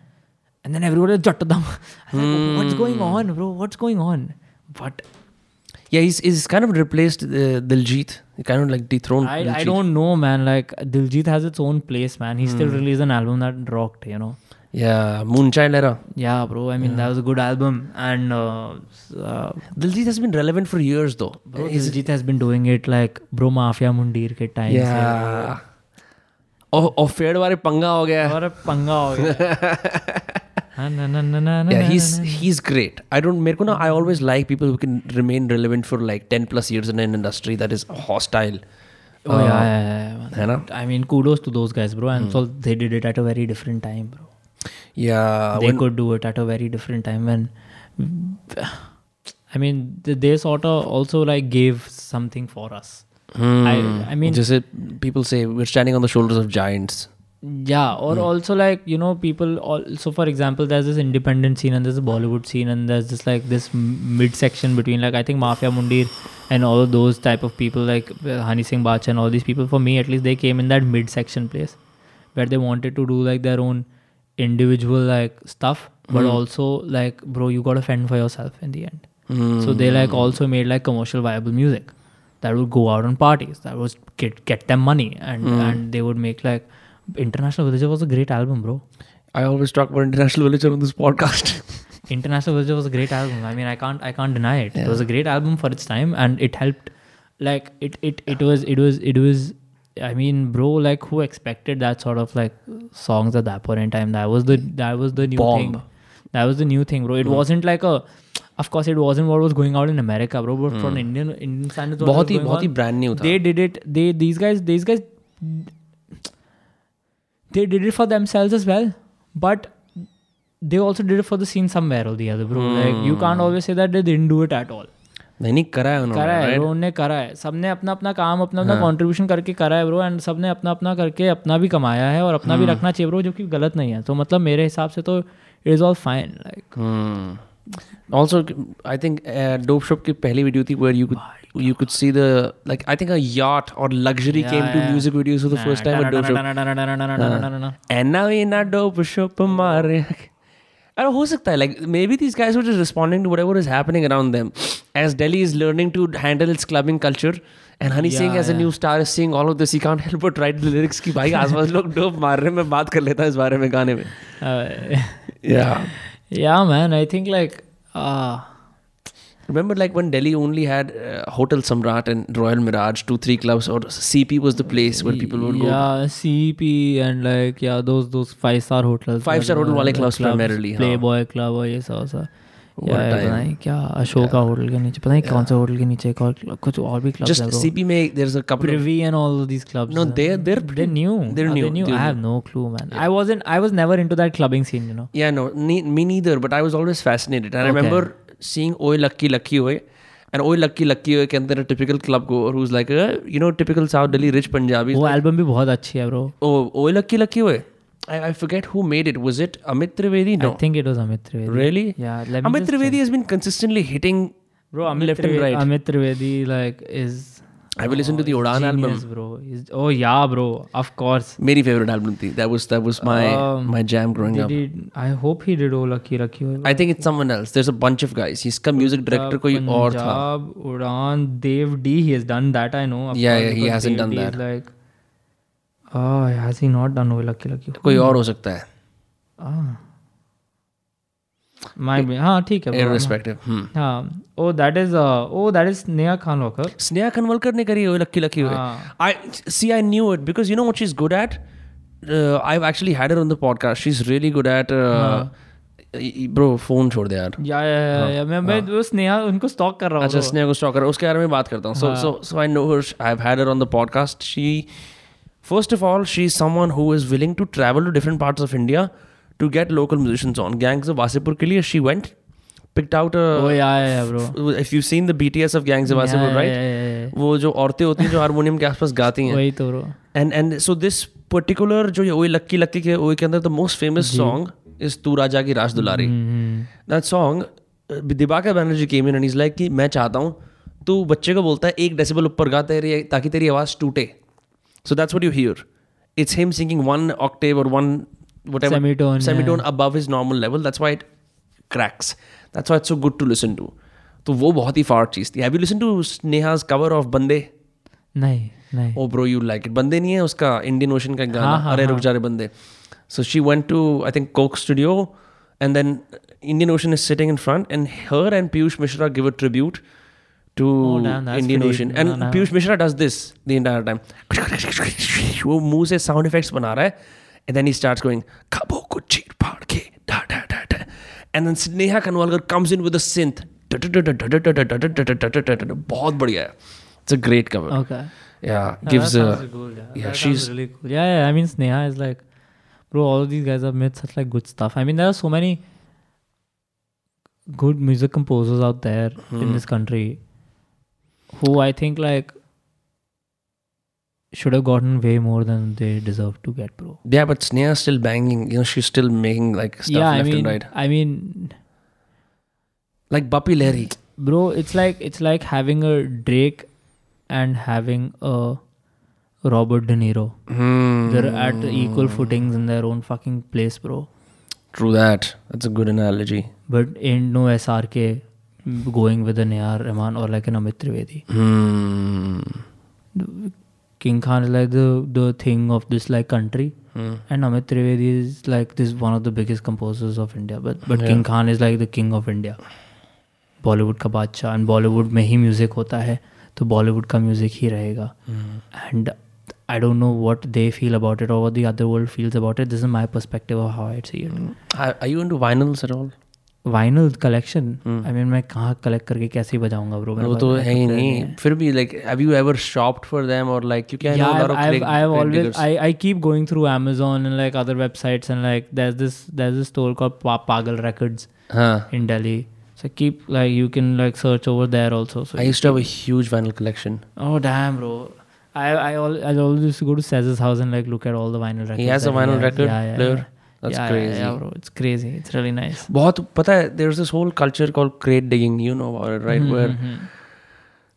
Speaker 2: and then everybody was जट्टदम I was like, what's going on bro what's going on but
Speaker 1: yeah he's he's kind of replaced uh, Diljit kind of like dethroned
Speaker 2: I I
Speaker 1: Diljit.
Speaker 2: don't know man like Diljit has its own place man he still released an album that rocked you know
Speaker 1: yeah Moonchild era
Speaker 2: yeah bro I mean that was a good album and uh, s- uh,
Speaker 1: Diljit has been relevant for years though
Speaker 2: bro Diljit has been doing it like bro Mafia Mundir के time से
Speaker 1: Yeah. और और फेड वाले पंगा हो गया है
Speaker 2: और अब पंगा हो गया हाँ, ना, ना, ना, ना, ना,
Speaker 1: Yeah,
Speaker 2: ना,
Speaker 1: he's he's great. I don't मेरे को ना I always like people who can remain relevant for like 10 plus years in an industry that is hostile.
Speaker 2: ना।
Speaker 1: uh,
Speaker 2: Oh, yeah, yeah, yeah, man.
Speaker 1: है ना?
Speaker 2: I mean, kudos to those guys, bro.
Speaker 1: Hmm.
Speaker 2: And so they did it at a very different time, bro.
Speaker 1: Uh, Yeah.
Speaker 2: they could do it at a very different time when, I mean, th- they sort of also like gave something for us.
Speaker 1: Hmm.
Speaker 2: I, I mean,
Speaker 1: जैसे people say we're standing on the shoulders of giants.
Speaker 2: yeah or also like you know people also for example there's this independent scene and there's a bollywood scene and there's just like this m- midsection between like i think mafia mundir and all of those type of people like uh, hani singh bacha and all these people for me at least they came in that midsection place where they wanted to do like their own individual like stuff but also like bro you gotta fend for yourself in the end
Speaker 1: Hmm.
Speaker 2: so they like also made like commercial viable music that would go out on parties that was get get them money and and they would make like International Villager was a great album, bro.
Speaker 1: I always talk about international villager on this podcast.
Speaker 2: International Villager was a great album. I mean, I can't I can't deny it. It was a great album for its time, and it helped. Like it it it was it was it was. I mean, bro, like who expected that sort of like songs at that point in time? That was the that was the new thing.
Speaker 1: Bomb. Mm.
Speaker 2: That was the new thing, bro. It wasn't like a. Of course, it wasn't what was going out in America, bro. But from Indian Indian standards,
Speaker 1: Mm.
Speaker 2: what was
Speaker 1: बहुत ही
Speaker 2: going
Speaker 1: बहुत ही
Speaker 2: on,
Speaker 1: brand new था.
Speaker 2: they did it they these guys these guys they did it for themselves as well but they also did it for the scene somewhere or the other bro like
Speaker 1: Hmm.
Speaker 2: you can't always say that they didn't do it at all
Speaker 1: नहीं नहीं करा है उन्होंने.
Speaker 2: करा है bro, उनने करा है सबने अपना अपना काम अपना अपना
Speaker 1: Hmm.
Speaker 2: कंट्रीब्यूशन करके करा है ब्रो एंड सबने अपना अपना करके अपना भी कमाया है और अपना
Speaker 1: Hmm.
Speaker 2: भी रखना चाहिए ब्रो जो कि गलत नहीं है तो मतलब मेरे हिसाब से तो it is all fine like
Speaker 1: Hmm. Also, I think uh, Dope Shop की पहली वीडियो थी where you could you could see the like I think a yacht or luxury came to music videos for the first time at Dope Shop. And now in a Dope Shop हमारे अरे हो सकता है like maybe these guys were just responding to whatever is happening around them as Delhi is learning to handle its clubbing culture and Honey
Speaker 2: Yeah,
Speaker 1: Singh as a
Speaker 2: yeah.
Speaker 1: new star is seeing all of this he can't help but write the lyrics कि भाई आसपास लोग dope मार रहे हैं मैं बात कर लेता हूँ इस बारे में गाने में yeah
Speaker 2: yeah man i think like uh
Speaker 1: Remember, like when Delhi only had uh, Hotel Samrat and Royal Mirage, two, three clubs, or CP was the place where people would go.
Speaker 2: yeah cep and like yeah those those five star hotels
Speaker 1: Five star hotel wale
Speaker 2: the
Speaker 1: clubs primarily, हाँ।
Speaker 2: playboy club oh, और ये सब सब
Speaker 1: What
Speaker 2: यार
Speaker 1: time?
Speaker 2: पता नहीं क्या Ashoka hotel के नीचे पता नहीं कौन से होटल के नीचे एक और club- कुछ और भी
Speaker 1: Just
Speaker 2: क्लब्स हैं
Speaker 1: CP, may, there's a couple of.
Speaker 2: privy and all of these clubs
Speaker 1: No,
Speaker 2: हैं।
Speaker 1: they're- they're
Speaker 2: they're
Speaker 1: pretty-
Speaker 2: new
Speaker 1: they're
Speaker 2: Are they
Speaker 1: new,
Speaker 2: new
Speaker 1: they're
Speaker 2: i have no clue man i wasn't i was never into that clubbing scene you know
Speaker 1: Yeah, no, ne- me neither, but I was always fascinated. And I
Speaker 2: Okay.
Speaker 1: remember seeing Oi Lucky Lucky Oi. And Oi Lucky Lucky Oi, and then a typical club goer who's like, a, you know, typical South Delhi rich Punjabis.
Speaker 2: वो album भी बहुत अच्छी है bro
Speaker 1: Oh, Oi Lucky Lucky Oi. I, I forget who made it. Was it Amit Trivedi?
Speaker 2: I
Speaker 1: No.
Speaker 2: Think it was Amit Trivedi
Speaker 1: Really?
Speaker 2: yeah let me
Speaker 1: Amit Trivedi has been consistently hitting
Speaker 2: bro amit
Speaker 1: left and
Speaker 2: Trivedi-
Speaker 1: right.
Speaker 2: amit trivedi like is
Speaker 1: I will listen to the Odan album.
Speaker 2: genius, bro He's- oh yeah bro of course
Speaker 1: मेरी favorite album थी that was that was my
Speaker 2: Um,
Speaker 1: my jam growing up
Speaker 2: Did he- I hope he did all lucky lucky.
Speaker 1: I think it's someone else there's a bunch of guys इसका music director कोई और था
Speaker 2: Punjab, Udan, Dev D. He has done that. I know. of
Speaker 1: Yeah,
Speaker 2: course,
Speaker 1: yeah, he
Speaker 2: because
Speaker 1: hasn't
Speaker 2: Dev
Speaker 1: done
Speaker 2: D is
Speaker 1: that.
Speaker 2: Like, oh, has Hmm. he not done all lucky lucky?
Speaker 1: कोई और हो सकता है
Speaker 2: Ah, my B हाँ ठीक है bro,
Speaker 1: irrespective hmm.
Speaker 2: हाँ oh that is oh that is Neha Khan Walker
Speaker 1: Sneha Khanwalkar ने करी है वो लकी लकी हुए
Speaker 2: हाँ.
Speaker 1: I see I knew it because you know what she is good at I actually had her on the podcast she is really good at
Speaker 2: हाँ.
Speaker 1: Bro phone छोड़ दे यार
Speaker 2: या या या- या मैं मैं वो स्नेहा उनको स्टॉक कर रहा हूँ तो। हाँ।
Speaker 1: अच्छा स्नेहा को स्टॉकर उसके बारे में बात करता हूँ so so so I know her I have had her on the podcast she first of all she is someone who is willing to travel to different parts of India to get local musicians on gangs of Wasseypur के लिए she went picked out
Speaker 2: oh yeah yeah yeah bro
Speaker 1: if you seen the BTS of gangs of Wasseypur right वो जो औरतें होती हैं जो harmonium के आसपास गाती हैं
Speaker 2: वही तो bro
Speaker 1: and and so this particular जो ये ओए लक्की लक्की के ओए के अंदर the most famous song is तू राजा की राज दुलारी
Speaker 2: Hmm,
Speaker 1: that song Dibakar Banerjee came in and is like कि मैं चाहता हूँ तू बच्चे को बोलता है एक डेसिबल ऊपर गा तेरी ताकि तेरी आवाज़ टूटे so that's what you hear it's him singing one octave और one whatever
Speaker 2: Semitone, yeah.
Speaker 1: semitone above his normal level that's why it cracks that's why it's so good to listen to तो वो बहुत ही फार चीज़ थी have you listen to Sneha's cover of बंदे
Speaker 2: नहीं नहीं
Speaker 1: oh bro you like it बंदे नहीं है उसका इंडियन ओशन का एक गाना
Speaker 2: हाँ,
Speaker 1: अरे रुक जा रे बंदे so she went to I think Coke Studio and then Indian Ocean is sitting in front and her and Piyush Mishra give a tribute to
Speaker 2: Oh, damn, that's
Speaker 1: Indian
Speaker 2: pretty-
Speaker 1: Ocean and
Speaker 2: no, no.
Speaker 1: Piyush Mishra does this the entire time वो मुंह से sound effects बना रहा है and then he starts going खबो को चीर फाड़ के डा डा डा डा and then Sneha कनवालकर comes in with a synth बहुत बढ़िया है it's a great cover
Speaker 2: okay
Speaker 1: yeah gives a yeah she's
Speaker 2: really cool. Yeah, yeah. I mean, Sneha is like, bro. All of these guys have made such like good stuff. I mean, there are so many good music composers out there
Speaker 1: Hmm.
Speaker 2: in this country who I think like should have gotten way more than they deserve to get, bro.
Speaker 1: yeah but sneha's still banging you know she's still making like stuff
Speaker 2: yeah,
Speaker 1: left
Speaker 2: I mean,
Speaker 1: and right
Speaker 2: I mean,
Speaker 1: like Bapi Lahiri
Speaker 2: bro, it's like it's like having a Drake and having a Robert De Niro.
Speaker 1: Hmm.
Speaker 2: They're at equal footings in their own fucking place, bro.
Speaker 1: true that that's a good analogy
Speaker 2: but ain't no SRK going with an AR Rahman or like an Amit Trivedi.
Speaker 1: hmm.
Speaker 2: King Khan is like the the thing of this like country, and Amit Trivedi is like this one of the biggest composers of India. But but King Khan is like the king of India. Bollywood का बादशाह and Bollywood में ही music होता है तो बॉलीवुड का music ही रहेगा and I don't know what they feel about it और what the other world feels about it this is my perspective of how i see it
Speaker 1: Are, are you into vinyls at all
Speaker 2: vinyl collection I mean मैं कहाँ collect करके कैसे ही बजाऊंगा bro
Speaker 1: Hmm. वो तो है ही नहीं फिर भी like have you ever shopped for them or like you can know a lot of great-
Speaker 2: I
Speaker 1: great
Speaker 2: always
Speaker 1: diggers.
Speaker 2: I I keep going through Amazon and like other websites and like there's this there's this store called pa- Pagal Records
Speaker 1: Huh.
Speaker 2: in Delhi so keep like you can like search over there also so
Speaker 1: I used to have a huge vinyl collection
Speaker 2: oh damn bro I I al- I always used to go to Sez's house and like look at all the vinyl records
Speaker 1: he has a
Speaker 2: that
Speaker 1: vinyl record
Speaker 2: yeah, yeah,
Speaker 1: player
Speaker 2: yeah.
Speaker 1: that's
Speaker 2: yeah,
Speaker 1: crazy
Speaker 2: yeah, yeah, bro it's crazy it's really nice
Speaker 1: बहुत पता है there is this whole culture call crate digging you know about right
Speaker 2: Hmm, Mm-hmm,
Speaker 1: where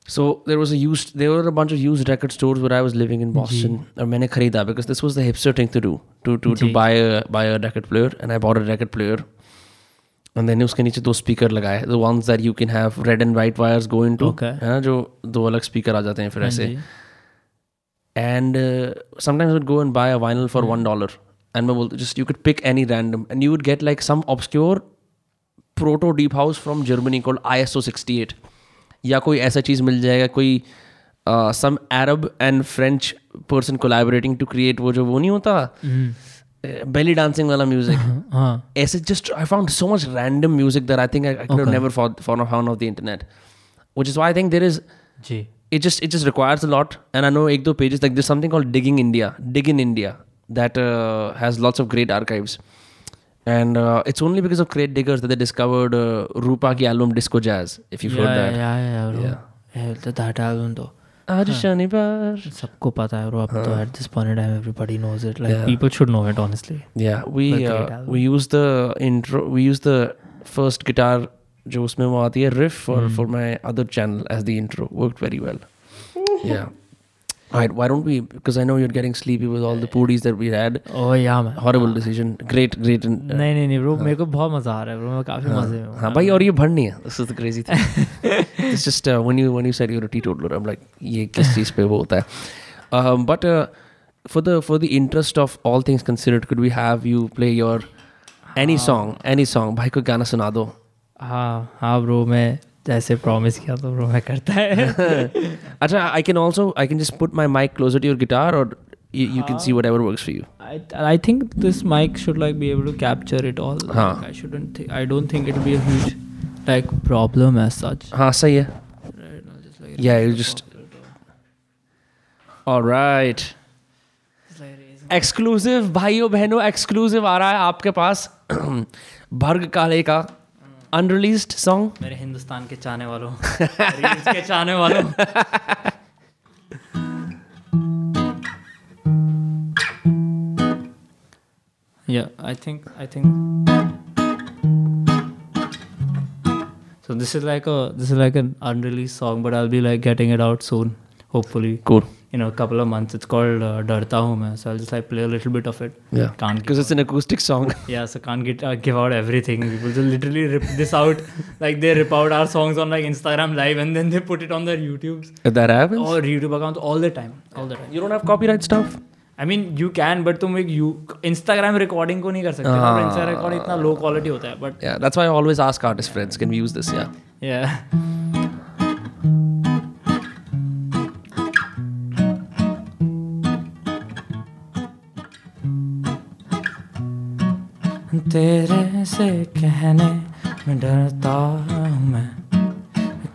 Speaker 1: so there was a used there were a bunch of used record stores where i was living
Speaker 2: Mhm.
Speaker 1: in boston और मैंने खरीदा because this was the hipster thing to do to to to
Speaker 2: ji.
Speaker 1: buy a buy a record player and i bought a record player and then उसके नीचे दो speaker लगाए the ones that you can have red and white wires go into
Speaker 2: Okay.
Speaker 1: है ना, जो दो अलग speaker आ जाते हैं फिर
Speaker 2: हाँ
Speaker 1: ऐसे
Speaker 2: जी।
Speaker 1: and uh, sometimes I would go and buy a vinyl
Speaker 2: Hmm.
Speaker 1: for one dollar, and we will just you could pick any random, and you would get like some obscure proto deep house from Germany called ISO 68, या कोई ऐसा चीज मिल जाएगा कोई some Arab and French person collaborating to create वो जो वो नहीं होता बेली डांसिंग वाला म्यूजिक
Speaker 2: हम्म। हाँ
Speaker 1: as it just I found so much random music that I think I, I could have never found, found found off the internet, which is why I think there is
Speaker 2: ji
Speaker 1: it just it just requires a lot and i know ek do pages like there's something called digging india dig in india that uh, has lots of great archives and uh, it's only because of great diggers that they discovered uh, rupa ki album disco jazz if you've heard that
Speaker 2: yeah, yeah, bro. Yeah, the- that album though.
Speaker 1: आज शनिवार
Speaker 2: तो। सबको पता है bro. अब तो
Speaker 1: हाँ।
Speaker 2: at this point in time everybody knows it. Like people should know it honestly.
Speaker 1: yeah we uh, we use the intro we use the first guitar जो उसमें वो आती है riff for
Speaker 2: Hmm.
Speaker 1: for my other channel as the intro worked very well yeah all right why don't we because i know you're getting sleepy with all the poodies that we had
Speaker 2: Oh yeah man.
Speaker 1: horrible decision great great and,
Speaker 2: नहीं नहीं नहीं bro. मेरे को बहुत मजा आ रहा है bro. मैं काफी मजे में हूँ.
Speaker 1: हाँ भाई और ये भर नहीं है this is the crazy thing it's just when you when you said you are a teetotaler I am like ये किस चीज पे वो होता है Um, uh, but for the for the interest of all things considered could we have you play your any song any song भाई को गाना सुना दो
Speaker 2: हाँ हाँ ब्रो मैं जैसे प्रॉमिस किया तो ब्रो मैं करता है
Speaker 1: अच्छा I can also I can just put my mic closer to your guitar और you can see whatever work for you
Speaker 2: I, I think this mic should like be able to capture it all. Like,
Speaker 1: Huh.
Speaker 2: I shouldn't. Th- I don't think it'll be a huge like problem as such.
Speaker 1: हाँ सही है
Speaker 2: Right now, just like
Speaker 1: Yeah, you just. All right.
Speaker 2: Just like raise-
Speaker 1: exclusive भाइयों बहनों exclusive आ रहा है आपके पास भर्ग काले का अनरिलीज्ड सॉन्ग
Speaker 2: मेरे हिंदुस्तान के चाहने वालों Reels के चाहने वालों yeah i think i think so this is like a this is like an unreleased song but i'll be like getting it out soon hopefully
Speaker 1: Cool.
Speaker 2: in a couple of months it's called uh, darta hu main so i'll just like play a little bit of it
Speaker 1: Yeah.
Speaker 2: can't
Speaker 1: Because it's an acoustic song.
Speaker 2: yeah, so can't get uh, give out everything. People just literally rip this out, like they rip out our songs on like Instagram Live, and then they put it on their YouTube's
Speaker 1: If that happens.
Speaker 2: or YouTube accounts all the time, all the time.
Speaker 1: You don't have copyright stuff.
Speaker 2: I mean, you can, but तुम एक you Instagram recording को नहीं कर सकते. Uh, Instagram recording इतना low quality होता है, but
Speaker 1: Yeah, that's why I always ask artist friends, can we use this? Yeah.
Speaker 2: yeah. तेरे से कहने में डरता हूँ मैं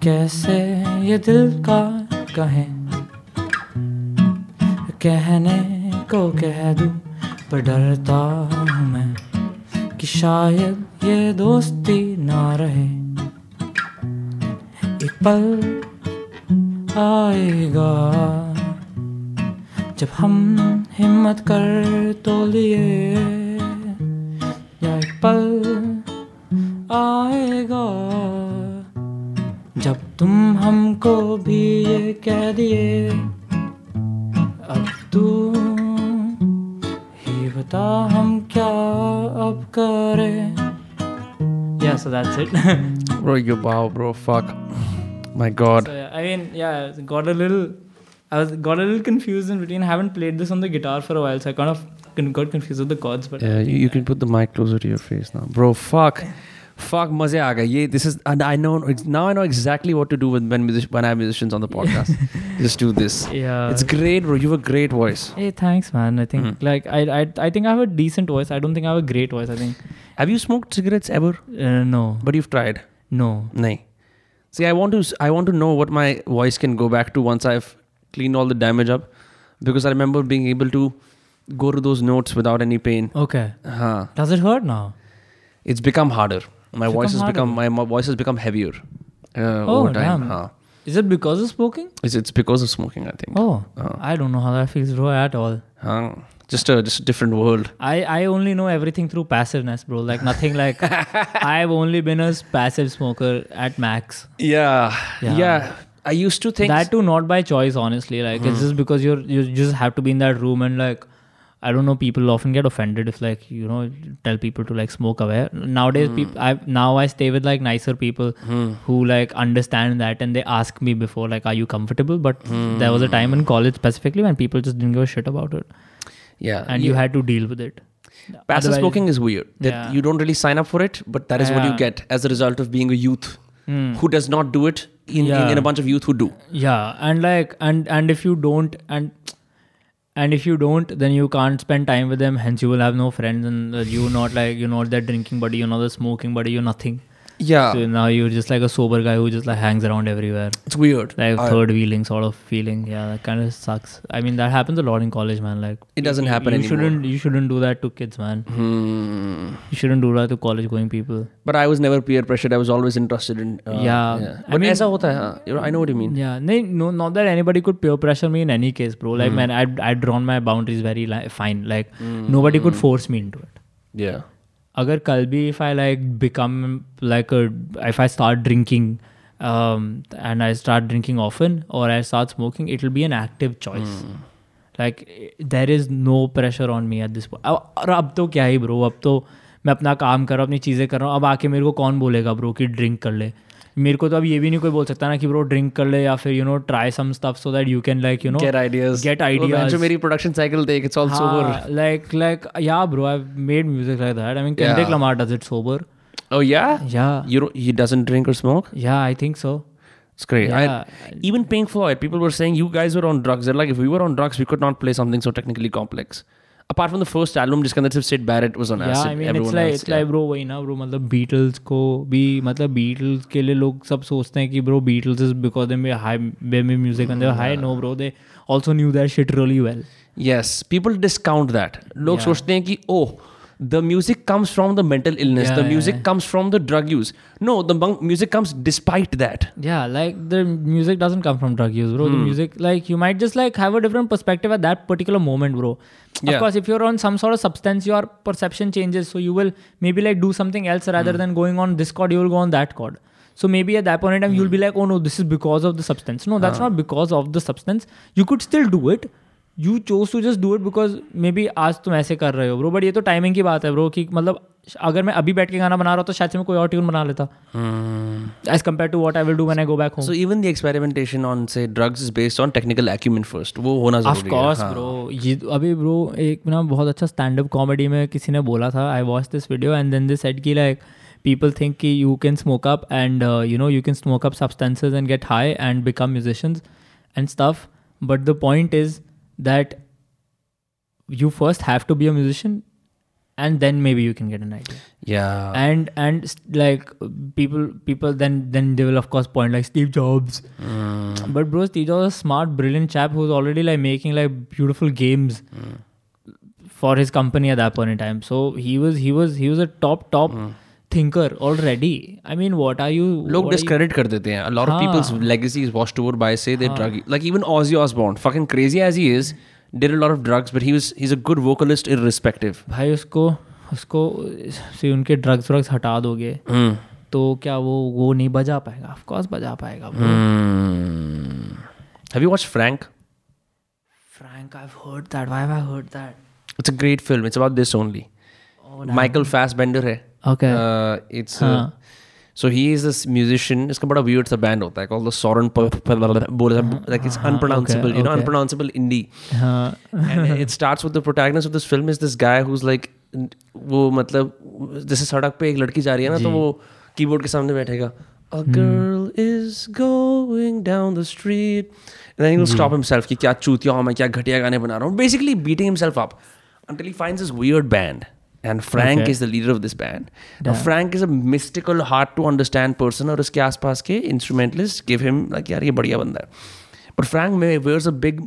Speaker 2: कैसे ये दिल का कहे कहने को कह दूँ पर डरता हूँ मैं कि शायद ये दोस्ती ना रहे एक पल आएगा जब हम हिम्मत कर तो लिए या एक पल आएगा जब तुम हमको भी ये कह दिए अब तू ही बता हम क्या अब करें Yeah, so that's it.
Speaker 1: Bro, you wow, bro, fuck. My god.
Speaker 2: So, yeah, I mean, yeah, it's got a little. I was got a little confused in between. I haven't played this on the guitar for a while, so I kind of con- got confused with the chords. But
Speaker 1: Yeah, you, you can put the mic closer to your face now. Bro, fuck. Fuck, maze aa gaye. Ye- This is, and I know, now I know exactly what to do with when, music, when I have musicians on the podcast. Just do this.
Speaker 2: yeah,
Speaker 1: It's great, bro. You have a great voice.
Speaker 2: hey, thanks, man. I think like I, I I think I have a decent voice. I don't think I have a great voice. I think
Speaker 1: Have you smoked cigarettes ever?
Speaker 2: uh, no,
Speaker 1: But you've tried.
Speaker 2: no.
Speaker 1: Nay. See, I want to. I want to know what my voice can go back to once I've cleaned all the damage up, because I remember being able to go to those notes without any pain.
Speaker 2: Okay,
Speaker 1: Huh.
Speaker 2: does it hurt now?
Speaker 1: It's become harder. My
Speaker 2: It's
Speaker 1: voice has
Speaker 2: become
Speaker 1: become my, my voice has become heavier. Uh,
Speaker 2: Oh,
Speaker 1: over time.
Speaker 2: damn.
Speaker 1: Huh.
Speaker 2: Is it because of smoking?
Speaker 1: It's, it's because of smoking, I think.
Speaker 2: Oh, I don't know how that feels, bro, at all.
Speaker 1: Huh. Just a just a different world.
Speaker 2: I, I only know everything through passiveness, bro. Like nothing like I've only been a passive smoker at max.
Speaker 1: Yeah. Yeah.
Speaker 2: Yeah.
Speaker 1: I used to think.
Speaker 2: That too, not by choice, honestly. Like
Speaker 1: Hmm.
Speaker 2: it's just because you're you just have to be in that room and like I don't know. People often get offended if like you know tell people to like smoke away. Nowadays,
Speaker 1: Hmm.
Speaker 2: people I now I stay with like nicer people who like understand that and they ask me before like, are you comfortable? But
Speaker 1: Hmm.
Speaker 2: there was a time in college specifically when people just didn't give a shit about it
Speaker 1: yeah.
Speaker 2: and you had to deal with it.
Speaker 1: Passive
Speaker 2: Otherwise-
Speaker 1: smoking is weird. That
Speaker 2: Yeah.
Speaker 1: you don't really sign up for it, but that is what you
Speaker 2: Yeah. Hmm.
Speaker 1: get as a result of being a youth who does not do it in, in,
Speaker 2: Yeah.
Speaker 1: in a bunch of youth who do.
Speaker 2: yeah and like and and if you don't and and if you don't then you can't spend time with them hence you will have no friends and uh, you not like you're not their drinking buddy you're not the smoking buddy you're nothing
Speaker 1: Yeah,
Speaker 2: so now you're just like a sober guy who just like hangs around everywhere
Speaker 1: it's weird.
Speaker 2: like
Speaker 1: I-
Speaker 2: third wheeling sort of feeling yeah that kind of sucks i mean that happens a lot in college man like
Speaker 1: It doesn't
Speaker 2: you,
Speaker 1: happen
Speaker 2: you
Speaker 1: anymore.
Speaker 2: shouldn't you shouldn't do that to kids man
Speaker 1: Hmm.
Speaker 2: you shouldn't do that to college going people
Speaker 1: But I was never peer pressured. I was always interested in. Uh,
Speaker 2: Yeah, I
Speaker 1: But
Speaker 2: mean-
Speaker 1: aisa hota hai, huh? You know, I know what you mean.
Speaker 2: Yeah, no, no, not that anybody could peer pressure me in any case, bro. Like, man, I'd, I'd drawn my boundaries very li- fine. Like, nobody could force me into it.
Speaker 1: Yeah.
Speaker 2: अगर कल भी if I like become like a if I start drinking um, and I start drinking often or I start smoking, it'll be an active choice.
Speaker 1: Hmm.
Speaker 2: Like there is no pressure on me at this point. अब- और अब तो क्या ही bro, अब तो मैं अपना काम कर रहा हूँ अपनी चीज़ें कर रहा हूँ अब आके मेरे को कौन बोलेगा bro कि ड्रिंक कर ले मेरे को तो अब ये भी नहीं कोई बोल सकता ना कि ब्रो ड्रिंक कर ले या फिर you know try some stuff so that you can like you know
Speaker 1: Get ideas.
Speaker 2: Get
Speaker 1: Oh, man,
Speaker 2: ideas
Speaker 1: जो मेरी प्रोडक्शन साइकिल देख इट्स ऑल सोबर
Speaker 2: हाँ, like like yeah bro i've made music like that i mean kendrick
Speaker 1: Yeah.
Speaker 2: lamar does it sober
Speaker 1: Oh yeah?
Speaker 2: yeah
Speaker 1: You don't, he doesn't drink or smoke?
Speaker 2: yeah i think so
Speaker 1: It's great.
Speaker 2: Yeah.
Speaker 1: I, even Pink Floyd, people were saying you guys were on drugs. They're like, if we were on drugs, we could not play something so technically complex. Apart from the first album, just kind of Sid Barrett was on
Speaker 2: yeah
Speaker 1: acid.
Speaker 2: i mean
Speaker 1: Everyone
Speaker 2: it's like
Speaker 1: else,
Speaker 2: it's like bro वही ना bro मतलब beatles को भी मतलब beatles के लिए लोग सब सोचते हैं कि bro beatles is because they made high they made music and they
Speaker 1: Hmm,
Speaker 2: were high no bro they also knew their shit really well
Speaker 1: Yes, people discount that. लोग
Speaker 2: Yeah.
Speaker 1: सोचते हैं कि oh the music comes from the mental illness
Speaker 2: Yeah,
Speaker 1: the
Speaker 2: yeah,
Speaker 1: music
Speaker 2: yeah.
Speaker 1: comes from the drug use no the bunk- music comes despite that
Speaker 2: yeah like the music doesn't come from drug use bro the music like you might just like have a different perspective at that particular moment bro of
Speaker 1: Yeah.
Speaker 2: course if you're on some sort of substance your perception changes so you will maybe like do something else rather than going on this chord you will go on that chord so maybe at that point in time you'll be like oh no this is because of the substance no that's not because of the substance you could still do it you chose to just do it because maybe आज तुम ऐसे कर रहे हो bro but ये तो timing की बात है ब्रो कि मतलब अगर मैं अभी बैठ के गाना बना रहा हूँ तो शायद से मैं कोई और ट्यून बना लेता as compared to what I will do when I go back home.
Speaker 1: so even the experimentation on say drugs is based on technical acumen first वो होना
Speaker 2: ऑफ
Speaker 1: ज़रूरी है,
Speaker 2: कोर्स
Speaker 1: हाँ.
Speaker 2: ब्रो ये अभी ब्रो एक ना बहुत अच्छा स्टैंड अप कॉमेडी में किसी ने बोला था I watch this video and then they said कि लाइक पीपल थिंक कि you can smoke up and you know you can smoke up substances and get high and become musicians and stuff but the point is that you first have to be a musician and then maybe you can get an idea
Speaker 1: Uh. yeah
Speaker 2: and and s- like people people then then they will of course point like steve jobs
Speaker 1: Hmm.
Speaker 2: but bro steve jobs is a smart brilliant chap who's already like making like beautiful games for his company at that point in time so he was he was he was a top top thinker already i mean what are you
Speaker 1: लोग
Speaker 2: what are you-
Speaker 1: discredit कर देते हैं lot of people's legacy is washed over by say they drug like even Ozzy Osbourne fucking crazy as he is did a lot of drugs but he was he is a good vocalist irrespective
Speaker 2: भाई उसको उसको से उनके drugs व्रग्स हटा दोगे तो क्या वो वो नहीं बजा पाएगा ऑफ कोर्स बजा पाएगा bro.
Speaker 1: Hmm. Have you watch Frank
Speaker 2: frank i've heard that why have i heard that
Speaker 1: it's a great film it's about this only Michael Fassbender है
Speaker 2: okay
Speaker 1: it's so he is this musician इसका बड़ा weird सा band होता है called the sovereign बोल like it's unpronounceable you know unpronounceable indie
Speaker 2: हाँ
Speaker 1: and it starts with the protagonist of this film is this guy who's like n- वो मतलब जैसे सड़क पे एक लड़की जा रही है ना तो वो कीबोर्ड के सामने बैठेगा A girl is going down the street and then he'll stop himself कि क्या चूतिया हूँ मैं क्या घटिया गाने बना रहा हूँ basically beating himself up until he finds this weird band and Frank
Speaker 2: Okay.
Speaker 1: is the leader of this band now Frank is a mystical hard to understand person और इसके आसपास के instrumentalists give him like यार ये बढ़िया बंदा है but Frank may wears a big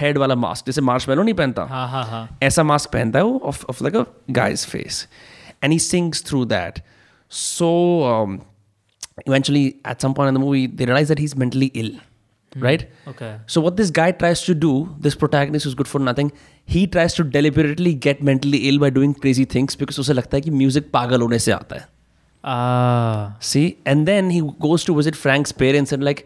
Speaker 1: head वाला mask जैसे marshmallow नहीं पहनता
Speaker 2: हाँ हाँ हाँ
Speaker 1: ऐसा मास्क पहनता है वो off off like a guy's face and he sings through that so um, eventually at some point in the movie they realise that he is mentally ill right
Speaker 2: okay
Speaker 1: So what this guy tries to do, this protagonist who's good for nothing, he tries to deliberately get mentally ill by doing crazy things because उसे लगता है कि music पागल होने से आता है
Speaker 2: ah
Speaker 1: See, and then he goes to visit Frank's parents and like,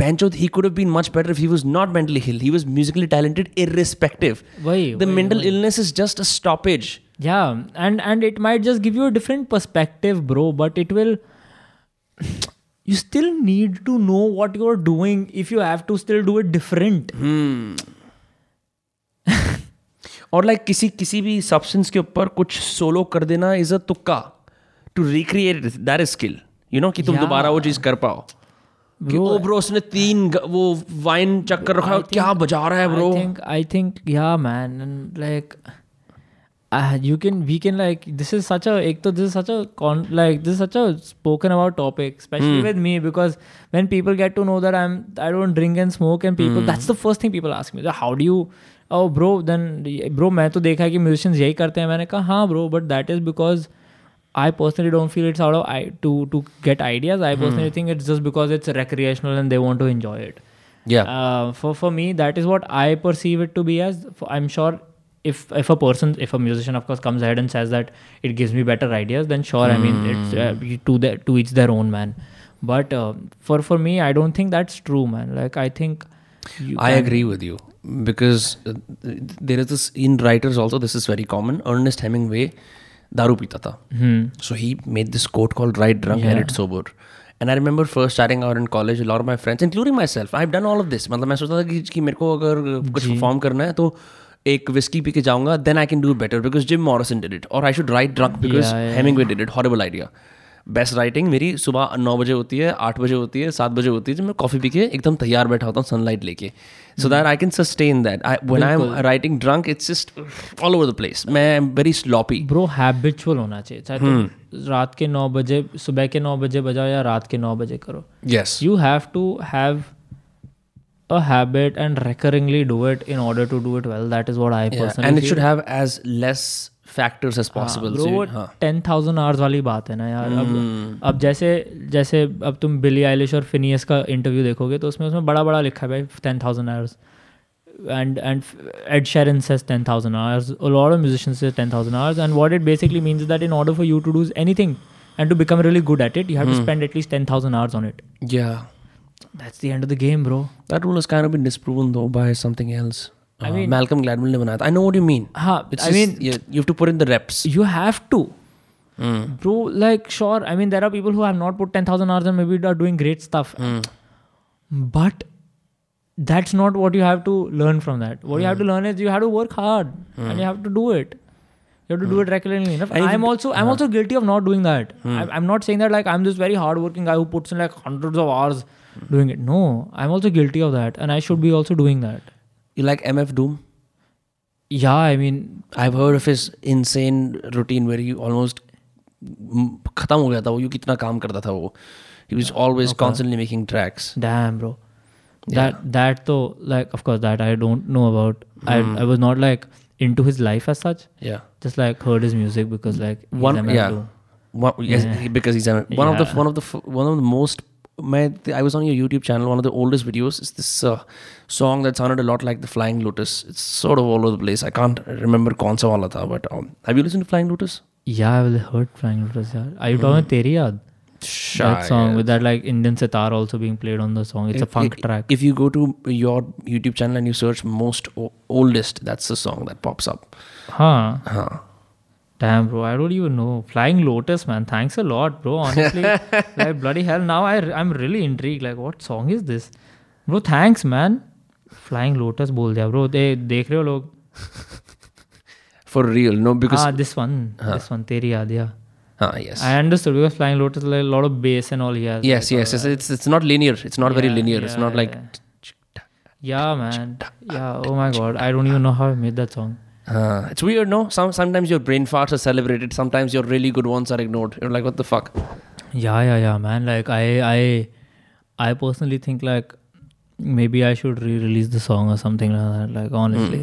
Speaker 1: Bancho, he could have been much better if he was not mentally ill. He was musically talented, irrespective.
Speaker 2: Why-
Speaker 1: the
Speaker 2: why-
Speaker 1: mental
Speaker 2: why?
Speaker 1: illness is just a stoppage.
Speaker 2: yeah and and it might just give you a different perspective bro but it will you still need to know what you're doing if you have to still do it different
Speaker 1: और like किसी किसी भी substance के ऊपर कुछ solo कर देना is a तुक्का to recreate that is skill you know कि तुम
Speaker 2: Yeah.
Speaker 1: दोबारा वो चीज कर पाओ कि
Speaker 2: Bro,
Speaker 1: ओ ब्रो उसने तीन ग- वो वाइन चेक कर रखा है क्या बजा रहा है bro
Speaker 2: I think I think yeah, man, and like uh, you can we can like this is such a ek to, this is such a con like this is such a spoken about topic, especially with me because when people get to know that I'm I don't drink and smoke and people that's the first thing people ask me "So how do you oh bro then bro मैं तो देखा है कि musicians यही करते हैं मैंने कहा हाँ bro but that is because I personally don't feel it's out of I to to get ideas. I personally think it's just because it's recreational and they want to enjoy it
Speaker 1: या
Speaker 2: uh, for for me that is what i perceive it to be as For- i'm sure if if a person if a musician of course comes ahead and says that it gives me better ideas then sure i mean it's uh, you- to their to each their own man but uh, for for me i don't think that's true man like i think you
Speaker 1: I
Speaker 2: can-
Speaker 1: agree with you because uh, there is this in writers also this is very common. Ernest Hemingway, दारू पीता था. So he made this quote called "Ride Drunk and
Speaker 2: Hmm. Yeah.
Speaker 1: It Sober," and I remember first starting out in college Laur my friends including myself I done all of this मतलब मैं सोचता था कि, कि मेरे को अगर कुछ परफॉर्म करना है तो एक विस्की पी के जाऊंगा then I can do better because Jim Morrison did it और I should write drunk because Hemingway did it horrible idea best writing मेरी सुबह नौ बजे होती है आठ बजे होती है सात बजे होती है जब मैं कॉफ़ी पी के एकदम तैयार बैठा होता हूँ सनलाइट लेके so that I can sustain that I one I am writing drunk it's just all over the place मैं am very sloppy
Speaker 2: bro habitual होना चाहिए चाहे तुम रात के नौ बजे सुबह के नौ बजे बजाओ या रात के नौ बजे करो
Speaker 1: yes
Speaker 2: you have to have a habit and recurringly do it in order to do it well that is what i personally
Speaker 1: and it should have as less factors
Speaker 2: हाँ,
Speaker 1: as
Speaker 2: Ah,
Speaker 1: possible
Speaker 2: ten thousand hours वाली बात है ना यार अब अब जैसे जैसे अब तुम बिली आइलिश और फिनियस का इंटरव्यू देखोगे तो उसमें उसमें बड़ा बड़ा लिखा है भाई ten thousand hours and and Ed Sheeran says ten thousand hours lot of musician says ten thousand hours and what it basically means that in order for you to dos anything and to become really good at it you have to spend at least ten thousand hours on it
Speaker 1: या
Speaker 2: that's the end of the game bro
Speaker 1: that rule is kind of been disproven though by something else Malcolm Gladwell Uh, ने बनाया था I know what you mean
Speaker 2: हाँ
Speaker 1: it's
Speaker 2: I mean
Speaker 1: you have to put in the reps
Speaker 2: you have to bro like sure I mean there are people who have not put ten thousand hours and maybe are doing great stuff
Speaker 1: Hmm.
Speaker 2: But that's not what you have to learn from that what you have to
Speaker 1: Hmm.
Speaker 2: Learn is you have to work hard and you have to do it You have to do it regularly enough.
Speaker 1: Hmm. And if Hmm.
Speaker 2: I'm also I'm also guilty of not doing that. I'm, I'm not saying that like I'm this very hardworking guy who puts in like hundreds of hours doing it. No, I'm also guilty of that, and I should be also doing that.
Speaker 1: You like MF Doom?
Speaker 2: Yeah, I mean,
Speaker 1: I've heard of his insane routine where he almost m- खत्म हो गया था वो you कितना काम करता था वो he was always constantly making tracks
Speaker 2: damn bro that that though like of course that i don't know about
Speaker 1: Hmm.
Speaker 2: I, I was not like into his life as such
Speaker 1: yeah
Speaker 2: just like heard his music because like he's
Speaker 1: one
Speaker 2: a man
Speaker 1: yeah
Speaker 2: too.
Speaker 1: One, yes, he- because he's a, one of the one of the f- one of the most. My I was on your YouTube channel. One of the oldest videos is this uh, song that sounded a lot like the Flying Lotus. It's sort of all over the place. I can't remember konsa wala tha, but um, have you listened to Flying Lotus?
Speaker 2: yeah i've heard flying lotus yeah. are you
Speaker 1: Hmm.
Speaker 2: talking about teri yaad that song with that like indian sitar also being played on the song it's a funk track
Speaker 1: If you go to your YouTube channel and you search most o- oldest, that's the song that pops up.
Speaker 2: huh
Speaker 1: Huh.
Speaker 2: Damn, bro, I don't even know. Flying Lotus, man. Thanks a lot, bro. Honestly, like bloody hell. Now I I'm really intrigued. Like, what song is this, bro? Thanks, man. Flying Lotus, बोल दिया, bro. They देख रहे हो लोग?
Speaker 1: For real, no, because
Speaker 2: Ah, this one, this one. तेरी याद yeah.
Speaker 1: ah yes,
Speaker 2: I understood because Flying Lotus like a lot of bass and all he has.
Speaker 1: yes, yes, yes. It's it's not linear. It's not very linear. it's not like.
Speaker 2: Yeah, man. Yeah. Oh my God, I don't even know how I made that song.
Speaker 1: Uh, it's weird, no? Some, sometimes your brain farts are celebrated. Sometimes your really good ones are ignored. You're like, what the fuck?
Speaker 2: yeah yeah yeah man like i i i personally think like maybe i should re-release the song or something like that like
Speaker 1: Hmm.
Speaker 2: honestly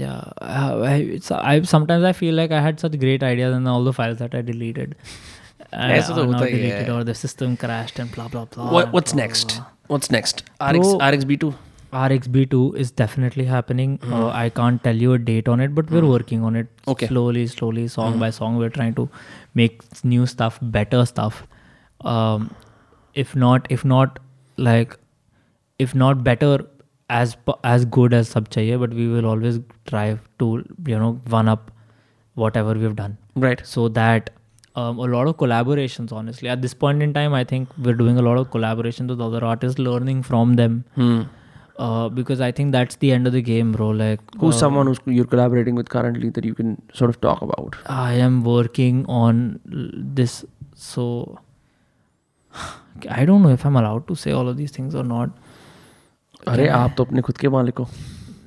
Speaker 2: yeah I, I, it's, I sometimes i feel like i had such great ideas and all the files that i deleted I,
Speaker 1: Aisa to
Speaker 2: are now
Speaker 1: hota hi hai.
Speaker 2: deleted or the system crashed and blah blah blah
Speaker 1: What, what's next? What's next? RX,
Speaker 2: Bro.
Speaker 1: RXB2?
Speaker 2: RxB2 is definitely happening. Uh, I can't tell you a date on it, but we're working on it
Speaker 1: Okay.
Speaker 2: slowly, slowly, song by song. We're trying to make new stuff, better stuff. Um, if not, if not like, if not better, as p- as good as sub chahiye, but we will always try to you know one up whatever we've done
Speaker 1: Right.
Speaker 2: so that um, a lot of collaborations honestly at this point in time i think we're doing a lot of collaborations with other artists learning from them
Speaker 1: Hmm.
Speaker 2: uh, because i think that's the end of the game bro like
Speaker 1: Who's someone who's you're collaborating with currently that you can sort of talk about?
Speaker 2: i am working on l- this so i don't know if i'm allowed to say all of these things or not
Speaker 1: अरे आप तो अपने खुद के मालिक हो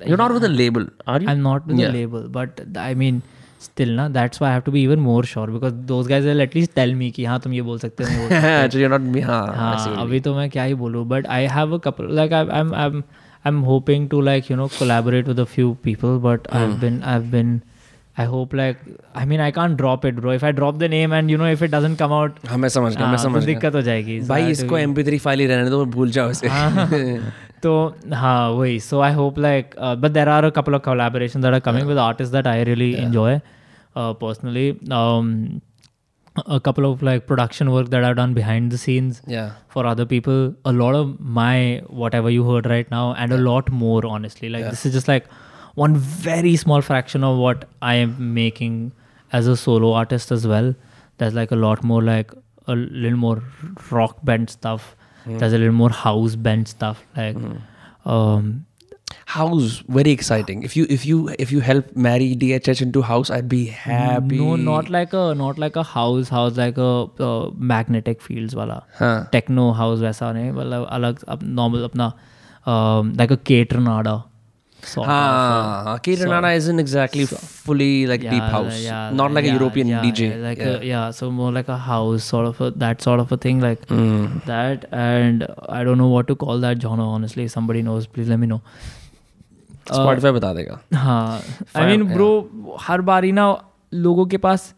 Speaker 1: You're not with a label, are you?
Speaker 2: i'm not with the label but th- i mean still na that's why i have to be even more sure because those guys will at least tell me ki हाँ तुम ये बोल सकते हो ये बोल
Speaker 1: so you're not me. हाँ.
Speaker 2: हाँ अभी तो मैं क्या ही बोलूँ but I have a couple like I am I am hoping to like you know collaborate with a few people but
Speaker 1: Hmm.
Speaker 2: I have been I have been I hope like I mean I can't drop it bro if I drop the name and you know if it doesn't come out
Speaker 1: हाँ मैं समझ गया मैं समझ गया
Speaker 2: तो दिक्कत हो जाएगी
Speaker 1: भाई इसको एम पी फाइल ही रहने दो भूल जाओ इसे
Speaker 2: तो हाँ वही so I hope like but there are a couple of collaboration that are coming with artist that I really enjoy personally uh, Um, a couple of like production work that i've done behind the scenes
Speaker 1: Yeah.
Speaker 2: for other people a lot of my whatever you heard right now and a lot more honestly like this is just like one very small fraction of what i am making as a solo artist as well there's like a lot more like a little more rock band stuff. There's a little more house band stuff. Like, um,
Speaker 1: House, very exciting. If you if you if you help marry DHH into house, I'd be happy.
Speaker 2: no, not like a not like a house house like a uh, magnetic fields wala
Speaker 1: Huh.
Speaker 2: techno house वैसा नहीं मतलब अलग अब normal अपना um, like a Catronada. sort of.
Speaker 1: Ah, K. Renana isn't exactly fully like deep house.
Speaker 2: yeah,
Speaker 1: not like a
Speaker 2: yeah,
Speaker 1: European
Speaker 2: yeah,
Speaker 1: DJ.
Speaker 2: yeah, like A, yeah, so more like a house sort of a, that sort of a thing, like
Speaker 1: Hmm.
Speaker 2: that. And I don't know what to call that genre. Honestly, if somebody knows, please let me know.
Speaker 1: Spotify
Speaker 2: Uh,
Speaker 1: बता देगा.
Speaker 2: हाँ I
Speaker 1: Fire-
Speaker 2: mean bro हर बार ही ना लोगों के पास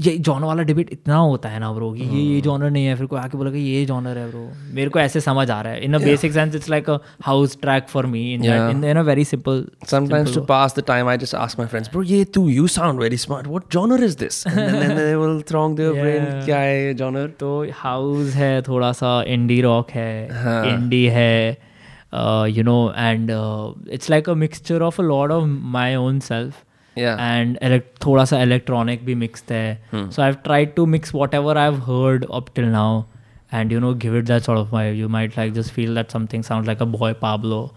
Speaker 2: ये जॉनर वाला डिबेट इतना होता है ना ब्रो कि ये
Speaker 1: हाँ।
Speaker 2: ये जॉनर नहीं है फिर कोई आके बोला कि ये जॉनर है ब्रो मेरे को ऐसे समझ आ रहा है in a basic sense it's like a house track for me in
Speaker 1: Yeah.
Speaker 2: In a very simple
Speaker 1: Sometimes to pass the time, I just ask my friends, bro, ye too, you sound very smart. What genre is this? And then, then they will throng their brain,
Speaker 2: Yeah.
Speaker 1: kya hai genre?
Speaker 2: तो house है थोड़ा सा indie rock है
Speaker 1: हाँ।
Speaker 2: Indie है uh, you know and it's like a mixture of a lot of my own self
Speaker 1: Yeah.
Speaker 2: And थोड़ा सा electronic भी मिक्स्ड है so I have tried to mix whatever I have heard up till now and you know give it that sort of my you might like just feel that something sound like a boy Pablo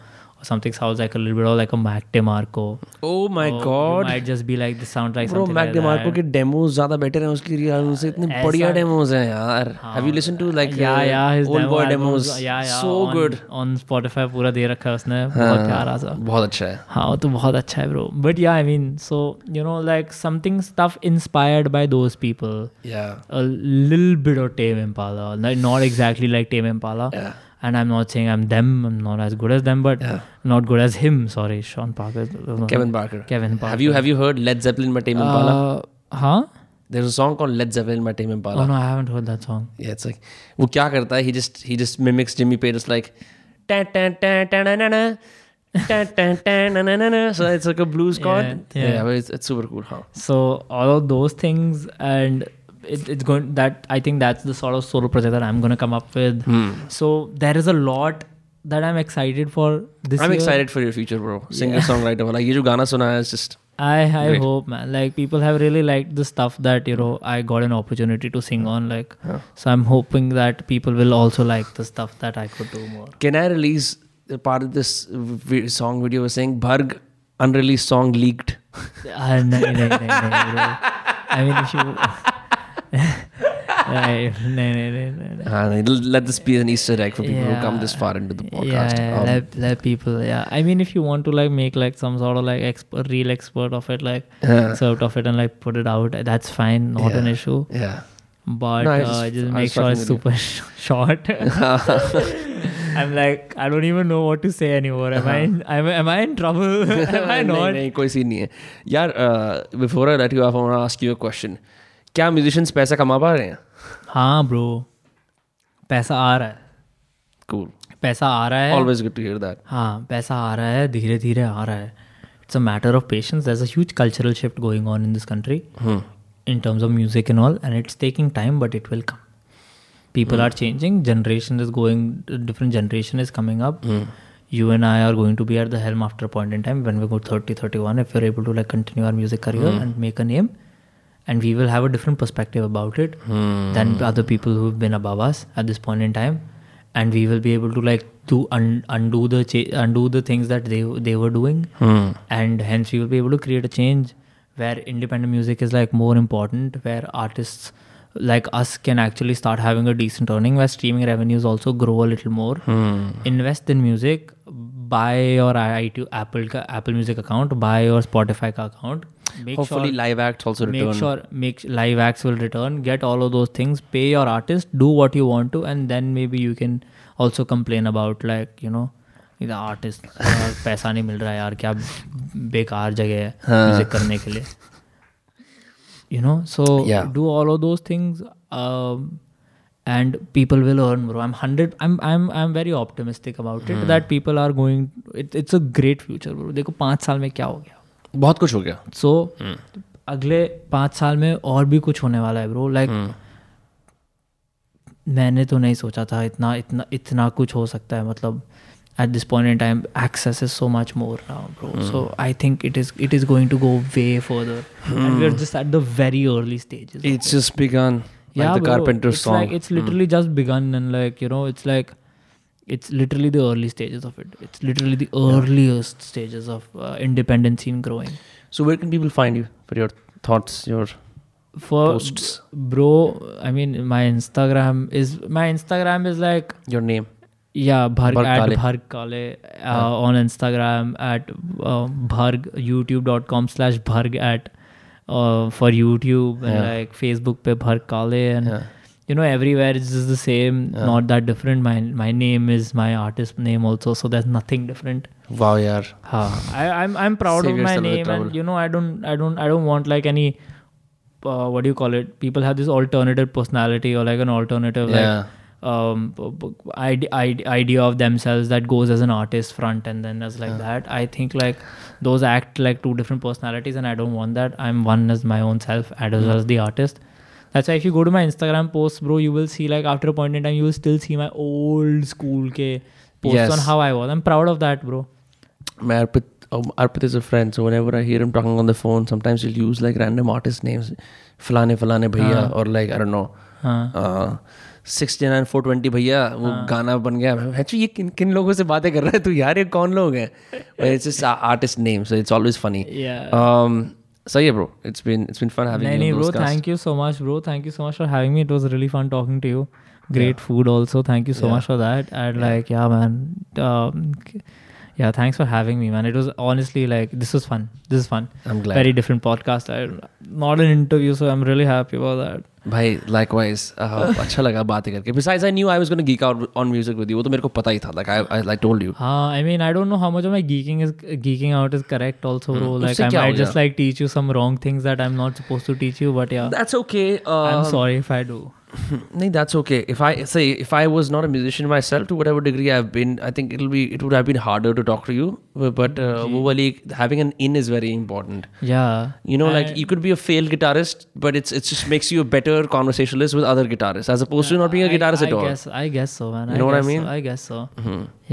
Speaker 2: or something sounds like a little bit of like a Mac DeMarco.
Speaker 1: Oh my
Speaker 2: Or you
Speaker 1: god.
Speaker 2: might just be like this sounds like
Speaker 1: Bro,
Speaker 2: something
Speaker 1: Mac
Speaker 2: like
Speaker 1: DeMarco
Speaker 2: that.
Speaker 1: के demos ज्यादा better हैं उसकी real से इतने
Speaker 2: ऐसा- हाँ।
Speaker 1: बढ़िया demos हैं यार have you listen to like
Speaker 2: Ah. yeah, yeah, his
Speaker 1: old
Speaker 2: demo
Speaker 1: boy
Speaker 2: albums,
Speaker 1: demos
Speaker 2: yeah, yeah,
Speaker 1: so
Speaker 2: on-
Speaker 1: good
Speaker 2: on Spotify पूरा दे रखा है उसने बहुत प्यारा सा
Speaker 1: बहुत अच्छा है
Speaker 2: हाँ वो तो बहुत अच्छा है ब्रो बट या I mean so you know like something stuff inspired by those people
Speaker 1: या
Speaker 2: a little bit of Tame Impala, not, not exactly like Tame Impala.
Speaker 1: Yeah.
Speaker 2: And I'm not saying I'm them. I'm not as good as them, but not good as him. Sorry, Sean Parker.
Speaker 1: Kevin Parker
Speaker 2: Kevin Parker.
Speaker 1: Have you have you heard Led Zeppelin by Tame Impala
Speaker 2: Uh, huh?
Speaker 1: There is a song called Led Zeppelin by Tame
Speaker 2: Oh
Speaker 1: Impala
Speaker 2: no, I haven't heard that song.
Speaker 1: Yeah, it's like वो क्या करता है he just he just mimics Jimmy Page it's like "Ta, ta, ta, ta, na, na, na. Ta, ta, ta, na, na, na, na." so it's like a blues chord
Speaker 2: yeah.
Speaker 1: but it's, it's super cool huh
Speaker 2: So all of those things, and it, it's going that I think that's the sort of solo project that I'm going to come up with.
Speaker 1: Hmm.
Speaker 2: So there is a lot that I'm excited for this
Speaker 1: I'm
Speaker 2: year.
Speaker 1: excited for your future bro singer songwriter वाला ये जो गाना सुना है it's just
Speaker 2: I I
Speaker 1: Great.
Speaker 2: hope man like people have really liked the stuff that you know I got an opportunity to sing on like so I'm hoping that people will also like the stuff that I could do more.
Speaker 1: can I release the part of this vi- song video was saying Bharg unreleased song leaked
Speaker 2: Ah, no, no, no, no, no. I mean if you right no, no, no, no, no.
Speaker 1: uh, let this be an easter egg for people who come this far into the
Speaker 2: Yeah,
Speaker 1: podcast
Speaker 2: yeah,
Speaker 1: Um,
Speaker 2: let, let people. Yeah, I mean, if you want to like make like some sort of like expert, real expert of it, like
Speaker 1: Yeah.
Speaker 2: sort of it, and like put it out, that's fine, not an
Speaker 1: Yeah.
Speaker 2: issue.
Speaker 1: yeah
Speaker 2: but
Speaker 1: No, I
Speaker 2: uh,
Speaker 1: just- I
Speaker 2: just, make
Speaker 1: was
Speaker 2: sure
Speaker 1: fucking
Speaker 2: it's super sh- short. I'm like, I don't even know what to say anymore. Am I in, am, I- am I in trouble? am
Speaker 1: Uh-huh.
Speaker 2: I
Speaker 1: नहीं,
Speaker 2: not?
Speaker 1: नहीं कोई scene नहीं है यार before I let you off I ask you a question क्या musicians पैसा कमा पा रहे हैं
Speaker 2: हाँ ब्रो पैसा आ रहा है
Speaker 1: कूल
Speaker 2: पैसा आ रहा है
Speaker 1: always good to hear that
Speaker 2: हाँ पैसा आ रहा है धीरे धीरे आ रहा है it's a matter of patience there's a huge cultural shift going on in this country
Speaker 1: hmm.
Speaker 2: in terms of music and all and it's taking time but it will come people are changing generation is going different generation is coming up you and i are going to be at the helm after a point in time when we go 30 31 if we're able to like continue our music career and make a name and we will have a different perspective about it than other people who've been above us at this point in time and we will be able to like do un- undo the cha- undo the things that they they were doing and hence we will be able to create a change where independent music is like more important where artists like us can actually start having a decent earning where streaming revenues also grow a little more invest in music buy your iTunes, apple का apple music account buy your spotify का account make
Speaker 1: hopefully live acts also
Speaker 2: make
Speaker 1: return
Speaker 2: sure make live acts will return get all of those things pay your artist do what you want to and then maybe you can also complain about like you know the artist यार, पैसा नहीं मिल रहा है यार क्या बेकार जगह है म्यूजिक करने के लिए you know so
Speaker 1: Yeah.
Speaker 2: do all of those things um, and people will earn more i'm 100 i'm i'm i'm very optimistic about it that people are going it, it's a great future bro देखो पाँच साल में क्या हो गया
Speaker 1: बहुत कुछ हो गया
Speaker 2: सो
Speaker 1: Hmm.
Speaker 2: अगले पाँच साल में और भी कुछ होने वाला है ब्रो लाइक
Speaker 1: Hmm.
Speaker 2: मैंने तो नहीं सोचा था इतना इतना इतना कुछ हो सकता है मतलब at this point in time access is so much more now bro
Speaker 1: Hmm.
Speaker 2: So I think it is
Speaker 1: Hmm.
Speaker 2: It is going to go way further and we are just at the very early stages
Speaker 1: it's just begun like the
Speaker 2: bro,
Speaker 1: Carpenter
Speaker 2: it's
Speaker 1: song. Hmm.
Speaker 2: Like, it's literally just begun, and like you know, it's like it's literally the early stages of it. It's literally the earliest stages of uh, independent scene growing.
Speaker 1: so where can people find you for your thoughts, your
Speaker 2: For
Speaker 1: Posts.
Speaker 2: bro, I mean, my Instagram is my Instagram is like
Speaker 1: your name?
Speaker 2: yeah, Bharg,
Speaker 1: Bharg
Speaker 2: at
Speaker 1: Kale.
Speaker 2: Bharg Kale uh, on Instagram at uh, Bharg YouTube.com slash Bharg at uh, for YouTube and
Speaker 1: Yeah.
Speaker 2: like Facebook pe Bharg Kale and
Speaker 1: Yeah.
Speaker 2: you know everywhere it's just the same,
Speaker 1: Yeah.
Speaker 2: not that different. My my name is my artist name also, so there's nothing different.
Speaker 1: Wow, yeah.
Speaker 2: Huh. I, I'm I'm proud
Speaker 1: Save
Speaker 2: of my
Speaker 1: yourself the
Speaker 2: name,
Speaker 1: trouble.
Speaker 2: and you know I don't I don't I don't want like any uh, what do you call it? People have this alternative personality or like an alternative
Speaker 1: Yeah.
Speaker 2: like um b- b- ide- ide- idea of themselves that goes as an artist front and then as like that. I think like those act like two different personalities, and I don't want that. I'm one as my own self and as well as the artist. That's why if you go to my Instagram posts, bro, you will see like after a point in time, you will still see my old school ke posts
Speaker 1: Yes.
Speaker 2: on how I was. I'm proud of that, bro.
Speaker 1: My Arpit, um, Arpit is a friend, so whenever I hear him talking on the phone, sometimes he'll use like random artist names, Falane Falane
Speaker 2: हाँ।
Speaker 1: Bhaiya, or like, I don't know, uh,
Speaker 2: Huh.
Speaker 1: Sixty nine four twenty भैया वो
Speaker 2: हाँ।
Speaker 1: गाना बन गया अच्छा ये किन किन लोगों से बातें कर रहा है तू यार ये कौन लोग हैं it's just artist name so it's always funny
Speaker 2: Yeah.
Speaker 1: Um, सही है bro it's been it's been fun
Speaker 2: No,
Speaker 1: having
Speaker 2: no,
Speaker 1: you
Speaker 2: bro.
Speaker 1: Those
Speaker 2: Thank you so much, bro. Thank you so much for having me. It was really fun talking to you. Great food, also. Thank you so much for that. And like, yeah, man. Um, k- yeah, thanks for having me, man. It was honestly like this was fun. This is fun.
Speaker 1: I'm glad.
Speaker 2: Very different podcast. I, not an interview, so I'm really happy about that.
Speaker 1: भाई likewise अच्छा लगा बातें करके besides I knew I was gonna geek out on music with you वो तो मेरे को पता ही था like I I told you
Speaker 2: Uh, I mean, I don't know how much of my geeking is geeking out is correct. Also, bro. Like,
Speaker 1: उससे
Speaker 2: I
Speaker 1: क्या
Speaker 2: might
Speaker 1: हो
Speaker 2: just like teach you some wrong things that I'm not supposed to teach you. But yeah,
Speaker 1: that's okay
Speaker 2: I'm sorry if I do.
Speaker 1: No, that's okay. If I say if I was not a musician myself, to whatever degree I've been, I think it'll be it would have been harder to talk to you. But uh, वो वाली- having an in is very important.
Speaker 2: Yeah.
Speaker 1: You know, like you could be a failed guitarist, but it's it just makes you a better conversationalist with other guitarists as opposed to not being a
Speaker 2: I-
Speaker 1: guitarist
Speaker 2: I,
Speaker 1: at all.
Speaker 2: Guess, I guess so, man.
Speaker 1: You know what I
Speaker 2: guess so,
Speaker 1: mean? Mm-hmm.
Speaker 2: I guess so.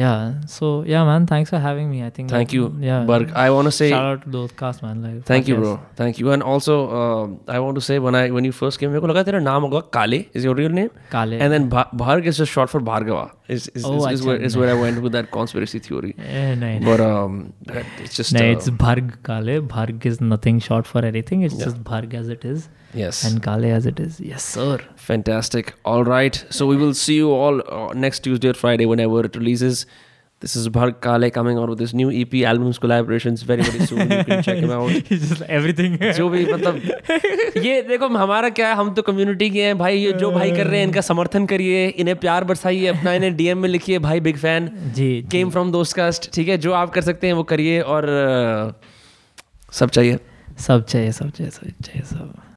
Speaker 2: Yeah. So yeah, man. Thanks for having me. I think.
Speaker 1: Thank
Speaker 2: that-
Speaker 1: you,
Speaker 2: Yeah.
Speaker 1: Berg. I want to say
Speaker 2: shout out to those cast man. Like.
Speaker 1: thank you,
Speaker 2: podcast.
Speaker 1: bro. Thank you, and also um I want to say when I when you first came, मेरे को लगा तेरा नाम होगा Kale is your real name,
Speaker 2: Kale.
Speaker 1: and then Bha- Bharg is just short for Bhargava. Is is,
Speaker 2: Oh,
Speaker 1: is, is
Speaker 2: अच्छा,
Speaker 1: where is where I went with that conspiracy theory.
Speaker 2: Eh, no, no.
Speaker 1: But um, it's just
Speaker 2: No,
Speaker 1: uh,
Speaker 2: it's Bharg Kale. Bharg is nothing short for anything. It's just Bharg as it is
Speaker 1: Yes.
Speaker 2: and Kale as it is. Yes, sir.
Speaker 1: Fantastic. All right. So we will see you all uh, next Tuesday or Friday whenever it releases. This is Bharg Kale coming out with his new EP, albums, collaborations very, very soon. You can check him out.
Speaker 2: It's just everything.
Speaker 1: जो भी मतलब ये देखो हमारा क्या है हम तो कम्युनिटी के हैं भाई ये जो भाई कर रहे हैं इनका समर्थन करिए इन्हें प्यार बरसाइए अपना इन्हें डीएम में लिखिए भाई big fan
Speaker 2: ji
Speaker 1: came from Dostcast ठीक है जो आप कर सकते हैं वो करिए और uh, सब चाहिए
Speaker 2: सब चाहिए सब चाहिए सब चाहिए सब